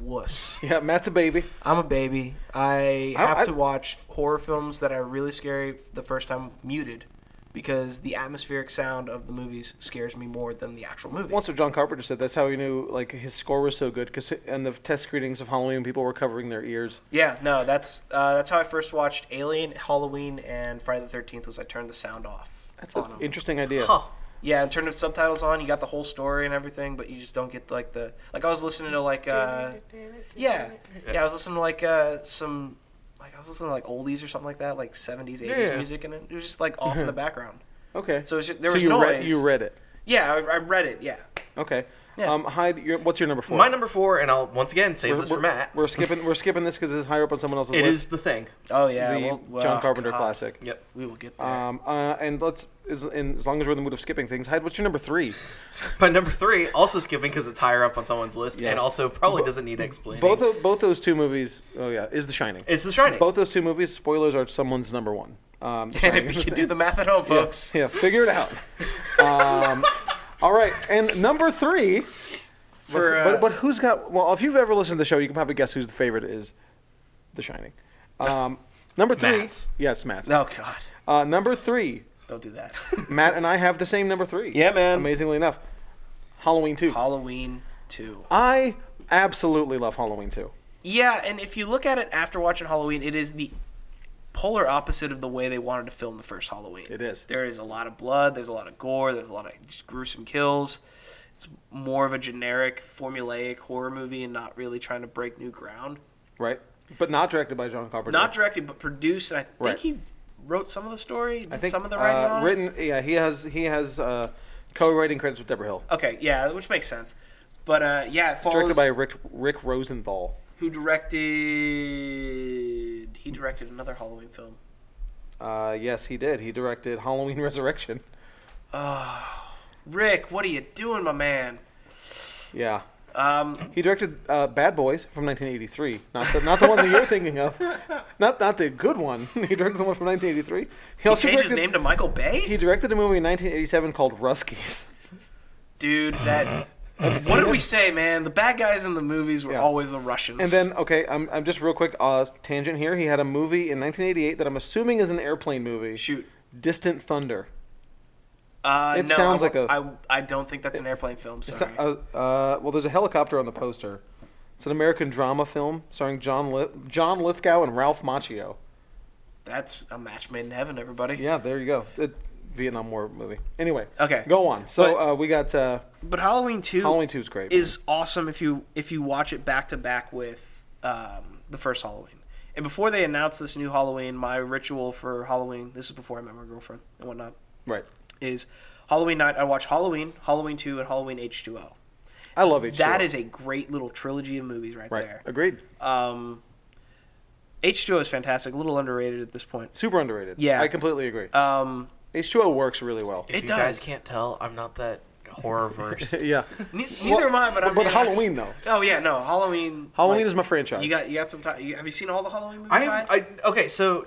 [SPEAKER 2] wuss.
[SPEAKER 1] Yeah, Matt's a baby.
[SPEAKER 2] I'm a baby. I
[SPEAKER 1] I-
[SPEAKER 2] have
[SPEAKER 1] I-
[SPEAKER 2] to watch horror films that are really scary the first time muted, because the atmospheric sound of the movies scares me more than the actual movie.
[SPEAKER 1] Once John Carpenter said that's how he knew like his score was so good because and the test screenings of Halloween people were covering their ears.
[SPEAKER 2] Yeah, no, that's uh, that's how I first watched Alien, Halloween, and Friday the Thirteenth. Was I turned the sound off?
[SPEAKER 1] That's
[SPEAKER 2] on
[SPEAKER 1] an
[SPEAKER 2] 'em.
[SPEAKER 1] Oh, interesting idea.
[SPEAKER 3] Huh.
[SPEAKER 2] Yeah, and turn the subtitles on. You got the whole story and everything, but you just don't get like the like. I was listening to like, uh, yeah, yeah. I was listening to like uh, some like I was was listening to like oldies or something like that, like seventies, eighties
[SPEAKER 1] yeah. Mm-hmm.
[SPEAKER 2] music, and it was just like off in the background.
[SPEAKER 1] Okay.
[SPEAKER 2] So it's ju- there was
[SPEAKER 1] you
[SPEAKER 2] noise.
[SPEAKER 1] Read, you read it.
[SPEAKER 2] Yeah, I, I read it. Yeah,
[SPEAKER 1] Okay.
[SPEAKER 2] Yeah.
[SPEAKER 1] Um, Hyde, your, what's your number four?
[SPEAKER 3] My number four, and I'll once again save
[SPEAKER 1] We're,
[SPEAKER 3] this for
[SPEAKER 1] we're,
[SPEAKER 3] Matt.
[SPEAKER 1] we're skipping. We're skipping this because it's higher up on someone else's
[SPEAKER 3] It
[SPEAKER 1] list.
[SPEAKER 3] is the thing.
[SPEAKER 2] Oh yeah,
[SPEAKER 1] the
[SPEAKER 2] well- well,
[SPEAKER 1] John Carpenter
[SPEAKER 2] God.
[SPEAKER 1] classic.
[SPEAKER 3] Yep.
[SPEAKER 2] We will get there.
[SPEAKER 1] Um, uh, and let's as, and as long as we're in the mood of skipping things, Hyde, what's your number three?
[SPEAKER 3] My number three, also skipping because it's higher up on someone's list,
[SPEAKER 1] Yes.
[SPEAKER 3] and also probably doesn't need explaining.
[SPEAKER 1] Both of, both those two movies. Oh yeah, is The Shining.
[SPEAKER 3] it's The Shining.
[SPEAKER 1] both those two movies. Spoilers are someone's number one. Um, The
[SPEAKER 2] and
[SPEAKER 1] Shining
[SPEAKER 2] if
[SPEAKER 1] is-
[SPEAKER 2] you can do the math at home, folks,
[SPEAKER 1] yeah, figure it out. Um, all right, and number three.
[SPEAKER 2] for uh,
[SPEAKER 1] but, but who's got? Well, if you've ever listened to the show, you can probably guess who's the favorite is, The Shining. Um, number three.
[SPEAKER 3] Matt's.
[SPEAKER 1] Yes, Matt.
[SPEAKER 2] oh god,
[SPEAKER 1] Uh, number three.
[SPEAKER 2] don't do that.
[SPEAKER 1] Matt and I have the same number three.
[SPEAKER 3] Yeah, man.
[SPEAKER 1] Amazingly enough, Halloween two.
[SPEAKER 2] Halloween two.
[SPEAKER 1] I absolutely love Halloween two.
[SPEAKER 2] Yeah, and if you look at it after watching Halloween, it is the polar opposite of the way they wanted to film the first Halloween.
[SPEAKER 1] It is.
[SPEAKER 2] There is a lot of blood. There's a lot of gore. There's a lot of just gruesome kills. It's more of a generic, formulaic horror movie, and not really trying to break new ground.
[SPEAKER 1] Right. But not directed by John Carpenter.
[SPEAKER 2] Not directed, but produced, and I think
[SPEAKER 1] Right.
[SPEAKER 2] he wrote some of the story. Did
[SPEAKER 1] I think
[SPEAKER 2] some of the
[SPEAKER 1] uh,
[SPEAKER 2] writing on it?
[SPEAKER 1] written. Yeah, he has he has uh, co-writing credits with Deborah Hill.
[SPEAKER 2] Okay, yeah, which makes sense. But uh, yeah, it follows
[SPEAKER 1] Directed by Rick Rick Rosenthal.
[SPEAKER 2] who directed. He directed another Halloween film.
[SPEAKER 1] Uh, yes, he did. He directed Halloween Resurrection.
[SPEAKER 2] Rick, what are you doing, my man?
[SPEAKER 1] Yeah.
[SPEAKER 2] Um,
[SPEAKER 1] He directed uh, Bad Boys from 1983. Not the, not the one that you're thinking of. Not not the good one. he directed the one from 1983. He
[SPEAKER 2] he
[SPEAKER 1] also
[SPEAKER 2] changed his
[SPEAKER 1] directed-
[SPEAKER 2] name to Michael Bay.
[SPEAKER 1] He directed a movie in 1987 called Ruskies.
[SPEAKER 2] Dude, that. what did we say, man? The bad guys in the movies were
[SPEAKER 1] Yeah.
[SPEAKER 2] always the Russians.
[SPEAKER 1] And then, okay, I'm, I'm just real quick uh, tangent here. He had a movie in 1988 that I'm assuming is an airplane movie.
[SPEAKER 2] shoot,
[SPEAKER 1] Distant Thunder.
[SPEAKER 2] uh,
[SPEAKER 1] It
[SPEAKER 2] no,
[SPEAKER 1] sounds
[SPEAKER 2] I,
[SPEAKER 1] like a-
[SPEAKER 2] I, I don't think that's an airplane film.
[SPEAKER 1] So-
[SPEAKER 2] Sorry.
[SPEAKER 1] uh, uh, well, there's a helicopter on the poster. It's an American drama film starring John Lith- John Lithgow and Ralph Macchio.
[SPEAKER 2] that's a match made in heaven, everybody.
[SPEAKER 1] Yeah, there you go. It, Vietnam War movie. Anyway,
[SPEAKER 2] Okay.
[SPEAKER 1] go on. So
[SPEAKER 2] But-
[SPEAKER 1] uh, we got uh,
[SPEAKER 2] But Halloween two.
[SPEAKER 1] Halloween Two's great.
[SPEAKER 2] is awesome if you if you watch it back to back with um, the first Halloween. And before they announced this new Halloween, my ritual for Halloween this is before I met my girlfriend and whatnot
[SPEAKER 1] right.
[SPEAKER 2] is Halloween night. I watch Halloween, Halloween two, and Halloween H two O.
[SPEAKER 1] I love it.
[SPEAKER 2] That is a great little trilogy of movies right,
[SPEAKER 1] right.
[SPEAKER 2] there.
[SPEAKER 1] Agreed.
[SPEAKER 2] Um, H2O is fantastic, a little underrated at this point.
[SPEAKER 1] Super underrated.
[SPEAKER 2] Yeah.
[SPEAKER 1] I completely agree.
[SPEAKER 2] Um,
[SPEAKER 1] H2O works really well.
[SPEAKER 3] if
[SPEAKER 2] it
[SPEAKER 3] you
[SPEAKER 2] does.
[SPEAKER 3] guys can't tell, I'm not that horror versed.
[SPEAKER 1] yeah.
[SPEAKER 2] ne- neither am I, but I'm.
[SPEAKER 1] But Halloween though.
[SPEAKER 2] Oh yeah, no Halloween.
[SPEAKER 1] Halloween
[SPEAKER 2] like,
[SPEAKER 1] is my franchise.
[SPEAKER 2] You got you got some time. You, have you seen all the Halloween movies?
[SPEAKER 3] I,
[SPEAKER 2] Ryan?
[SPEAKER 3] have, I okay, so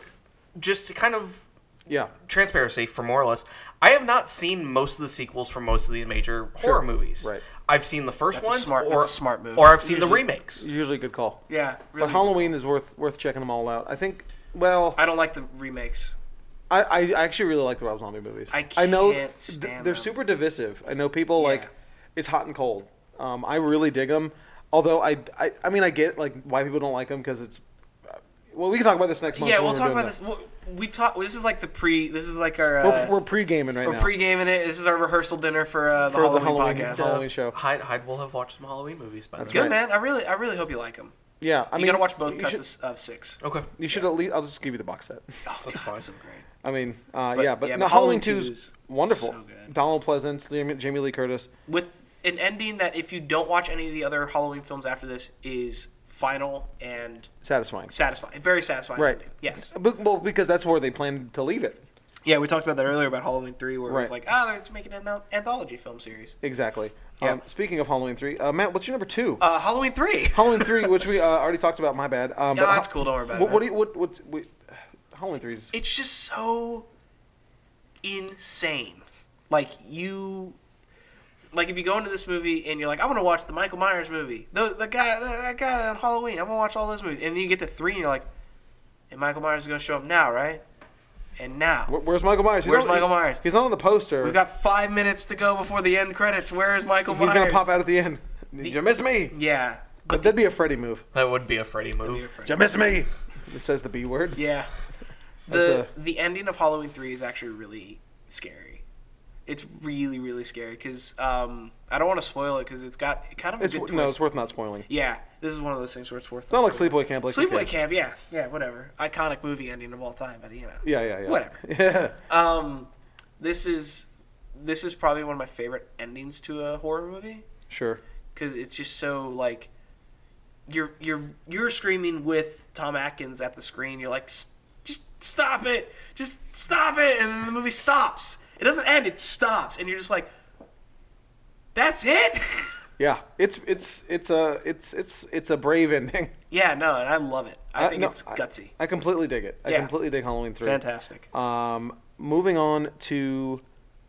[SPEAKER 3] just to kind of
[SPEAKER 1] yeah.
[SPEAKER 3] transparency for more or less, I have not seen most of the sequels from most of these major horror movies.
[SPEAKER 1] Right.
[SPEAKER 3] I've seen the first
[SPEAKER 2] That's a
[SPEAKER 3] one,
[SPEAKER 2] smart-
[SPEAKER 3] or
[SPEAKER 2] that's a smart move.
[SPEAKER 3] or I've seen the
[SPEAKER 2] Usually-
[SPEAKER 3] remakes.
[SPEAKER 1] Usually a good call.
[SPEAKER 2] yeah,
[SPEAKER 1] But
[SPEAKER 2] really.
[SPEAKER 1] Halloween is worth worth checking them all out. I think. Well,
[SPEAKER 2] I don't like the remakes.
[SPEAKER 1] I, I I actually really like the Rob Zombie movies.
[SPEAKER 2] I
[SPEAKER 1] know
[SPEAKER 2] can't
[SPEAKER 1] th-
[SPEAKER 2] stand
[SPEAKER 1] they're
[SPEAKER 2] them.
[SPEAKER 1] super divisive. I know people
[SPEAKER 2] Yeah.
[SPEAKER 1] like it's hot and cold. Um, I really dig them. Although I, I I mean I get like why people don't like them because it's. uh, Well, we can talk about this next month.
[SPEAKER 2] yeah,
[SPEAKER 1] when
[SPEAKER 2] we'll
[SPEAKER 1] we're
[SPEAKER 2] talk
[SPEAKER 1] doing
[SPEAKER 2] about this.
[SPEAKER 1] that.
[SPEAKER 2] We'll- We've talked. This is like the pre. This is like our. Uh,
[SPEAKER 1] We're, we're pre-gaming right
[SPEAKER 2] we're
[SPEAKER 1] now
[SPEAKER 2] pre-gaming it. This is our rehearsal dinner for uh, the,
[SPEAKER 1] for
[SPEAKER 2] Halloween
[SPEAKER 1] the Halloween
[SPEAKER 2] podcast.
[SPEAKER 1] Halloween show.
[SPEAKER 3] Hyde, Hyde will have watched some Halloween movies by
[SPEAKER 2] Good
[SPEAKER 1] right.
[SPEAKER 2] man. I really, I really hope you like them.
[SPEAKER 1] Yeah, I
[SPEAKER 2] You
[SPEAKER 1] mean,
[SPEAKER 2] gotta watch both
[SPEAKER 1] you
[SPEAKER 2] cuts
[SPEAKER 1] should-
[SPEAKER 2] of s- of six.
[SPEAKER 3] Okay.
[SPEAKER 1] You should at least. I'll just give you the box set.
[SPEAKER 2] Oh, that's
[SPEAKER 3] fine.
[SPEAKER 2] so great.
[SPEAKER 1] I mean, uh,
[SPEAKER 2] But,
[SPEAKER 1] yeah, but
[SPEAKER 2] yeah,
[SPEAKER 1] no,
[SPEAKER 2] but
[SPEAKER 1] Halloween
[SPEAKER 2] Halloween
[SPEAKER 1] 2's
[SPEAKER 2] 2's
[SPEAKER 1] wonderful.
[SPEAKER 2] so good.
[SPEAKER 1] Donald Pleasance, Jamie, Jamie Lee Curtis.
[SPEAKER 2] with an ending that if you don't watch any of the other Halloween films after this is final and
[SPEAKER 1] Satisfying.
[SPEAKER 2] satisfying, very satisfying.
[SPEAKER 1] Right.
[SPEAKER 2] ending. Yes.
[SPEAKER 1] But, well, because that's where they planned to leave it.
[SPEAKER 2] Yeah, we talked about that earlier about Halloween three, where it was
[SPEAKER 1] Right.
[SPEAKER 2] like, ah, let's make it an anthology film series.
[SPEAKER 1] Exactly.
[SPEAKER 2] Yeah.
[SPEAKER 1] Um, speaking of Halloween 3, uh, Matt, what's your number two?
[SPEAKER 2] Uh, Halloween three.
[SPEAKER 1] Halloween 3, which we uh, already talked about, my bad. Um,
[SPEAKER 2] Yeah,
[SPEAKER 1] but
[SPEAKER 2] that's
[SPEAKER 1] ho-
[SPEAKER 2] cool, don't worry about it,
[SPEAKER 1] what, What
[SPEAKER 2] man.
[SPEAKER 1] do you, what, what, we- Halloween 3 is.
[SPEAKER 2] it's just so insane. Like you, like if you go into this movie and you're like, I want to watch the Michael Myers movie, the the guy that that guy on Halloween, I want to watch all those movies, and then you get to three and you're like, and Michael Myers is gonna show up now, right? And now
[SPEAKER 1] Where- Where's Michael Myers? He's
[SPEAKER 2] Where's
[SPEAKER 1] not-
[SPEAKER 2] Michael Myers?
[SPEAKER 1] He's not on the poster.
[SPEAKER 2] We've got five minutes to go before the end credits. Where is Michael
[SPEAKER 1] he's
[SPEAKER 2] Myers?
[SPEAKER 1] going to pop out at the end. Did you miss me?
[SPEAKER 2] Yeah,
[SPEAKER 1] But that'd be a Freddy move.
[SPEAKER 3] That would be a Freddy move.
[SPEAKER 2] your friend.
[SPEAKER 1] Did you miss me? It says the B word.
[SPEAKER 2] yeah.
[SPEAKER 1] That's
[SPEAKER 2] The the ending of Halloween three is actually really scary. It's really really scary because um, I don't want to spoil it because it's got kind of a
[SPEAKER 1] It's,
[SPEAKER 2] good
[SPEAKER 1] wor-
[SPEAKER 2] twist.
[SPEAKER 1] no, it's worth not spoiling.
[SPEAKER 2] Yeah, this is one of those things where it's worth. It's
[SPEAKER 1] not like Sleepaway Camp, like you
[SPEAKER 2] Sleepaway
[SPEAKER 1] kid.
[SPEAKER 2] Camp, yeah, yeah, whatever. Iconic movie ending of all time, but you know.
[SPEAKER 1] Yeah, yeah, yeah.
[SPEAKER 2] Whatever.
[SPEAKER 1] Yeah.
[SPEAKER 2] Um, this is this is probably one of my favorite endings to a horror movie
[SPEAKER 1] Sure.
[SPEAKER 2] because it's just so like you're you're you're screaming with Tom Atkins at the screen. You're like, "S- just stop it, just stop it, and then the movie stops. It doesn't end; it stops, and you're just like, that's it.
[SPEAKER 1] Yeah. It's it's it's a it's it's it's a brave ending.
[SPEAKER 2] yeah, no, and I love it. I
[SPEAKER 1] Uh,
[SPEAKER 2] think
[SPEAKER 1] no,
[SPEAKER 2] it's gutsy,
[SPEAKER 1] I, I completely dig it. I
[SPEAKER 2] Yeah.
[SPEAKER 1] completely dig Halloween three.
[SPEAKER 2] fantastic.
[SPEAKER 1] Um, moving on to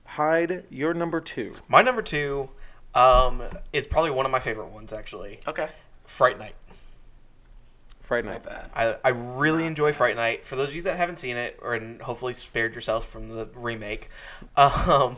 [SPEAKER 1] hide your number two.
[SPEAKER 3] My number two um, is probably one of my favorite ones, actually.
[SPEAKER 2] okay,
[SPEAKER 3] Fright Night.
[SPEAKER 1] Fright Night.
[SPEAKER 2] not bad.
[SPEAKER 3] I, I really enjoy Fright Night. For those of you that haven't seen it, or and hopefully spared yourself from the remake, um,
[SPEAKER 1] The remake,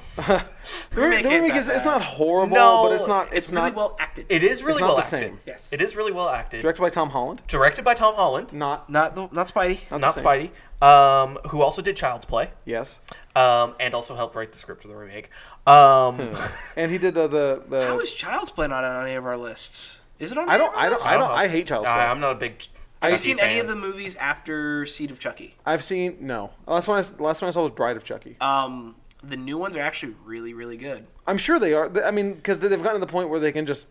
[SPEAKER 1] the
[SPEAKER 2] Remake ain't
[SPEAKER 1] remake
[SPEAKER 2] that
[SPEAKER 1] is it's
[SPEAKER 2] bad.
[SPEAKER 1] not horrible,
[SPEAKER 3] No,
[SPEAKER 1] but it's not it's,
[SPEAKER 2] It's,
[SPEAKER 1] not
[SPEAKER 2] really well acted.
[SPEAKER 3] it is really
[SPEAKER 1] not
[SPEAKER 3] well
[SPEAKER 1] the
[SPEAKER 3] acted.
[SPEAKER 1] same.
[SPEAKER 2] Yes.
[SPEAKER 3] It is really well acted.
[SPEAKER 1] directed by Tom Holland.
[SPEAKER 3] Directed by Tom Holland,
[SPEAKER 1] Not
[SPEAKER 2] not the- not Spidey.
[SPEAKER 1] not, the
[SPEAKER 3] not
[SPEAKER 1] same.
[SPEAKER 3] Spidey, um, who also did Child's Play,
[SPEAKER 1] Yes,
[SPEAKER 3] um, and also helped write the script of the remake.
[SPEAKER 1] Hmm.
[SPEAKER 3] Um,
[SPEAKER 1] and he did uh, the the.
[SPEAKER 2] How is Child's Play not on any of our lists? Is it on?
[SPEAKER 1] I
[SPEAKER 2] any
[SPEAKER 1] don't
[SPEAKER 2] of our
[SPEAKER 1] I don't
[SPEAKER 2] lists?
[SPEAKER 1] I don't I hate Child's
[SPEAKER 3] I-
[SPEAKER 1] Play.
[SPEAKER 3] I'm not a big.
[SPEAKER 2] Have you
[SPEAKER 3] Chucky
[SPEAKER 2] seen any
[SPEAKER 3] fan.
[SPEAKER 2] of the movies after Seed of Chucky?
[SPEAKER 1] I've seen no. Last one I, last one I saw was Bride of Chucky.
[SPEAKER 2] Um, the new ones are actually really, really good,
[SPEAKER 1] I'm sure they are. Th- I mean, because they've gotten to the point where they can just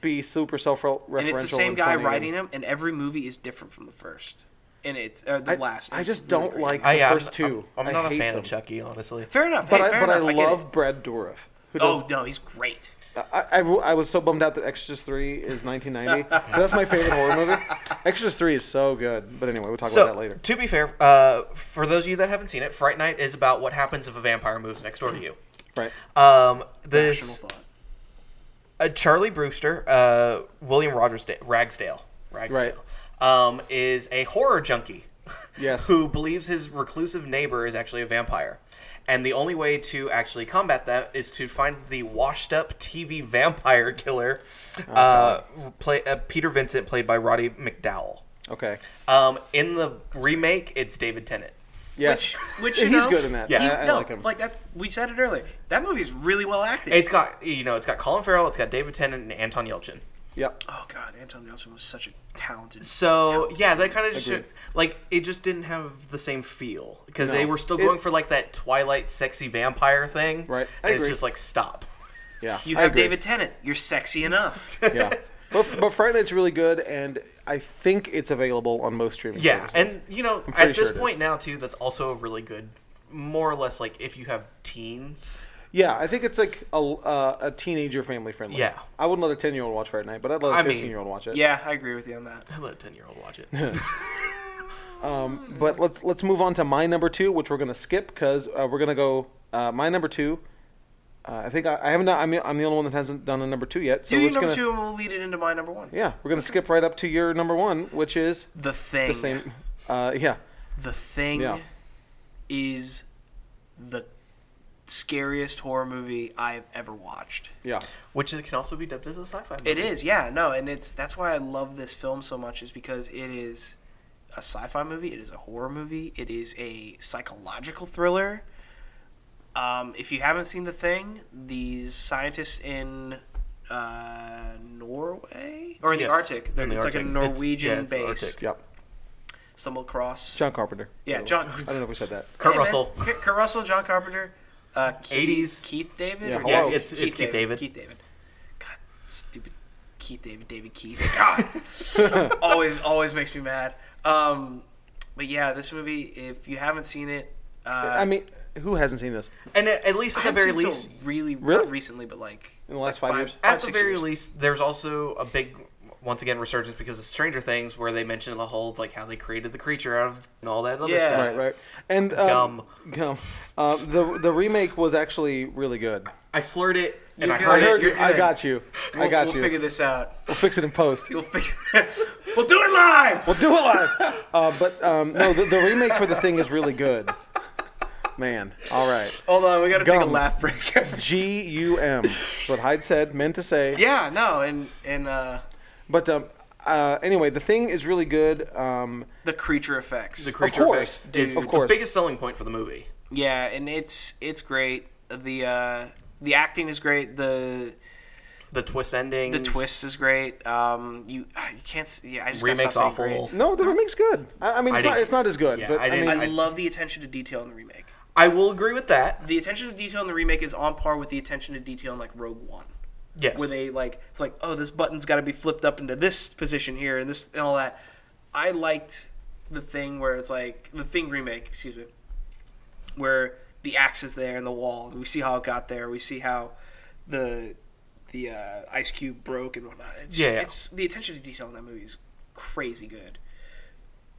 [SPEAKER 1] be super self-referential.
[SPEAKER 2] and it's the same guy
[SPEAKER 1] funny
[SPEAKER 2] writing
[SPEAKER 1] and-
[SPEAKER 2] them, and every movie is different from the first, and it's or the
[SPEAKER 1] I,
[SPEAKER 2] last.
[SPEAKER 1] I
[SPEAKER 2] It's
[SPEAKER 1] just
[SPEAKER 2] really
[SPEAKER 1] don't
[SPEAKER 2] great.
[SPEAKER 1] like the
[SPEAKER 3] I, yeah,
[SPEAKER 1] first
[SPEAKER 3] I'm,
[SPEAKER 1] two.
[SPEAKER 3] I'm, I'm
[SPEAKER 1] I
[SPEAKER 3] not a
[SPEAKER 1] hate
[SPEAKER 3] fan
[SPEAKER 1] them.
[SPEAKER 3] of Chucky, honestly.
[SPEAKER 2] Fair enough,
[SPEAKER 1] But
[SPEAKER 2] hey,
[SPEAKER 1] I
[SPEAKER 2] fair
[SPEAKER 1] but I
[SPEAKER 2] enough, get it.
[SPEAKER 1] love Brad Dourif. Who does
[SPEAKER 2] Oh no, he's great.
[SPEAKER 1] I, I, I was so bummed out that Exorcist 3 is 1990. but that's my favorite horror movie. Exorcist 3 is so good. But anyway, we'll talk
[SPEAKER 3] So,
[SPEAKER 1] about that later.
[SPEAKER 3] to be fair, uh, for those of you that haven't seen it, Fright Night is about what happens if a vampire moves next door to you.
[SPEAKER 1] Right.
[SPEAKER 3] Um,
[SPEAKER 2] Original
[SPEAKER 3] this
[SPEAKER 2] thought.
[SPEAKER 3] uh, Charlie Brewster, uh, William Rogers Da- Ragsdale, Ragsdale, um, is a horror junkie.
[SPEAKER 1] Yes.
[SPEAKER 3] who believes his reclusive neighbor is actually a vampire, and the only way to actually combat that is to find the washed-up TV vampire killer, uh, play, uh, Peter Vincent, played by Roddy McDowell.
[SPEAKER 1] Okay.
[SPEAKER 3] Um, in the remake, it's David Tennant.
[SPEAKER 1] Yes.
[SPEAKER 2] Which, which you
[SPEAKER 1] he's
[SPEAKER 2] know,
[SPEAKER 1] good in that.
[SPEAKER 3] Yeah.
[SPEAKER 2] He's,
[SPEAKER 1] I, I
[SPEAKER 2] no,
[SPEAKER 1] like him.
[SPEAKER 2] that. We said it earlier. That movie's really well acted.
[SPEAKER 3] It's got you know, it's got Colin Farrell, it's got David Tennant, and Anton Yelchin.
[SPEAKER 1] yep.
[SPEAKER 2] oh god, Anton Yelchin was such a talented.
[SPEAKER 3] So yeah, that kind of just
[SPEAKER 1] Agreed.
[SPEAKER 3] like it just didn't have the same feel because
[SPEAKER 1] No.
[SPEAKER 3] they were still
[SPEAKER 1] It-
[SPEAKER 3] going for like that Twilight sexy vampire thing.
[SPEAKER 1] Right. I
[SPEAKER 3] and it's
[SPEAKER 1] agree.
[SPEAKER 3] just like stop.
[SPEAKER 1] Yeah.
[SPEAKER 2] You
[SPEAKER 1] I
[SPEAKER 2] have
[SPEAKER 1] agree.
[SPEAKER 2] David Tennant. You're sexy enough.
[SPEAKER 1] Yeah. But, but Friday Night's really good, and I think it's available on most streaming
[SPEAKER 3] Yeah,
[SPEAKER 1] services.
[SPEAKER 3] and you know
[SPEAKER 1] pretty
[SPEAKER 3] at
[SPEAKER 1] sure
[SPEAKER 3] this
[SPEAKER 1] it
[SPEAKER 3] point
[SPEAKER 1] is.
[SPEAKER 3] now too, that's also a really good, more or less like if you have teens.
[SPEAKER 1] Yeah, I think it's like a, uh, a teenager family friendly.
[SPEAKER 3] Yeah.
[SPEAKER 1] I wouldn't let a 10 year old watch Friday Night, but I'd let
[SPEAKER 3] I
[SPEAKER 1] a
[SPEAKER 3] mean-
[SPEAKER 1] 15 year old watch it.
[SPEAKER 2] yeah, I agree with you on that.
[SPEAKER 3] I let a ten year old watch it.
[SPEAKER 1] But let's let's move on to my number two, which we're gonna skip because uh, we're gonna go uh, my number two. Uh, I think I, I haven't. done- I'm the, I'm the only one that hasn't done a number two yet. So
[SPEAKER 2] Do
[SPEAKER 1] we're
[SPEAKER 2] your
[SPEAKER 1] just
[SPEAKER 2] number
[SPEAKER 1] gonna,
[SPEAKER 2] two, and we'll lead it into my number one.
[SPEAKER 1] Yeah, we're gonna skip right up to your number one, which is
[SPEAKER 2] The thing.
[SPEAKER 1] the same. Uh, yeah,
[SPEAKER 2] The Thing
[SPEAKER 1] Yeah.
[SPEAKER 2] is the scariest horror movie I've ever watched.
[SPEAKER 1] yeah,
[SPEAKER 3] Which it can also be dubbed as a sci-fi. Movie.
[SPEAKER 2] It is, yeah, no, and it's that's why I love this film so much is because it is a sci-fi movie, it is a horror movie, it is a psychological thriller. Um, if you haven't seen The Thing, these scientists in uh, Norway or in
[SPEAKER 3] Yes,
[SPEAKER 2] the Arctic, they're,
[SPEAKER 3] in the
[SPEAKER 2] it's like a
[SPEAKER 3] Arctic. It's- yeah,
[SPEAKER 2] Norwegian
[SPEAKER 3] it's the
[SPEAKER 2] base.
[SPEAKER 3] Arctic.
[SPEAKER 1] yep.
[SPEAKER 2] Stumble across
[SPEAKER 1] John Carpenter.
[SPEAKER 2] Yeah, John-
[SPEAKER 1] I don't know if we said that.
[SPEAKER 3] Kurt
[SPEAKER 2] Hey, man.
[SPEAKER 3] Russell.
[SPEAKER 2] Kurt, Kurt Russell, John Carpenter, uh, Keith,
[SPEAKER 3] 80s.
[SPEAKER 2] Keith David.
[SPEAKER 1] Yeah,
[SPEAKER 2] or-
[SPEAKER 1] Yeah,
[SPEAKER 3] it's- it's Keith David.
[SPEAKER 2] Keith David. God, stupid Keith David. David Keith. God, always always makes me mad. Um, but yeah, this movie. If you haven't seen it, uh,
[SPEAKER 1] I mean, who hasn't seen this?
[SPEAKER 3] And at, at least
[SPEAKER 2] I
[SPEAKER 3] at the
[SPEAKER 2] haven't
[SPEAKER 3] very
[SPEAKER 2] seen it
[SPEAKER 3] least,
[SPEAKER 2] till really,
[SPEAKER 1] Really?
[SPEAKER 2] not recently, but like
[SPEAKER 1] In the last
[SPEAKER 2] like
[SPEAKER 1] five years?
[SPEAKER 3] at the
[SPEAKER 2] six
[SPEAKER 3] very
[SPEAKER 2] years.
[SPEAKER 3] least, there's also a big, once again, resurgence because of Stranger Things, where they mention the whole like how they created the creature out of and all that other
[SPEAKER 2] Yeah.
[SPEAKER 3] stuff.
[SPEAKER 1] Right, right. And um, gum. Uh, the the remake was actually really good.
[SPEAKER 3] I slurred it, and
[SPEAKER 2] You
[SPEAKER 3] I
[SPEAKER 2] good.
[SPEAKER 1] I
[SPEAKER 3] heard
[SPEAKER 1] heard.
[SPEAKER 3] it.
[SPEAKER 2] you're
[SPEAKER 1] I
[SPEAKER 2] good.
[SPEAKER 1] got you. I
[SPEAKER 2] We'll-
[SPEAKER 1] got
[SPEAKER 2] we'll
[SPEAKER 1] you.
[SPEAKER 2] figure this out.
[SPEAKER 1] We'll fix it in post.
[SPEAKER 2] We'll figure. we'll do it live.
[SPEAKER 1] We'll do it live. Uh, but um, no, the, the remake for the thing is really good. Man, all right.
[SPEAKER 2] Hold on, we gotta take a
[SPEAKER 1] Gum.
[SPEAKER 2] laugh break.
[SPEAKER 1] G U M. That's what Hyde said, meant to say.
[SPEAKER 2] yeah, no, and and uh,
[SPEAKER 1] But um, uh, anyway, the thing is really good. Um,
[SPEAKER 2] the creature effects.
[SPEAKER 3] The creature
[SPEAKER 1] course,
[SPEAKER 3] effects
[SPEAKER 1] dude,
[SPEAKER 3] is
[SPEAKER 1] of course.
[SPEAKER 3] the biggest selling point for the movie.
[SPEAKER 2] Yeah, and it's it's great. the uh, the acting is great. The
[SPEAKER 3] The twist ending.
[SPEAKER 2] the twist is great. Um, you you can't. s- Yeah, I just gotta
[SPEAKER 3] Remake's
[SPEAKER 2] stop saying
[SPEAKER 3] awful.
[SPEAKER 2] Great.
[SPEAKER 1] No, the remake's good. I, I mean,
[SPEAKER 3] I
[SPEAKER 1] it's not,
[SPEAKER 3] didn't-
[SPEAKER 1] it's not as good,
[SPEAKER 3] yeah,
[SPEAKER 1] but
[SPEAKER 3] I
[SPEAKER 1] I,
[SPEAKER 3] didn't-
[SPEAKER 1] mean,
[SPEAKER 2] I love the attention to detail in the remake.
[SPEAKER 3] I will agree with that.
[SPEAKER 2] The attention to detail in the remake is on par with the attention to detail in like Rogue One.
[SPEAKER 3] Yes.
[SPEAKER 2] where they like it's like oh this button's got to be flipped up into this position here and this and all that i liked the thing where it's like the thing remake excuse me where the axe is there and the wall we see how it got there we see how the the uh, ice cube broke and whatnot it's
[SPEAKER 3] Yeah, yeah.
[SPEAKER 2] it's the attention to detail in that movie is crazy good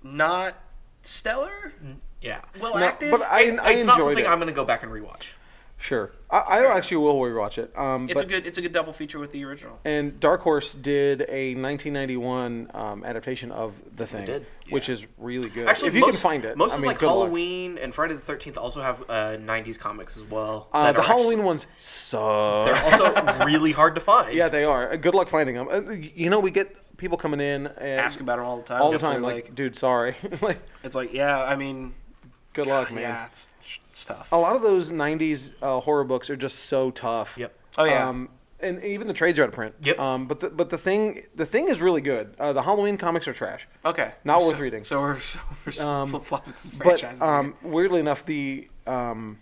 [SPEAKER 2] not stellar
[SPEAKER 3] yeah.
[SPEAKER 2] well
[SPEAKER 1] Mm. no,
[SPEAKER 2] acted
[SPEAKER 1] but I, I
[SPEAKER 3] it's
[SPEAKER 1] enjoyed
[SPEAKER 3] not something
[SPEAKER 1] it.
[SPEAKER 3] I'm going to go back and rewatch.
[SPEAKER 1] sure, I, I actually will rewatch it. Um,
[SPEAKER 2] it's
[SPEAKER 1] but-
[SPEAKER 2] a good it's a good double feature with the original
[SPEAKER 1] And Dark Horse did a 1991 um, adaptation of The Thing,
[SPEAKER 3] did.
[SPEAKER 1] which is really good.
[SPEAKER 3] Actually,
[SPEAKER 1] if you
[SPEAKER 3] most,
[SPEAKER 1] can find it,
[SPEAKER 3] most
[SPEAKER 1] I
[SPEAKER 3] of
[SPEAKER 1] mean,
[SPEAKER 3] like
[SPEAKER 1] good luck.
[SPEAKER 3] Halloween and Friday the Thirteenth also have uh, '90s comics as well.
[SPEAKER 1] Uh,
[SPEAKER 3] that
[SPEAKER 1] the
[SPEAKER 3] are actually-
[SPEAKER 1] Halloween ones suck.
[SPEAKER 3] they're also really hard to find.
[SPEAKER 1] Yeah, they are. Uh, Good luck finding them. Uh, you know, we get people coming in and
[SPEAKER 2] ask about it all the time
[SPEAKER 1] all the
[SPEAKER 2] if they're
[SPEAKER 1] time, like, dude, sorry. like,
[SPEAKER 2] it's like yeah i mean
[SPEAKER 1] good luck, man. Oh,
[SPEAKER 2] Yeah, it's, it's tough.
[SPEAKER 1] A lot of those 90s uh, horror books are just so tough.
[SPEAKER 3] Yep.
[SPEAKER 2] Oh, yeah.
[SPEAKER 1] Um, and even the trades are out of print.
[SPEAKER 3] Yep.
[SPEAKER 1] Um, but the, but the thing the thing is really good. Uh, the Halloween comics are trash.
[SPEAKER 2] Okay,
[SPEAKER 1] Not
[SPEAKER 2] So-
[SPEAKER 1] worth reading. Um,
[SPEAKER 2] So we're, so we're flip flopping franchises.
[SPEAKER 1] but um, weirdly enough, the um,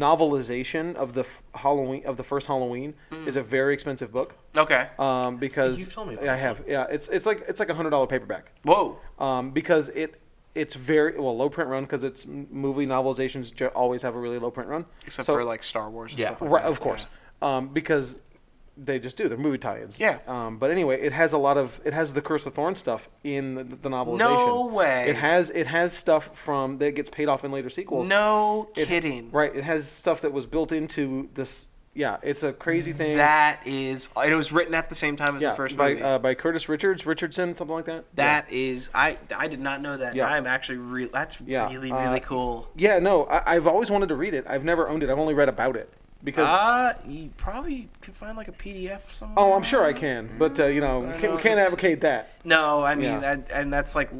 [SPEAKER 1] novelization of the f- Halloween of the first Halloween is a very expensive book
[SPEAKER 2] here. okay.
[SPEAKER 1] um, because
[SPEAKER 3] You've Mm. told me about
[SPEAKER 1] I
[SPEAKER 3] this
[SPEAKER 1] have yeah it's it's like it's like a hundred dollar paperback
[SPEAKER 2] Whoa.
[SPEAKER 1] um, because it it's very well low print run because it's m- movie novelizations ju- always have a really low print run
[SPEAKER 2] Except
[SPEAKER 1] So-
[SPEAKER 2] for like Star Wars. And
[SPEAKER 3] Yeah.
[SPEAKER 2] stuff like
[SPEAKER 1] right
[SPEAKER 2] that.
[SPEAKER 1] of course um, because they just do they're movie tie-ins
[SPEAKER 2] Yeah.
[SPEAKER 1] um, but anyway it has a lot of it has the Curse of Thorn stuff in the, the novelization
[SPEAKER 2] way.
[SPEAKER 1] it has it has stuff from that gets paid off in later
[SPEAKER 2] Yeah.
[SPEAKER 1] sequels
[SPEAKER 2] No
[SPEAKER 1] it-
[SPEAKER 2] kidding.
[SPEAKER 1] Right. It has stuff that was built into this. Yeah, it's a crazy thing.
[SPEAKER 2] That is. It was written at the same time as
[SPEAKER 1] yeah,
[SPEAKER 2] the first
[SPEAKER 1] by
[SPEAKER 2] movie.
[SPEAKER 1] Uh, by Curtis Richards, Richardson, something like that.
[SPEAKER 2] That is. I I did not know that.
[SPEAKER 1] Yeah.
[SPEAKER 2] I'm actually real. That's
[SPEAKER 1] Yeah,
[SPEAKER 2] really
[SPEAKER 1] uh,
[SPEAKER 2] really cool.
[SPEAKER 1] Yeah, Yeah, no, I, I've always wanted to read it. I've never owned it. I've only read about it because.
[SPEAKER 2] Uh, you probably could find like a PDF somewhere.
[SPEAKER 1] oh, I'm sure I can, but uh, you know, we can't,
[SPEAKER 2] know,
[SPEAKER 1] we can't
[SPEAKER 2] it's-
[SPEAKER 1] advocate that.
[SPEAKER 2] No, I mean,
[SPEAKER 1] Yeah.
[SPEAKER 2] that, and that's like.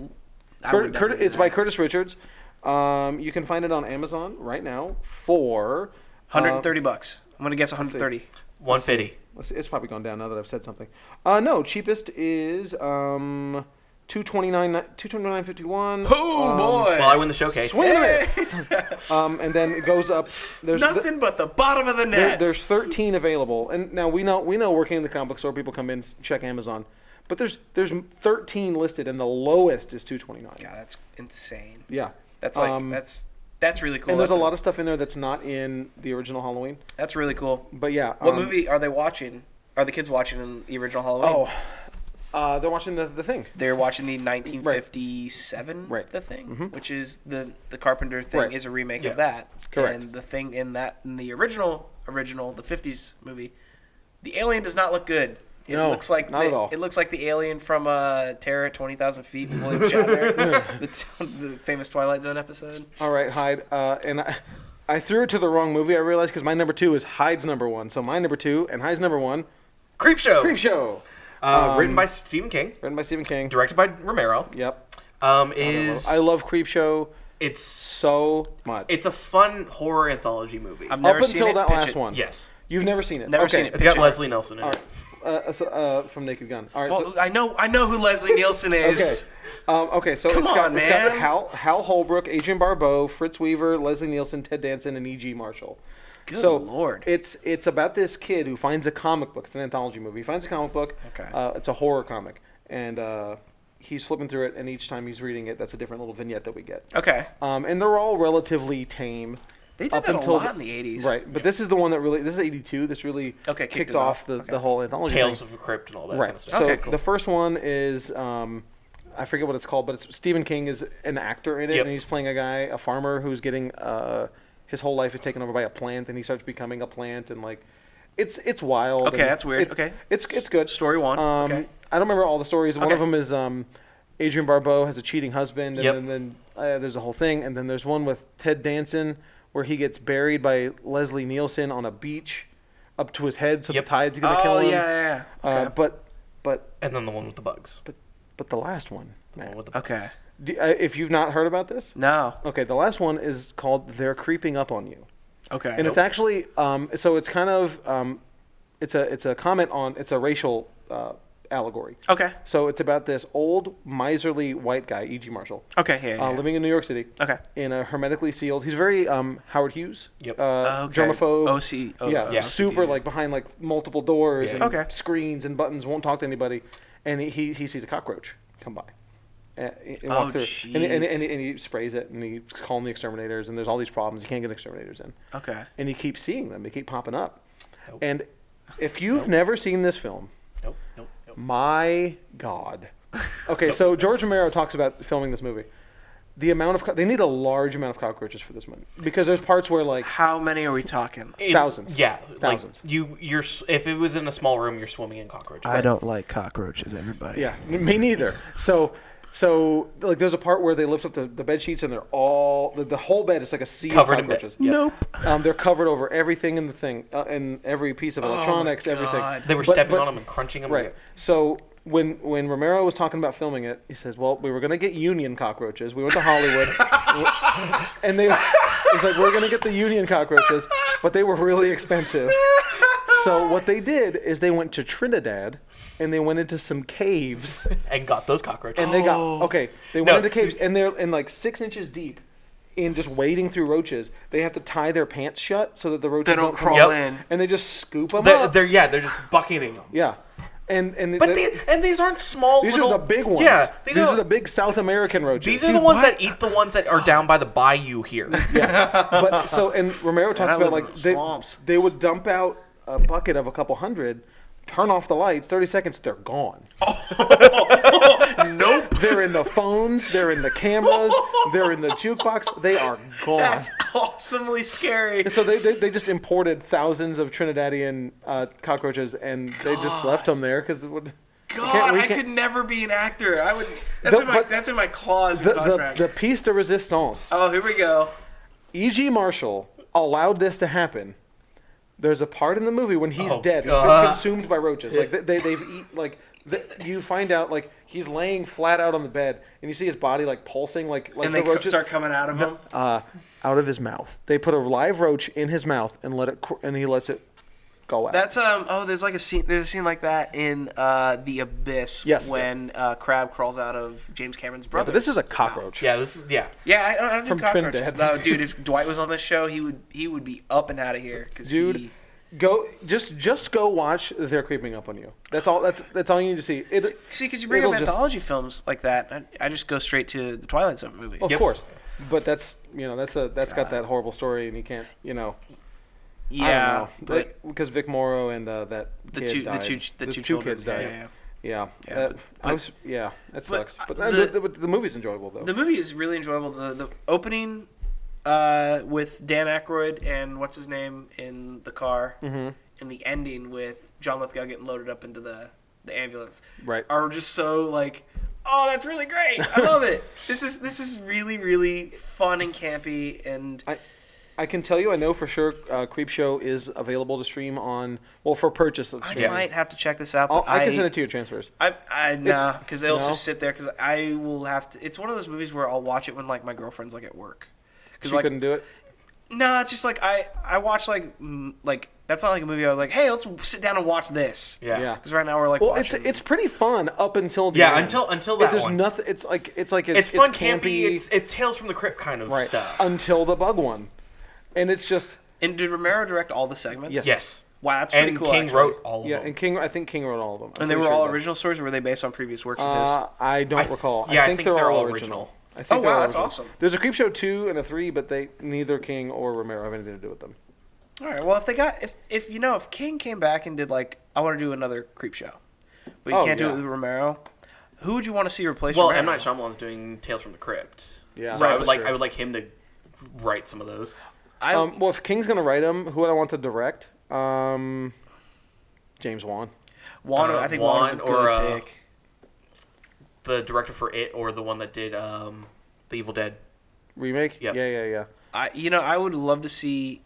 [SPEAKER 2] I
[SPEAKER 1] Cur-
[SPEAKER 2] would never
[SPEAKER 1] Curt-
[SPEAKER 2] do
[SPEAKER 1] it's by
[SPEAKER 2] that.
[SPEAKER 1] Curtis Richards. Um, you can find it on Amazon right now for. uh,
[SPEAKER 2] 130 bucks. I'm gonna guess 130.
[SPEAKER 3] One pity.
[SPEAKER 1] let's see, it's probably gone down now that I've said something. Uh, no, cheapest is um, two twenty nine, two twenty nine fifty one.
[SPEAKER 2] Oh
[SPEAKER 1] Um,
[SPEAKER 2] boy!
[SPEAKER 3] Well, I win the showcase.
[SPEAKER 1] Swing and a miss. um, and then it goes up. There's
[SPEAKER 2] Nothing but the bottom of the
[SPEAKER 1] there-
[SPEAKER 2] net.
[SPEAKER 1] there's 13 available, and now we know we know working in the comic book store, people come in s- check Amazon, but there's there's 13 listed, and the lowest is 229.
[SPEAKER 2] God, that's insane.
[SPEAKER 1] Yeah,
[SPEAKER 2] That's like
[SPEAKER 1] Um,
[SPEAKER 2] that's that's really cool.
[SPEAKER 1] And there's a
[SPEAKER 2] that's
[SPEAKER 1] lot of stuff in there that's not in the original Halloween.
[SPEAKER 2] that's really cool.
[SPEAKER 1] But yeah,
[SPEAKER 2] What
[SPEAKER 1] um,
[SPEAKER 2] movie are they watching? Are the kids watching in the original Halloween?
[SPEAKER 1] Oh, uh, they're watching the, the thing.
[SPEAKER 2] they're watching the 1957
[SPEAKER 1] Right. Mm-hmm.
[SPEAKER 2] the thing, which is the the Carpenter thing
[SPEAKER 1] Right.
[SPEAKER 2] is a remake
[SPEAKER 3] Yeah.
[SPEAKER 2] of that.
[SPEAKER 1] Correct.
[SPEAKER 2] And the thing in that in the original original the 50s movie, the alien does not look good. It
[SPEAKER 1] No,
[SPEAKER 2] looks like
[SPEAKER 1] not
[SPEAKER 2] the,
[SPEAKER 1] at all.
[SPEAKER 2] It looks like the alien from uh, Terror at Twenty Thousand Feet, with William Shatner, the, t- the famous Twilight Zone episode.
[SPEAKER 1] All right, Hyde. Uh, and I, I threw it to the wrong movie. I realized because my number two is Hyde's number one, so my number two and Hyde's number one.
[SPEAKER 3] Creep Show.
[SPEAKER 1] Creep show.
[SPEAKER 3] Uh, written
[SPEAKER 1] Um,
[SPEAKER 3] by Stephen King,
[SPEAKER 1] Written by Stephen King.
[SPEAKER 3] directed by Romero.
[SPEAKER 1] Yep.
[SPEAKER 3] Um, is
[SPEAKER 1] I love Creep Show
[SPEAKER 3] it's
[SPEAKER 1] so much.
[SPEAKER 3] it's a fun horror anthology movie.
[SPEAKER 2] I've
[SPEAKER 1] up
[SPEAKER 2] never seen
[SPEAKER 1] until
[SPEAKER 2] it,
[SPEAKER 1] that
[SPEAKER 2] pitch
[SPEAKER 1] last
[SPEAKER 2] it.
[SPEAKER 1] one.
[SPEAKER 3] yes,
[SPEAKER 1] You've never seen it.
[SPEAKER 2] Never
[SPEAKER 1] Okay.
[SPEAKER 2] seen it.
[SPEAKER 3] it's got
[SPEAKER 2] Pitch it.
[SPEAKER 3] Leslie Nelson in it.
[SPEAKER 1] Uh, so, uh, from Naked Gun. All right.
[SPEAKER 2] Well, I know, I know who Leslie Nielsen is.
[SPEAKER 1] so, okay. Um, okay. So it's got,
[SPEAKER 2] on,
[SPEAKER 1] it's got
[SPEAKER 2] man.
[SPEAKER 1] Hal Hal Holbrook, Adrian Barbeau, Fritz Weaver, Leslie Nielsen, Ted Danson, and E.G. Marshall.
[SPEAKER 2] Good
[SPEAKER 1] so
[SPEAKER 2] lord.
[SPEAKER 1] it's it's about this kid who finds a comic book. It's an anthology movie. He finds a comic book.
[SPEAKER 2] Okay.
[SPEAKER 1] Uh, it's a horror comic, and uh, he's flipping through it, and each time he's reading it, that's a different little vignette that we get.
[SPEAKER 2] Okay.
[SPEAKER 1] Um, and they're all relatively tame.
[SPEAKER 2] They did that a lot in the 80s.
[SPEAKER 1] right? But this is the one that really this is '82. This really
[SPEAKER 2] Okay,
[SPEAKER 1] kicked,
[SPEAKER 2] kicked it
[SPEAKER 1] off,
[SPEAKER 2] off.
[SPEAKER 1] the,
[SPEAKER 2] Okay.
[SPEAKER 1] the whole anthology.
[SPEAKER 3] Tales
[SPEAKER 1] thing.
[SPEAKER 3] of the Crypt and all that
[SPEAKER 1] right.
[SPEAKER 3] kind of
[SPEAKER 1] So
[SPEAKER 3] stuff.
[SPEAKER 2] Okay, cool.
[SPEAKER 1] the first one is um, I forget what it's called, but it's Stephen King is an actor in it,
[SPEAKER 3] Yep.
[SPEAKER 1] and he's playing a guy, a farmer who's getting uh, his whole life is taken over by a plant, and he starts becoming a plant, and like it's it's wild.
[SPEAKER 2] Okay,
[SPEAKER 1] and
[SPEAKER 2] that's weird.
[SPEAKER 1] it-
[SPEAKER 2] Okay.
[SPEAKER 1] it's it's good.
[SPEAKER 2] Story one.
[SPEAKER 1] Um,
[SPEAKER 2] Okay.
[SPEAKER 1] I don't remember all the stories. One of
[SPEAKER 2] Okay.
[SPEAKER 1] them is um, Adrian Barbeau has a cheating husband, and
[SPEAKER 3] Yep.
[SPEAKER 1] then, then uh, there's a whole thing, and then there's one with Ted Danson where he gets buried by Leslie Nielsen on a beach up to his head, so
[SPEAKER 3] Yep.
[SPEAKER 1] the tide's gonna kill
[SPEAKER 2] Oh
[SPEAKER 1] him.
[SPEAKER 2] yeah, yeah. yeah.
[SPEAKER 1] Uh, but but
[SPEAKER 3] and then the one with the bugs.
[SPEAKER 1] but but the last one,
[SPEAKER 3] The one
[SPEAKER 1] Matt,
[SPEAKER 3] with the
[SPEAKER 2] Okay.
[SPEAKER 1] do, uh, if you've not heard about this,
[SPEAKER 2] No.
[SPEAKER 1] okay, the last one is called "They're Creeping Up on You."
[SPEAKER 2] Okay.
[SPEAKER 1] and it's actually um, so it's kind of um, it's a it's a comment on it's a racial uh, allegory.
[SPEAKER 2] Okay.
[SPEAKER 1] So it's about this old miserly white guy, E.G. Marshall.
[SPEAKER 2] Okay, yeah, yeah,
[SPEAKER 1] uh,
[SPEAKER 2] yeah.
[SPEAKER 1] living in New York City.
[SPEAKER 2] Okay.
[SPEAKER 1] In a hermetically sealed. He's very um, Howard Hughes.
[SPEAKER 3] Yep.
[SPEAKER 1] Uh,
[SPEAKER 2] Oh, Okay.
[SPEAKER 1] Germaphobe.
[SPEAKER 2] OC oh,
[SPEAKER 1] yeah,
[SPEAKER 2] yeah.
[SPEAKER 1] Super like behind like multiple doors
[SPEAKER 3] Yeah.
[SPEAKER 1] and
[SPEAKER 2] Okay.
[SPEAKER 1] screens and buttons. Won't talk to anybody. And he he sees a cockroach come by. And, and walk
[SPEAKER 2] Oh,
[SPEAKER 1] through. And, and,
[SPEAKER 2] jeez.
[SPEAKER 1] and, and he sprays it and he's calling the exterminators and there's all these problems. He can't get exterminators in
[SPEAKER 2] Okay.
[SPEAKER 1] and you keep seeing them. They keep popping up. And if you've never seen this film,
[SPEAKER 3] Nope, nope, nope.
[SPEAKER 1] my God. Okay, so George Romero talks about filming this movie. The amount of co- they need a large amount of cockroaches for this movie because there's parts where like
[SPEAKER 2] How many are we talking?
[SPEAKER 3] It-
[SPEAKER 1] Thousands.
[SPEAKER 3] Yeah,
[SPEAKER 1] Thousands.
[SPEAKER 3] Like you, you're s- if it was in a small room, you're swimming in cockroaches.
[SPEAKER 2] don't like cockroaches, everybody.
[SPEAKER 1] yeah, me neither. So so like there's a part where they lift up the, the bed sheets and they're all the, the whole bed is like a sea
[SPEAKER 3] Covered
[SPEAKER 1] of
[SPEAKER 3] in bed.
[SPEAKER 1] cockroaches.
[SPEAKER 3] Yeah.
[SPEAKER 2] Nope.
[SPEAKER 1] Um, they're covered over everything in the thing uh, and every piece of electronics,
[SPEAKER 2] God.
[SPEAKER 1] everything.
[SPEAKER 3] Oh They were
[SPEAKER 1] But-
[SPEAKER 3] stepping
[SPEAKER 1] but-
[SPEAKER 3] on them and crunching them.
[SPEAKER 1] Right. So when when Romero was talking about filming it, he says, "Well, we were gonna get union cockroaches. We went to Hollywood, and they he's like, we're gonna get the union cockroaches, but they were really expensive. So what they did is they went to Trinidad, and they went into some caves,
[SPEAKER 3] and got those cockroaches.
[SPEAKER 1] and they
[SPEAKER 2] Oh.
[SPEAKER 1] got okay. They went
[SPEAKER 3] No.
[SPEAKER 1] into caves, and they're in like six inches deep." And just wading through roaches, they have to tie their pants shut so that the roaches
[SPEAKER 2] They don't
[SPEAKER 1] don't come
[SPEAKER 2] crawl
[SPEAKER 1] out.
[SPEAKER 2] in.
[SPEAKER 1] and they just scoop them
[SPEAKER 3] they're,
[SPEAKER 1] up.
[SPEAKER 3] they're yeah, they're just bucketing them.
[SPEAKER 1] yeah, and and
[SPEAKER 3] But these, and these aren't small.
[SPEAKER 1] These
[SPEAKER 3] little-
[SPEAKER 1] are the big ones.
[SPEAKER 3] Yeah, these, are,
[SPEAKER 1] the big South American roaches.
[SPEAKER 3] These are the ones that eat the ones that are down by the bayou here.
[SPEAKER 1] but so and Romero talks
[SPEAKER 2] I live
[SPEAKER 1] about
[SPEAKER 2] in
[SPEAKER 1] like
[SPEAKER 2] the
[SPEAKER 1] they,
[SPEAKER 2] swamps.
[SPEAKER 1] they would dump out a bucket of a couple hundred, turn off the lights, thirty seconds, they're gone.
[SPEAKER 3] Oh.
[SPEAKER 2] Nope.
[SPEAKER 1] They're in the phones, they're in the cameras, they're in the jukebox, they are gone.
[SPEAKER 2] That's awesomely scary.
[SPEAKER 1] And so they, they, they just imported thousands of Trinidadian uh, cockroaches and they just left them there because the,
[SPEAKER 2] God,
[SPEAKER 1] we
[SPEAKER 2] I
[SPEAKER 1] can't-
[SPEAKER 2] could never be an actor. I would. That's
[SPEAKER 1] The-
[SPEAKER 2] in my.
[SPEAKER 1] but-
[SPEAKER 2] That's in my clause in
[SPEAKER 1] the,
[SPEAKER 2] contract.
[SPEAKER 1] the piece de resistance
[SPEAKER 2] oh, here we go.
[SPEAKER 1] E.G. E Marshall allowed this to happen. There's a part in the movie when he's
[SPEAKER 3] Oh,
[SPEAKER 1] dead. He's
[SPEAKER 3] God.
[SPEAKER 1] been consumed by roaches. Like they, they, they've eat like th you find out like he's laying flat out on the bed, and you see his body like pulsing like like
[SPEAKER 2] And
[SPEAKER 1] the
[SPEAKER 2] they co-
[SPEAKER 1] roaches
[SPEAKER 2] start coming out of him.
[SPEAKER 1] uh, out of his mouth. They put a live roach in his mouth and let it cr- and he lets it go out.
[SPEAKER 2] That's um. Oh, there's like a scene. There's a scene like that in uh, the Abyss.
[SPEAKER 1] Yes.
[SPEAKER 2] When uh, Crab crawls out of James Cameron's brother.
[SPEAKER 1] but this is a cockroach.
[SPEAKER 3] yeah, this is yeah.
[SPEAKER 2] Yeah, I don't, I don't do
[SPEAKER 1] From
[SPEAKER 2] cockroaches.
[SPEAKER 1] Trinidad. No,
[SPEAKER 2] No, dude, if Dwight was on this show, he would he would be up and out of here. Cause
[SPEAKER 1] Dude,
[SPEAKER 2] he-
[SPEAKER 1] go just just go watch. They're creeping up on you. That's all. That's that's all you need to see. It,
[SPEAKER 2] see, because you bring up
[SPEAKER 1] it'll just-
[SPEAKER 2] anthology films like that, I, I just go straight to the Twilight Zone movie.
[SPEAKER 1] of
[SPEAKER 3] Yep.
[SPEAKER 1] course. But that's you know that's a that's got that horrible story, and you can't you know.
[SPEAKER 2] yeah,
[SPEAKER 1] I don't know.
[SPEAKER 2] but
[SPEAKER 1] Like, because Vic Morrow and uh, that
[SPEAKER 2] The
[SPEAKER 1] kid
[SPEAKER 2] two- the
[SPEAKER 1] died.
[SPEAKER 2] two- the two children,
[SPEAKER 1] kids
[SPEAKER 2] yeah,
[SPEAKER 1] died.
[SPEAKER 2] yeah,
[SPEAKER 1] Yeah,
[SPEAKER 2] Yeah,
[SPEAKER 1] that-
[SPEAKER 2] but-
[SPEAKER 1] I was yeah, that sucks. But,
[SPEAKER 2] uh,
[SPEAKER 1] the,
[SPEAKER 2] the-
[SPEAKER 1] the, the movie's enjoyable though.
[SPEAKER 2] the movie is really enjoyable. The the opening uh, with Dan Aykroyd and what's his name in the car,
[SPEAKER 1] Mm-hmm.
[SPEAKER 2] and the ending with John Lithgow getting loaded up into the the ambulance,
[SPEAKER 1] Right.
[SPEAKER 2] are just so like, oh, that's really great. I love it. This is this is really really fun and campy and.
[SPEAKER 1] I I can tell you, I know for sure, uh, Creepshow is available to stream on well for purchase. Of
[SPEAKER 2] I
[SPEAKER 1] streaming.
[SPEAKER 2] might have to check this out.
[SPEAKER 1] I'll,
[SPEAKER 2] But
[SPEAKER 1] I can send it to you transfers.
[SPEAKER 2] I, I nah, because they also
[SPEAKER 1] no.
[SPEAKER 2] sit there. Because I will have to. It's one of those movies where I'll watch it when like my girlfriend's like at work. Because
[SPEAKER 1] She
[SPEAKER 2] like
[SPEAKER 1] couldn't do it.
[SPEAKER 2] nah, it's just like I I watch like mm, like that's not like a movie. I was like, hey, let's sit down and watch this.
[SPEAKER 3] Yeah.
[SPEAKER 1] Yeah.
[SPEAKER 2] Because right now we're like,
[SPEAKER 1] Well, it's
[SPEAKER 2] watching-
[SPEAKER 1] it's pretty fun up until the
[SPEAKER 3] Yeah,
[SPEAKER 1] end.
[SPEAKER 3] until- until
[SPEAKER 1] It-
[SPEAKER 3] that
[SPEAKER 1] there's
[SPEAKER 3] one.
[SPEAKER 1] nothing. It's like it's like it's,
[SPEAKER 3] It's, fun,
[SPEAKER 1] it's
[SPEAKER 3] campy.
[SPEAKER 1] campy,
[SPEAKER 3] It's, it's Tales from the Crypt kind of
[SPEAKER 1] right
[SPEAKER 3] stuff.
[SPEAKER 1] until the bug one, and it's just
[SPEAKER 2] and did Romero direct all the segments?
[SPEAKER 1] Yes.
[SPEAKER 3] yes,
[SPEAKER 2] Wow, that's pretty
[SPEAKER 3] and
[SPEAKER 2] cool.
[SPEAKER 3] King
[SPEAKER 2] actually.
[SPEAKER 3] wrote all of
[SPEAKER 1] yeah.
[SPEAKER 3] them.
[SPEAKER 1] And King, I think King wrote all of them. I'm
[SPEAKER 2] And they
[SPEAKER 1] pretty
[SPEAKER 2] were
[SPEAKER 1] sure
[SPEAKER 2] all
[SPEAKER 1] he did.
[SPEAKER 2] original stories, or were they based on previous works of his?
[SPEAKER 1] Uh, I don't
[SPEAKER 3] I th-
[SPEAKER 1] recall.
[SPEAKER 3] yeah,
[SPEAKER 1] I, think they're, all original. I think
[SPEAKER 2] Oh,
[SPEAKER 1] they're
[SPEAKER 2] wow,
[SPEAKER 1] all
[SPEAKER 2] that's
[SPEAKER 1] original.
[SPEAKER 2] awesome.
[SPEAKER 1] There's a Creepshow two and a three, but they neither King or Romero have anything to do with them.
[SPEAKER 2] All right. Well, if they got if if you know if King came back and did like I want to do another creep show, but you
[SPEAKER 1] Oh,
[SPEAKER 2] can't do
[SPEAKER 1] yeah.
[SPEAKER 2] it with Romero, who would you want to see replace?
[SPEAKER 3] well,
[SPEAKER 2] Romero?
[SPEAKER 3] M Night Shyamalan's doing Tales from the Crypt.
[SPEAKER 1] Yeah.
[SPEAKER 3] so
[SPEAKER 1] Right,
[SPEAKER 3] I would
[SPEAKER 1] that's
[SPEAKER 3] like
[SPEAKER 1] true.
[SPEAKER 3] I would like him to write some of those.
[SPEAKER 2] I,
[SPEAKER 1] Um, well, if King's gonna write them, who would I want to direct? Um, James Wan.
[SPEAKER 2] Juan,
[SPEAKER 3] uh,
[SPEAKER 2] I think
[SPEAKER 3] Juan
[SPEAKER 2] Juan is a good
[SPEAKER 3] or, uh,
[SPEAKER 2] pick.
[SPEAKER 3] The director for it or the one that did um, the Evil Dead.
[SPEAKER 1] Remake?
[SPEAKER 3] Yep.
[SPEAKER 1] Yeah, yeah, yeah.
[SPEAKER 2] I you know I would love to see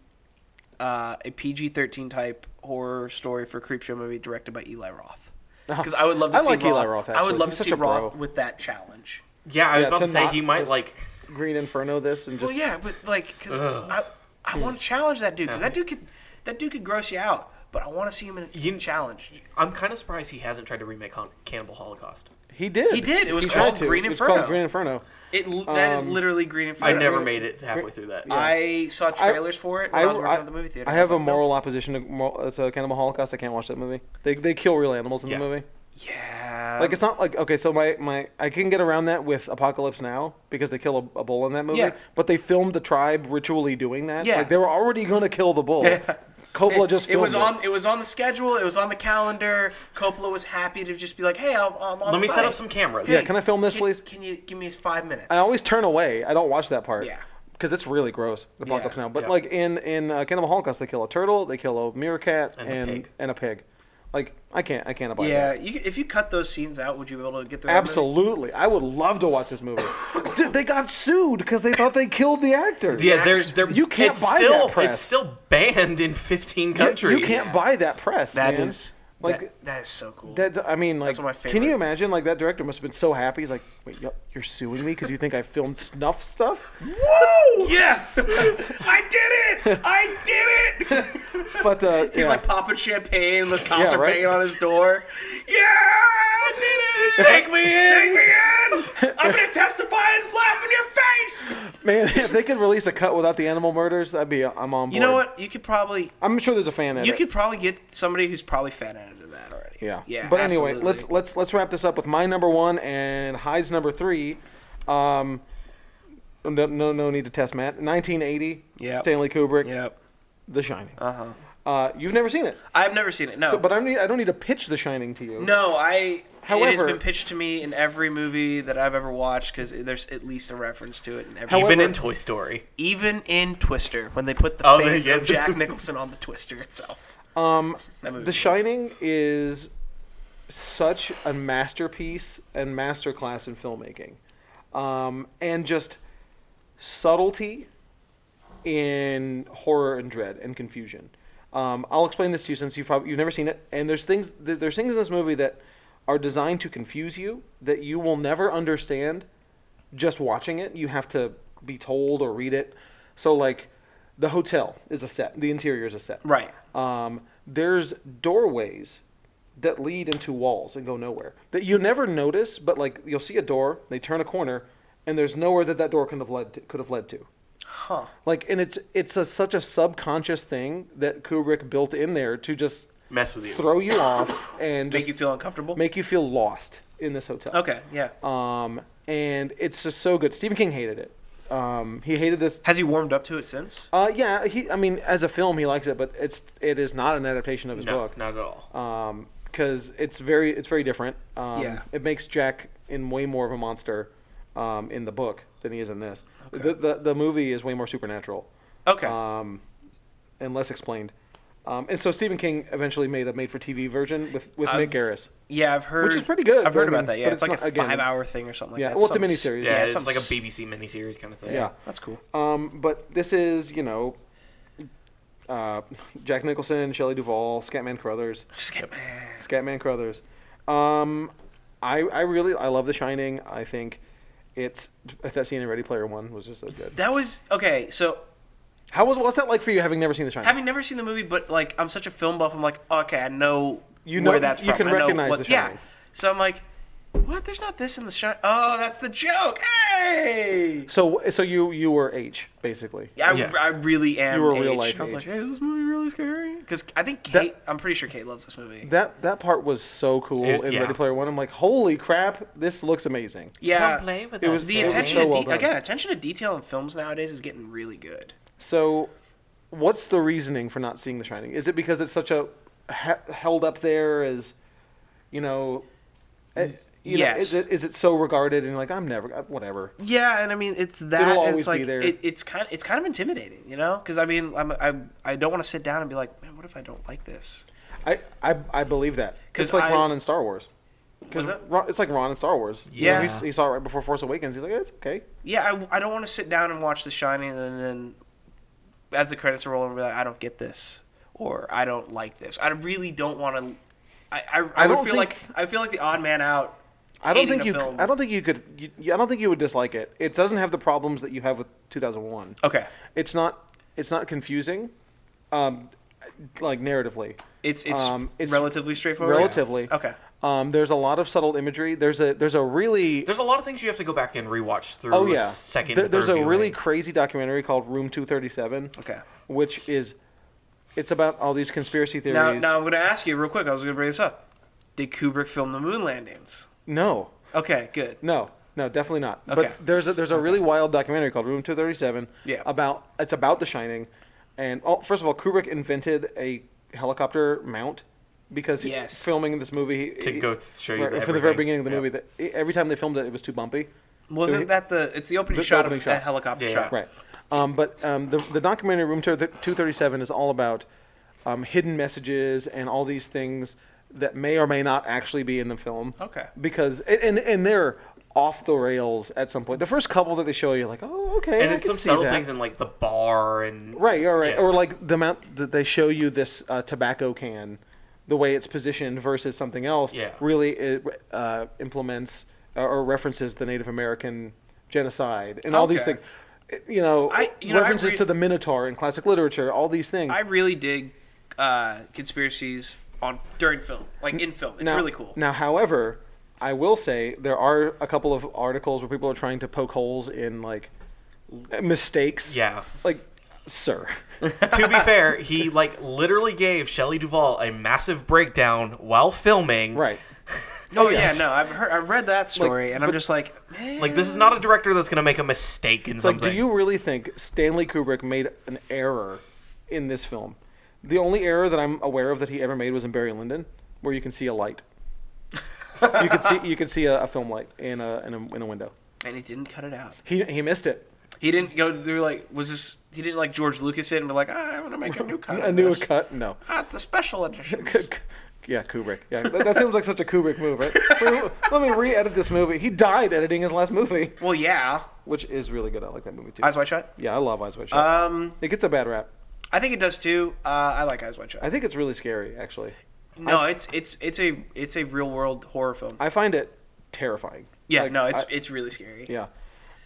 [SPEAKER 2] uh, a PG thirteen type horror story for Creepshow movie directed by Eli Roth because I would love to
[SPEAKER 1] I
[SPEAKER 2] see
[SPEAKER 1] like
[SPEAKER 2] Roth.
[SPEAKER 1] Eli Roth,
[SPEAKER 2] I would
[SPEAKER 1] actually.
[SPEAKER 2] love
[SPEAKER 1] He's
[SPEAKER 2] to
[SPEAKER 1] such
[SPEAKER 2] see
[SPEAKER 1] a bro.
[SPEAKER 2] Roth with that challenge.
[SPEAKER 3] Yeah, I was
[SPEAKER 1] Yeah,
[SPEAKER 3] about to
[SPEAKER 1] to
[SPEAKER 3] say
[SPEAKER 1] not
[SPEAKER 3] he might
[SPEAKER 1] just-
[SPEAKER 3] like
[SPEAKER 1] Green Inferno. This and just
[SPEAKER 2] well, yeah, but like because
[SPEAKER 3] Ugh.
[SPEAKER 2] I, I want to challenge that dude because that dude could that dude could gross you out. But I want to see him in a
[SPEAKER 3] You-
[SPEAKER 2] challenge.
[SPEAKER 3] I'm kind of surprised he hasn't tried to remake Hon- Cannibal Holocaust.
[SPEAKER 1] He did.
[SPEAKER 2] He did. It was
[SPEAKER 1] He
[SPEAKER 2] called
[SPEAKER 1] tried to.
[SPEAKER 2] Green
[SPEAKER 1] It was
[SPEAKER 2] Inferno.
[SPEAKER 1] called Green Inferno.
[SPEAKER 2] It that is
[SPEAKER 1] Um,
[SPEAKER 2] literally Green Inferno.
[SPEAKER 3] I never made it halfway through that.
[SPEAKER 2] I saw trailers for it when I, was working
[SPEAKER 1] I-
[SPEAKER 2] at the movie theater.
[SPEAKER 1] I
[SPEAKER 2] was
[SPEAKER 1] have a
[SPEAKER 2] like, "Nope."
[SPEAKER 1] moral opposition to, moral, uh, to Cannibal Holocaust. I can't watch that movie. They, they kill real animals in
[SPEAKER 3] Yeah.
[SPEAKER 1] the movie.
[SPEAKER 2] Yeah.
[SPEAKER 1] Like it's not like okay, so my, my I can get around that with Apocalypse Now because they kill a, a bull in that movie.
[SPEAKER 2] Yeah.
[SPEAKER 1] But they filmed the tribe ritually doing that.
[SPEAKER 2] Yeah.
[SPEAKER 1] Like they were already gonna kill the bull. Coppola just
[SPEAKER 2] it
[SPEAKER 1] filmed
[SPEAKER 2] was on. It was on the schedule. It was on the calendar. Coppola was happy to just be like, "Hey, I'm, I'm on
[SPEAKER 3] Let me set
[SPEAKER 2] site.
[SPEAKER 3] up some cameras.
[SPEAKER 1] Yeah, can I film this,
[SPEAKER 2] Can-
[SPEAKER 1] please?
[SPEAKER 2] Can you give me five minutes?
[SPEAKER 1] I always turn away. I don't watch that part.
[SPEAKER 2] Yeah.
[SPEAKER 1] Because it's really gross, the apocalypse now. But
[SPEAKER 3] yeah.
[SPEAKER 1] like in in uh, Cannibal Holocaust, they kill a turtle, they kill a meerkat,
[SPEAKER 3] And
[SPEAKER 1] and
[SPEAKER 3] a
[SPEAKER 1] and a
[SPEAKER 3] pig.
[SPEAKER 1] pig. Like I can't I can't abide
[SPEAKER 2] yeah.
[SPEAKER 1] that.
[SPEAKER 2] You, if you cut those scenes out, would you be able to get the
[SPEAKER 1] Absolutely, I would love to watch this movie. Dude, they got sued because they thought they killed the actors.
[SPEAKER 3] Yeah, there's there.
[SPEAKER 1] You can't
[SPEAKER 3] it's
[SPEAKER 1] buy
[SPEAKER 3] still,
[SPEAKER 1] that press.
[SPEAKER 3] It's still banned in 15
[SPEAKER 1] You-
[SPEAKER 3] countries.
[SPEAKER 1] You can't buy that press.
[SPEAKER 2] That
[SPEAKER 1] man.
[SPEAKER 2] is
[SPEAKER 1] like
[SPEAKER 2] that- that is so cool.
[SPEAKER 1] that. I mean, like,
[SPEAKER 2] one of my
[SPEAKER 1] can you
[SPEAKER 2] favorite.
[SPEAKER 1] imagine? Like that director must have been so happy. He's like, wait, yo, you're suing me because you think I filmed snuff stuff?
[SPEAKER 2] Whoa!
[SPEAKER 3] Yes.
[SPEAKER 2] I did it! I did it!
[SPEAKER 1] But uh,
[SPEAKER 2] He's
[SPEAKER 1] yeah.
[SPEAKER 2] like popping champagne. The cops
[SPEAKER 1] Yeah,
[SPEAKER 2] are
[SPEAKER 1] right.
[SPEAKER 2] banging on his door. Yeah, I did it!
[SPEAKER 3] Take me in.
[SPEAKER 2] Take me in! I'm gonna testify and laugh in your face.
[SPEAKER 1] man, if they could release a cut without the animal murders, that'd be. I'm on board.
[SPEAKER 2] You know what? You could probably
[SPEAKER 1] I'm sure there's a fan edit.
[SPEAKER 2] you could probably get somebody who's probably fed into that already.
[SPEAKER 1] Yeah.
[SPEAKER 2] Yeah.
[SPEAKER 1] But anyway,
[SPEAKER 2] absolutely.
[SPEAKER 1] let's let's let's wrap this up with my number one and Hyde's number three. Um, no, no, no need to test Matt. 1980.
[SPEAKER 2] Yep.
[SPEAKER 1] Stanley Kubrick.
[SPEAKER 2] Yep.
[SPEAKER 1] The Shining.
[SPEAKER 2] Uh-huh.
[SPEAKER 1] Uh, you've never seen it,
[SPEAKER 2] I've never seen it. No.
[SPEAKER 1] so, but I don't need I don't need to pitch The Shining to you.
[SPEAKER 2] no, I. it has
[SPEAKER 1] However-
[SPEAKER 2] been pitched to me in every movie that I've ever watched because there's at least a reference to it in every.
[SPEAKER 3] Even
[SPEAKER 1] However-
[SPEAKER 3] in Toy Story.
[SPEAKER 2] even in Twister when they put the
[SPEAKER 3] Oh, they
[SPEAKER 2] face
[SPEAKER 3] get
[SPEAKER 2] of
[SPEAKER 3] the-
[SPEAKER 2] Jack Nicholson on the Twister itself.
[SPEAKER 1] Um,
[SPEAKER 2] That movie
[SPEAKER 1] The
[SPEAKER 2] was-
[SPEAKER 1] Shining is such a masterpiece and masterclass in filmmaking, um, and just subtlety in horror and dread and confusion. Um, I'll explain this to you since you've probably you've never seen it. And there's things there- there's things in this movie that are designed to confuse you that you will never understand just watching it. You have to be told or read it. So like, the hotel is a set. The interior is a set.
[SPEAKER 2] Right.
[SPEAKER 1] Um, there's doorways that lead into walls and go nowhere that you never notice, but like you'll see a door, they turn a corner, and there's nowhere that that door could have led to, could have led to.
[SPEAKER 2] Huh.
[SPEAKER 1] Like, and it's it's a, such a subconscious thing that Kubrick built in there to just
[SPEAKER 3] Mess with you.
[SPEAKER 1] throw you off and
[SPEAKER 2] Make
[SPEAKER 1] just
[SPEAKER 2] you feel uncomfortable?
[SPEAKER 1] make you feel lost in this hotel.
[SPEAKER 2] okay, yeah.
[SPEAKER 1] Um, and it's just so good. Stephen King hated it. Um, he hated this.
[SPEAKER 2] Has he warmed up to it since?
[SPEAKER 1] Uh, yeah, he. I mean, as a film, he likes it, but it's it is not an adaptation of his
[SPEAKER 3] No,
[SPEAKER 1] book.
[SPEAKER 3] not at all.
[SPEAKER 1] um, because it's very it's very different. Um,
[SPEAKER 2] Yeah.
[SPEAKER 1] It makes Jack in way more of a monster um, in the book than he is in this. The, the the movie is way more supernatural
[SPEAKER 2] Okay.
[SPEAKER 1] um, and less explained. Um, and so Stephen King eventually made a made-for-TV version with with Nick Garris.
[SPEAKER 2] yeah, I've heard.
[SPEAKER 1] which is pretty good,
[SPEAKER 2] I've heard
[SPEAKER 1] I mean,
[SPEAKER 2] about that. Yeah,
[SPEAKER 1] but
[SPEAKER 2] it's
[SPEAKER 1] it's
[SPEAKER 2] like
[SPEAKER 1] not-
[SPEAKER 2] a
[SPEAKER 1] again-
[SPEAKER 2] five-hour thing or something like
[SPEAKER 1] Yeah,
[SPEAKER 2] that.
[SPEAKER 1] well, it's a
[SPEAKER 2] Some-
[SPEAKER 1] miniseries.
[SPEAKER 3] yeah, it's
[SPEAKER 2] some-
[SPEAKER 3] like a BBC miniseries kind of thing.
[SPEAKER 1] Yeah.
[SPEAKER 2] That's cool.
[SPEAKER 1] Um, but this is you know. Uh, Jack Nicholson, Shelley Duvall, Scatman Crothers.
[SPEAKER 2] Skip, man.
[SPEAKER 1] Scatman Crothers. Um, I I really I love The Shining. I think it's that scene in Ready Player One was just so good.
[SPEAKER 2] That was okay. So
[SPEAKER 1] How was what's that like for you having never seen The Shining?
[SPEAKER 2] having never seen the movie, but like I'm such a film buff, I'm like, okay, I know
[SPEAKER 1] You know-
[SPEAKER 2] where that's
[SPEAKER 1] you
[SPEAKER 2] from.
[SPEAKER 1] can
[SPEAKER 2] I know
[SPEAKER 1] recognize
[SPEAKER 2] what-
[SPEAKER 1] The
[SPEAKER 2] Yeah.
[SPEAKER 1] Shining.
[SPEAKER 2] So I'm like, what? There's not this in the shot. Oh, that's the joke. Hey.
[SPEAKER 1] so so you you were H basically.
[SPEAKER 2] I,
[SPEAKER 3] Yeah.
[SPEAKER 2] I really am.
[SPEAKER 1] You were
[SPEAKER 2] aged.
[SPEAKER 1] real life
[SPEAKER 2] I was like,
[SPEAKER 1] aged.
[SPEAKER 2] hey, is this movie really scary? Because I think
[SPEAKER 1] That-
[SPEAKER 2] Kate. I'm pretty sure Kate loves this movie.
[SPEAKER 1] That that part was so cool
[SPEAKER 3] It-
[SPEAKER 1] in
[SPEAKER 3] yeah.
[SPEAKER 1] Ready Player One. I'm like, holy crap, this looks amazing.
[SPEAKER 2] yeah.
[SPEAKER 5] Come play with
[SPEAKER 1] It
[SPEAKER 5] us.
[SPEAKER 1] was-
[SPEAKER 2] the
[SPEAKER 1] it was
[SPEAKER 2] attention
[SPEAKER 1] so
[SPEAKER 2] to
[SPEAKER 1] well
[SPEAKER 2] de-
[SPEAKER 1] done.
[SPEAKER 2] again attention to detail in films nowadays is getting really good.
[SPEAKER 1] So, what's the reasoning for not seeing The Shining? Is it because it's such a he- held up there as, you know, it- you know,
[SPEAKER 2] yes.
[SPEAKER 1] is it is it so regarded and you're like I'm never whatever?
[SPEAKER 2] Yeah, and I mean it's that.
[SPEAKER 1] It'll
[SPEAKER 2] and
[SPEAKER 1] always
[SPEAKER 2] it's like,
[SPEAKER 1] be there.
[SPEAKER 2] It, it's kind of it's kind of intimidating, you know? Because I mean I'm, I I don't want to sit down and be like, man, what if I don't like this?
[SPEAKER 1] I I, I believe that
[SPEAKER 2] 'Cause
[SPEAKER 1] it's like
[SPEAKER 2] I-
[SPEAKER 1] Ron in Star Wars.
[SPEAKER 2] Was
[SPEAKER 1] Because
[SPEAKER 2] it?
[SPEAKER 1] it's like Ron in Star Wars. You
[SPEAKER 2] Yeah.
[SPEAKER 1] know, he's- he saw it right before Force Awakens. He's like, it's okay.
[SPEAKER 2] Yeah, I, I don't want to sit down and watch The Shining and then as the credits roll and be like, I don't get this or I don't like this. I really don't want to. I I, I,
[SPEAKER 1] I
[SPEAKER 2] would
[SPEAKER 1] don't
[SPEAKER 2] feel like
[SPEAKER 1] think-
[SPEAKER 2] I feel like the odd man out.
[SPEAKER 1] I don't
[SPEAKER 2] hating
[SPEAKER 1] think
[SPEAKER 2] a
[SPEAKER 1] you.
[SPEAKER 2] Film.
[SPEAKER 1] I don't think you could. You, I don't think you would dislike it. It doesn't have the problems that you have with 2001.
[SPEAKER 2] Okay.
[SPEAKER 1] It's not It's not confusing, um, like narratively.
[SPEAKER 2] It's it's,
[SPEAKER 1] Um, it's
[SPEAKER 2] relatively straightforward.
[SPEAKER 1] Relatively.
[SPEAKER 2] Okay.
[SPEAKER 1] Um, there's a lot of subtle imagery. There's a there's a really
[SPEAKER 3] There's a lot of things you have to go back and rewatch through.
[SPEAKER 1] oh yeah
[SPEAKER 3] a second.
[SPEAKER 1] There-
[SPEAKER 3] or
[SPEAKER 1] there's
[SPEAKER 3] third
[SPEAKER 1] a really
[SPEAKER 3] viewing.
[SPEAKER 1] crazy documentary called Room 237.
[SPEAKER 2] Okay.
[SPEAKER 1] Which is, it's about all these conspiracy theories.
[SPEAKER 2] Now, now I'm going to ask you real quick. I was going to bring this up. Did Kubrick film the moon landings?
[SPEAKER 1] No.
[SPEAKER 2] Okay, good.
[SPEAKER 1] No, no, definitely not.
[SPEAKER 2] Okay.
[SPEAKER 1] But there's a, there's a really wild documentary called Room 237.
[SPEAKER 2] Yeah.
[SPEAKER 1] About it's about The Shining, and oh, first of all, Kubrick invented a helicopter mount because he-
[SPEAKER 2] Yes.
[SPEAKER 1] filming this movie
[SPEAKER 3] To go th- show you
[SPEAKER 1] from the very
[SPEAKER 3] everything.
[SPEAKER 1] beginning of the
[SPEAKER 3] Yeah.
[SPEAKER 1] movie that e, every time they filmed it, it was too bumpy. So he-
[SPEAKER 2] Wasn't that the? It's the opening
[SPEAKER 1] The- the
[SPEAKER 2] shot
[SPEAKER 1] opening
[SPEAKER 2] of
[SPEAKER 1] shot.
[SPEAKER 2] a helicopter
[SPEAKER 3] Yeah,
[SPEAKER 2] shot.
[SPEAKER 1] Right. Um, but um, the, the documentary Room 237 is all about um, hidden messages and all these things that may or may not actually be in the film.
[SPEAKER 2] Okay.
[SPEAKER 1] Because, and, and- and they're off the rails at some point. The first couple that they show you, you're like, oh, okay.
[SPEAKER 3] and
[SPEAKER 1] I
[SPEAKER 3] it's
[SPEAKER 1] can
[SPEAKER 3] some
[SPEAKER 1] see
[SPEAKER 3] subtle
[SPEAKER 1] that.
[SPEAKER 3] things in like the bar and
[SPEAKER 1] Right, all right.
[SPEAKER 3] Yeah.
[SPEAKER 1] Or like the amount that they show you this uh, tobacco can, the way it's positioned versus something else,
[SPEAKER 3] Yeah.
[SPEAKER 1] really it, uh, implements or- or references the Native American genocide and all these
[SPEAKER 2] Okay.
[SPEAKER 1] things. You know,
[SPEAKER 2] I- you know, I
[SPEAKER 1] references
[SPEAKER 2] read-
[SPEAKER 1] to the Minotaur in classic literature, all these things.
[SPEAKER 2] I really dig uh, conspiracies on during film, like in film. It's
[SPEAKER 1] now,
[SPEAKER 2] really cool.
[SPEAKER 1] Now, however, I will say there are a couple of articles where people are trying to poke holes in like mistakes.
[SPEAKER 3] Yeah.
[SPEAKER 1] Like, sir.
[SPEAKER 3] to be fair, he like literally gave Shelley Duvall a massive breakdown while filming.
[SPEAKER 1] right.
[SPEAKER 2] oh yeah, no, I've heard, I've read that story, and I'm just like, eh,
[SPEAKER 3] Like this is not a director that's gonna make a mistake in
[SPEAKER 1] Like,
[SPEAKER 3] something.
[SPEAKER 1] do you really think Stanley Kubrick made an error in this film? The only error that I'm aware of that he ever made was in Barry Lyndon, where you can see a light. you could see you could see a, a film light in a, in a in a window.
[SPEAKER 2] and he didn't cut it out.
[SPEAKER 1] He he missed it.
[SPEAKER 2] He didn't go through like was this? He didn't like George Lucas it and be like, ah, I'm gonna make a new cut.
[SPEAKER 1] A
[SPEAKER 2] of
[SPEAKER 1] new
[SPEAKER 2] this.
[SPEAKER 1] cut? No.
[SPEAKER 2] Ah, it's a special edition.
[SPEAKER 1] Yeah, Kubrick. Yeah, that, that seems like such a Kubrick move, right? Wait, Let me re-edit this movie. He died editing his last movie,
[SPEAKER 2] well, yeah,
[SPEAKER 1] which is really good. I like that movie too.
[SPEAKER 2] Eyes Wide Shut.
[SPEAKER 1] yeah, I love Eyes Wide Shut.
[SPEAKER 2] Um,
[SPEAKER 1] it gets a bad rap.
[SPEAKER 2] I think it does too. Uh, I like Eyes Wide Shut.
[SPEAKER 1] I think it's really scary, actually.
[SPEAKER 2] no, it's it's it's a it's a real world horror film.
[SPEAKER 1] I find it terrifying.
[SPEAKER 2] yeah,
[SPEAKER 1] Like,
[SPEAKER 2] no, it's
[SPEAKER 1] I-
[SPEAKER 2] it's really scary.
[SPEAKER 1] Yeah.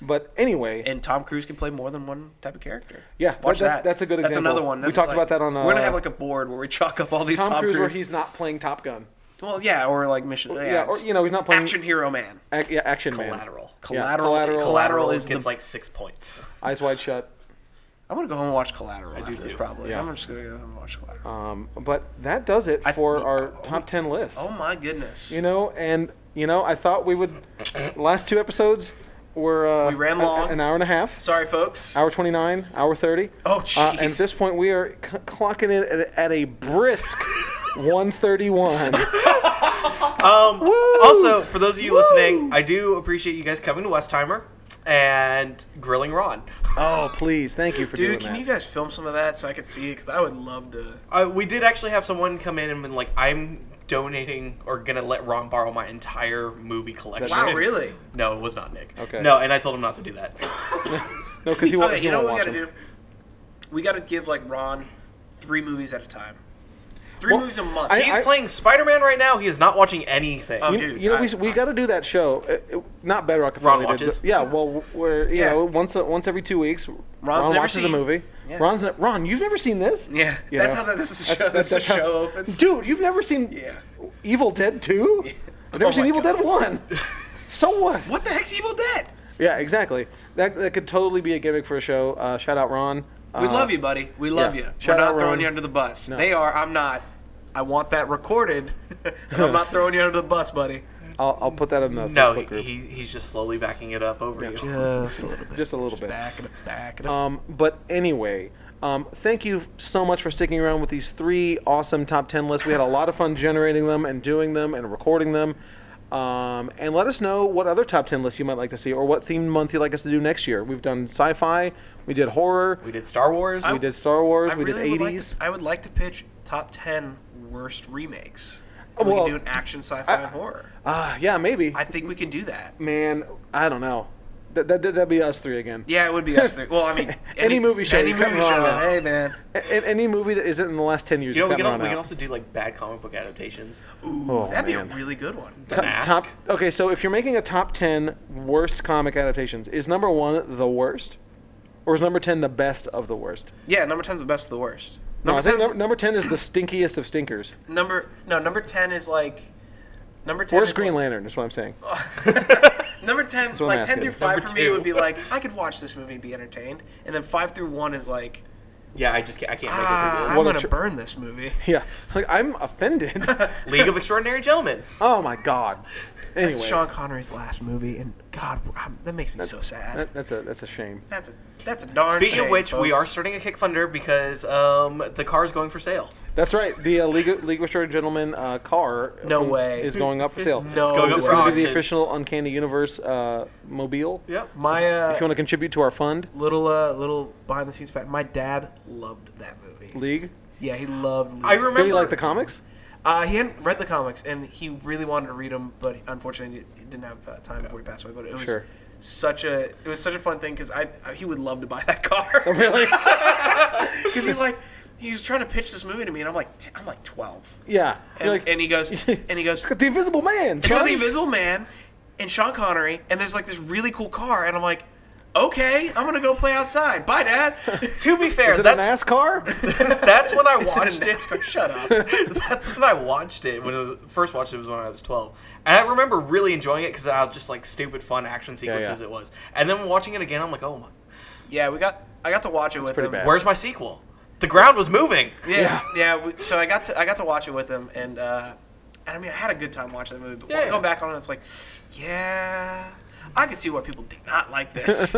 [SPEAKER 1] But anyway,
[SPEAKER 2] And Tom Cruise can play more than one type of character.
[SPEAKER 1] Yeah,
[SPEAKER 2] watch
[SPEAKER 1] that-
[SPEAKER 2] that,
[SPEAKER 1] that's a good
[SPEAKER 2] That's
[SPEAKER 1] example.
[SPEAKER 2] another one.
[SPEAKER 1] We
[SPEAKER 2] That's
[SPEAKER 1] talked
[SPEAKER 2] like-
[SPEAKER 1] about that on,
[SPEAKER 2] we're
[SPEAKER 1] uh,
[SPEAKER 2] gonna have like a board where we chalk up all these
[SPEAKER 1] Tom, Cruise, where
[SPEAKER 2] Cruise.
[SPEAKER 1] he's not playing Top Gun.
[SPEAKER 2] well, yeah, or like Mission. Yeah,
[SPEAKER 1] Yeah, or
[SPEAKER 2] it's
[SPEAKER 1] you know, he's not playing
[SPEAKER 2] action hero man.
[SPEAKER 1] ac- yeah, action man.
[SPEAKER 3] collateral?
[SPEAKER 2] Collateral.
[SPEAKER 1] Collateral-
[SPEAKER 2] collateral.
[SPEAKER 3] Collateral
[SPEAKER 2] is the.
[SPEAKER 3] gets like six points.
[SPEAKER 1] Eyes wide shut.
[SPEAKER 2] I'm gonna go home and watch Collateral. I do
[SPEAKER 3] do
[SPEAKER 2] after this
[SPEAKER 3] too.
[SPEAKER 2] probably.
[SPEAKER 1] Yeah.
[SPEAKER 2] I'm just gonna go home and watch Collateral.
[SPEAKER 1] Um, but that does it for our top ten list.
[SPEAKER 2] oh my goodness.
[SPEAKER 1] You know, and you know, I thought we would. Last two episodes were uh,
[SPEAKER 2] We ran
[SPEAKER 1] a-
[SPEAKER 2] long.
[SPEAKER 1] an hour and a half,
[SPEAKER 2] Sorry, folks.
[SPEAKER 1] hour twenty nine, hour thirty.
[SPEAKER 2] Oh,
[SPEAKER 1] Uh, and at
[SPEAKER 2] jeez.
[SPEAKER 1] this point, we are c- clocking in at, at a brisk one thirty one.
[SPEAKER 3] Also, for those of you listening, I do appreciate you guys coming to Westheimer and grilling Ron.
[SPEAKER 1] Oh, please, thank you for doing
[SPEAKER 2] Dude, can
[SPEAKER 1] that.
[SPEAKER 2] you guys film some of that so I can see it? Because I would love to.
[SPEAKER 3] Uh, we did actually have someone come in and been like, "I'm donating or gonna let Ron borrow my entire movie collection."
[SPEAKER 1] Wow,
[SPEAKER 2] Oh, really?
[SPEAKER 3] No, it was not Nick.
[SPEAKER 1] Okay.
[SPEAKER 3] No, and I told him not to do that.
[SPEAKER 1] no, because he won't.
[SPEAKER 2] Okay,
[SPEAKER 1] he
[SPEAKER 2] you know
[SPEAKER 1] won't
[SPEAKER 2] what we
[SPEAKER 1] watch
[SPEAKER 2] gotta
[SPEAKER 1] them.
[SPEAKER 2] do? We gotta give like Ron three movies at a time. Three
[SPEAKER 1] Well,
[SPEAKER 2] movies a month.
[SPEAKER 1] I-
[SPEAKER 2] He's-
[SPEAKER 3] He's playing Spider Man right now. He is not watching anything.
[SPEAKER 2] Oh,
[SPEAKER 1] You,
[SPEAKER 2] dude,
[SPEAKER 1] you know, we,
[SPEAKER 2] I-
[SPEAKER 1] we got to do that show. Uh, It- it- not Bedrock
[SPEAKER 3] Ron
[SPEAKER 1] affiliated.
[SPEAKER 3] watches?
[SPEAKER 1] But yeah, well, we're you
[SPEAKER 2] Yeah.
[SPEAKER 1] know once uh, once every two weeks, Ron
[SPEAKER 2] never
[SPEAKER 1] watches
[SPEAKER 2] seen-
[SPEAKER 1] a movie.
[SPEAKER 2] Yeah.
[SPEAKER 1] Ron's ne- Ron, you've never seen this?
[SPEAKER 2] yeah,
[SPEAKER 1] You
[SPEAKER 2] that's
[SPEAKER 1] know?
[SPEAKER 2] how that, this is a show. That's, the
[SPEAKER 1] how-
[SPEAKER 2] show opens.
[SPEAKER 1] Dude, you've never seen
[SPEAKER 2] Yeah.
[SPEAKER 1] Evil Dead 2? I've never
[SPEAKER 2] Oh
[SPEAKER 1] seen
[SPEAKER 2] my
[SPEAKER 1] Evil
[SPEAKER 2] God.
[SPEAKER 1] Dead 1. so what?
[SPEAKER 2] What the heck's Evil Dead?
[SPEAKER 1] Yeah, exactly. That, that could totally be a gimmick for a show. Uh, shout out Ron.
[SPEAKER 2] We
[SPEAKER 1] Uh,
[SPEAKER 2] love you, buddy. We love
[SPEAKER 1] yeah.
[SPEAKER 2] you.
[SPEAKER 1] Shout
[SPEAKER 2] We're not
[SPEAKER 1] out,
[SPEAKER 2] throwing
[SPEAKER 1] Ron.
[SPEAKER 2] you under the bus. They are. I'm not. I want that recorded. and I'm not throwing you under the bus, buddy.
[SPEAKER 1] I'll, I'll put that in the
[SPEAKER 3] No,
[SPEAKER 1] Facebook
[SPEAKER 3] he,
[SPEAKER 1] group.
[SPEAKER 3] he, he's just slowly backing it up over you.
[SPEAKER 2] Just a little bit.
[SPEAKER 1] just a little bit.
[SPEAKER 2] Back and back and
[SPEAKER 1] Um, but anyway, um, thank you so much for sticking around with these three awesome top 10 lists. We had a lot of fun generating them and doing them and recording them. Um, and let us know what other top 10 lists you might like to see or what themed month you'd like us to do next year. We've done sci fi, we did horror,
[SPEAKER 3] We did Star Wars.
[SPEAKER 1] we did Star Wars, we did
[SPEAKER 2] would
[SPEAKER 1] 80s.
[SPEAKER 2] like to- I would like to pitch top ten worst remakes. We
[SPEAKER 1] Oh, Well,
[SPEAKER 2] could do an action, sci-fi, and horror.
[SPEAKER 1] Ah, yeah, maybe.
[SPEAKER 2] I think we could do that.
[SPEAKER 1] Man, I don't know. That that that'd be us three again.
[SPEAKER 2] Yeah, it would be us. Three. Well, I mean,
[SPEAKER 1] Any movie show,
[SPEAKER 2] Any
[SPEAKER 1] you cut
[SPEAKER 2] movie
[SPEAKER 1] Ron
[SPEAKER 2] show.
[SPEAKER 1] out.
[SPEAKER 2] Hey, man.
[SPEAKER 1] A- a- any movie that isn't in the last ten years,
[SPEAKER 3] you know, we
[SPEAKER 1] cut
[SPEAKER 3] can, al-
[SPEAKER 1] Ron
[SPEAKER 3] we can
[SPEAKER 1] out.
[SPEAKER 3] also do like bad comic book adaptations.
[SPEAKER 2] Ooh,
[SPEAKER 1] Oh,
[SPEAKER 2] that'd be
[SPEAKER 1] man.
[SPEAKER 2] a really good one.
[SPEAKER 3] The
[SPEAKER 1] T-
[SPEAKER 3] Mask.
[SPEAKER 1] top. Okay, so if you're making a top ten worst comic adaptations, is number one the worst? Or is number 10 the best of the worst?
[SPEAKER 2] Yeah, number ten's the best of the worst.
[SPEAKER 1] No, I
[SPEAKER 2] Number
[SPEAKER 1] think
[SPEAKER 2] ten,
[SPEAKER 1] number, number 10 is the stinkiest of stinkers.
[SPEAKER 2] number no number ten is like number ten.
[SPEAKER 1] Worst
[SPEAKER 2] is
[SPEAKER 1] Green
[SPEAKER 2] like-
[SPEAKER 1] Lantern, is what I'm saying.
[SPEAKER 2] Number ten,
[SPEAKER 1] what I'm
[SPEAKER 2] like ten through
[SPEAKER 1] asking.
[SPEAKER 2] five
[SPEAKER 3] Number
[SPEAKER 2] for me
[SPEAKER 3] two.
[SPEAKER 2] would be like I could watch this movie and be entertained, and then five through one is like
[SPEAKER 3] Yeah, I just can't, I can't make
[SPEAKER 2] ah,
[SPEAKER 3] it.
[SPEAKER 2] I'm
[SPEAKER 1] Well,
[SPEAKER 2] gonna
[SPEAKER 1] it's-
[SPEAKER 2] burn this movie.
[SPEAKER 1] Yeah. Like, I'm offended.
[SPEAKER 3] through the- League of Extraordinary Gentlemen.
[SPEAKER 1] oh, my God. Anyway.
[SPEAKER 2] That's Sean Connery's last movie, and God, I'm- that makes me so sad.
[SPEAKER 1] that- that's, a, that's a shame.
[SPEAKER 2] that's a that's a darn.
[SPEAKER 3] Speaking of
[SPEAKER 2] shame,
[SPEAKER 3] which, we
[SPEAKER 2] folks.
[SPEAKER 3] are starting a kick funder because um, the car's going for sale.
[SPEAKER 1] That's right. The uh, League, of- League of Extraordinary Gentlemen uh, car
[SPEAKER 2] No
[SPEAKER 1] from-
[SPEAKER 2] way.
[SPEAKER 1] is going up for sale.
[SPEAKER 2] No,
[SPEAKER 3] going up
[SPEAKER 1] It's
[SPEAKER 3] for
[SPEAKER 1] going to be the
[SPEAKER 3] auction.
[SPEAKER 1] official Uncanny Universe uh, mobile.
[SPEAKER 3] Yep.
[SPEAKER 2] my
[SPEAKER 1] If you
[SPEAKER 2] uh,
[SPEAKER 1] want to contribute to our fund,
[SPEAKER 2] little uh, little behind the scenes fact. My dad loved that movie.
[SPEAKER 1] League,
[SPEAKER 2] Yeah, he loved.
[SPEAKER 3] I
[SPEAKER 2] Leader.
[SPEAKER 3] remember.
[SPEAKER 1] did you like the comics?
[SPEAKER 2] Uh, he hadn't read the comics, and he really wanted to read them, but unfortunately, he didn't have uh, time before he passed away. But it was
[SPEAKER 1] Sure.
[SPEAKER 2] such a it was such a fun thing because I, I he would love to buy that car
[SPEAKER 1] Really?
[SPEAKER 2] because he's like he was trying to pitch this movie to me, and I'm like t- I'm like twelve,
[SPEAKER 1] yeah.
[SPEAKER 2] and,
[SPEAKER 1] You're like,
[SPEAKER 2] and he goes and he goes
[SPEAKER 1] "It's got the Invisible Man.
[SPEAKER 2] it's got
[SPEAKER 1] son."
[SPEAKER 2] the Invisible Man and Sean Connery, and there's like this really cool car, and I'm like. Okay, I'm gonna go play outside. Bye, Dad.
[SPEAKER 3] To be fair,
[SPEAKER 1] Is it a
[SPEAKER 3] that's
[SPEAKER 1] NASCAR?
[SPEAKER 3] that's when I
[SPEAKER 2] It's in a
[SPEAKER 3] watched it.
[SPEAKER 2] NASCAR. Shut up.
[SPEAKER 3] That's when I watched it. When I first watched it was when I was twelve, and I remember really enjoying it because how just like stupid fun action sequences it was. And then watching it again, I'm like, oh my,
[SPEAKER 2] Yeah, we got. I got to watch it with
[SPEAKER 1] pretty
[SPEAKER 2] him.
[SPEAKER 1] bad.
[SPEAKER 3] where's my sequel? The ground was moving.
[SPEAKER 2] Yeah, yeah. we, so I got to I got to watch it with him, and uh, and I mean I had a good time watching the movie. But
[SPEAKER 3] Yeah.
[SPEAKER 2] going back on it, it's like, yeah, I can see why people did not like this.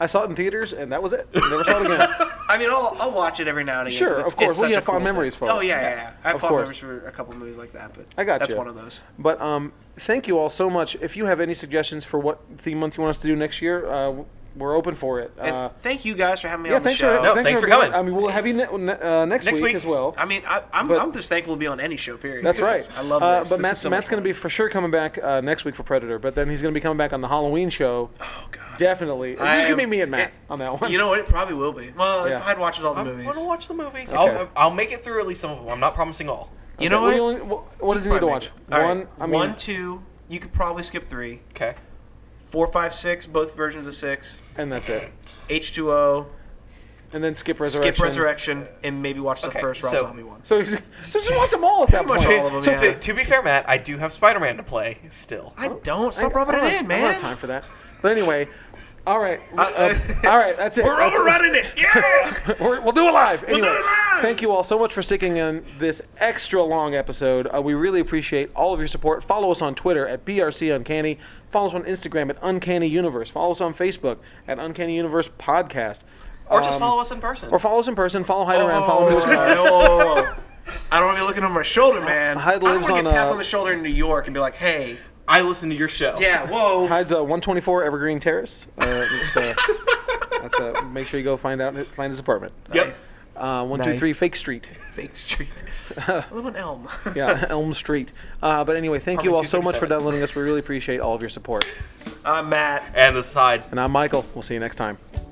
[SPEAKER 1] I saw it in theaters, and that was it. Never saw it again.
[SPEAKER 2] I mean, I'll, I'll watch it every now and again.
[SPEAKER 1] Sure,
[SPEAKER 2] 'cause
[SPEAKER 1] of course. Well,
[SPEAKER 2] such
[SPEAKER 1] you
[SPEAKER 2] a
[SPEAKER 1] have fond
[SPEAKER 2] thing.
[SPEAKER 1] memories for
[SPEAKER 2] Oh
[SPEAKER 1] it.
[SPEAKER 2] yeah, yeah. yeah. I have
[SPEAKER 1] Of
[SPEAKER 2] fond
[SPEAKER 1] course.
[SPEAKER 2] memories for a couple movies like that, but
[SPEAKER 1] I got
[SPEAKER 2] that's
[SPEAKER 1] you.
[SPEAKER 2] one of those.
[SPEAKER 1] But um, thank you all so much. If you have any suggestions for what theme month you want us to do next year, uh, w- we're open for it.
[SPEAKER 2] And
[SPEAKER 1] Uh,
[SPEAKER 2] thank you guys for having me
[SPEAKER 1] yeah,
[SPEAKER 2] on the
[SPEAKER 1] thanks
[SPEAKER 2] show.
[SPEAKER 1] for
[SPEAKER 3] No,
[SPEAKER 1] thanks
[SPEAKER 3] thanks
[SPEAKER 1] for
[SPEAKER 3] for
[SPEAKER 1] being-
[SPEAKER 3] coming.
[SPEAKER 1] I mean, we'll have you ne- ne- uh, next,
[SPEAKER 3] Next
[SPEAKER 1] week,
[SPEAKER 3] week.
[SPEAKER 1] as well.
[SPEAKER 2] I mean, I, I'm,
[SPEAKER 1] But-
[SPEAKER 2] I'm just thankful to be on any show. Period.
[SPEAKER 1] That's right.
[SPEAKER 2] guys. I love
[SPEAKER 1] Uh,
[SPEAKER 2] this.
[SPEAKER 1] but
[SPEAKER 2] This
[SPEAKER 1] Matt's,
[SPEAKER 2] is so
[SPEAKER 1] Matt's going to be for sure coming back uh, next week for Predator, but then he's going to be coming back on the Halloween show.
[SPEAKER 2] Oh god.
[SPEAKER 1] Definitely. It's
[SPEAKER 2] I
[SPEAKER 1] just going to be
[SPEAKER 2] am-
[SPEAKER 1] me and Matt
[SPEAKER 2] it-
[SPEAKER 1] on that one.
[SPEAKER 2] You know what? It probably will be. Well,
[SPEAKER 1] Yeah.
[SPEAKER 2] if I'd watched all the
[SPEAKER 3] I
[SPEAKER 2] movies,
[SPEAKER 3] want to watch the movies. I'll, I'll make it through at least some of them. I'm not promising all.
[SPEAKER 2] you know
[SPEAKER 1] what,
[SPEAKER 2] what?
[SPEAKER 1] do you only- what- what does he need to watch?
[SPEAKER 2] All right,
[SPEAKER 1] one, I mean,
[SPEAKER 2] one, two. You could probably skip three,
[SPEAKER 3] Okay.
[SPEAKER 2] four, five, six. Both versions of six.
[SPEAKER 1] and that's it.
[SPEAKER 2] H two O.
[SPEAKER 1] And then skip Resurrection.
[SPEAKER 2] Skip Resurrection, and maybe watch the
[SPEAKER 3] Okay,
[SPEAKER 2] first Rob
[SPEAKER 3] so-
[SPEAKER 2] Zombie one.
[SPEAKER 1] So, he's- so just watch them all at that
[SPEAKER 2] much
[SPEAKER 1] point.
[SPEAKER 2] all of them,
[SPEAKER 1] So
[SPEAKER 2] yeah.
[SPEAKER 3] To, to be fair, Matt, I do have Spider-Man to play still.
[SPEAKER 2] I don't. Stop
[SPEAKER 1] I- I
[SPEAKER 2] rubbing
[SPEAKER 1] don't
[SPEAKER 2] it
[SPEAKER 1] have-
[SPEAKER 2] in,
[SPEAKER 1] I
[SPEAKER 2] man.
[SPEAKER 1] don't have time for that. But anyway, all right,
[SPEAKER 2] uh,
[SPEAKER 1] um, all right, that's it.
[SPEAKER 2] We're
[SPEAKER 1] That's it.
[SPEAKER 2] overrunning it. Yeah.
[SPEAKER 1] We're, we'll do it live. Anyway,
[SPEAKER 2] do it live!
[SPEAKER 1] Thank you all so much for sticking in this extra long episode. Uh, we really appreciate all of your support. Follow us on Twitter at BRC Uncanny. Follow us on Instagram at Uncanny Universe. Follow us on Facebook at Uncanny Universe Podcast.
[SPEAKER 3] Or just
[SPEAKER 1] Um,
[SPEAKER 3] follow us in person.
[SPEAKER 1] Or follow us in person. Follow Hyde around. Follow
[SPEAKER 2] Oh,
[SPEAKER 1] News.
[SPEAKER 2] no. I don't want to be looking over my shoulder, man.
[SPEAKER 1] Hyde
[SPEAKER 2] I don't
[SPEAKER 1] lives
[SPEAKER 2] want to
[SPEAKER 1] on,
[SPEAKER 2] get tapped
[SPEAKER 1] uh,
[SPEAKER 2] on the shoulder in New York and be like, "Hey,
[SPEAKER 3] I listen to your show.
[SPEAKER 2] yeah, whoa."
[SPEAKER 1] Hyde's uh, 124 Evergreen Terrace. Uh, that's, uh, that's uh, make sure you go find out find his apartment.
[SPEAKER 3] Yep.
[SPEAKER 2] Nice.
[SPEAKER 1] Uh, one two three
[SPEAKER 2] Nice.
[SPEAKER 1] Fake Street.
[SPEAKER 2] Fake Street. I live on Elm.
[SPEAKER 1] Yeah, Elm Street. Uh, but anyway, thank you all
[SPEAKER 3] Apartment
[SPEAKER 1] so much for
[SPEAKER 3] 237.
[SPEAKER 1] downloading us. We really appreciate all of your support.
[SPEAKER 2] I'm Uh, Matt.
[SPEAKER 3] And the side.
[SPEAKER 1] And I'm Michael. We'll see you next time.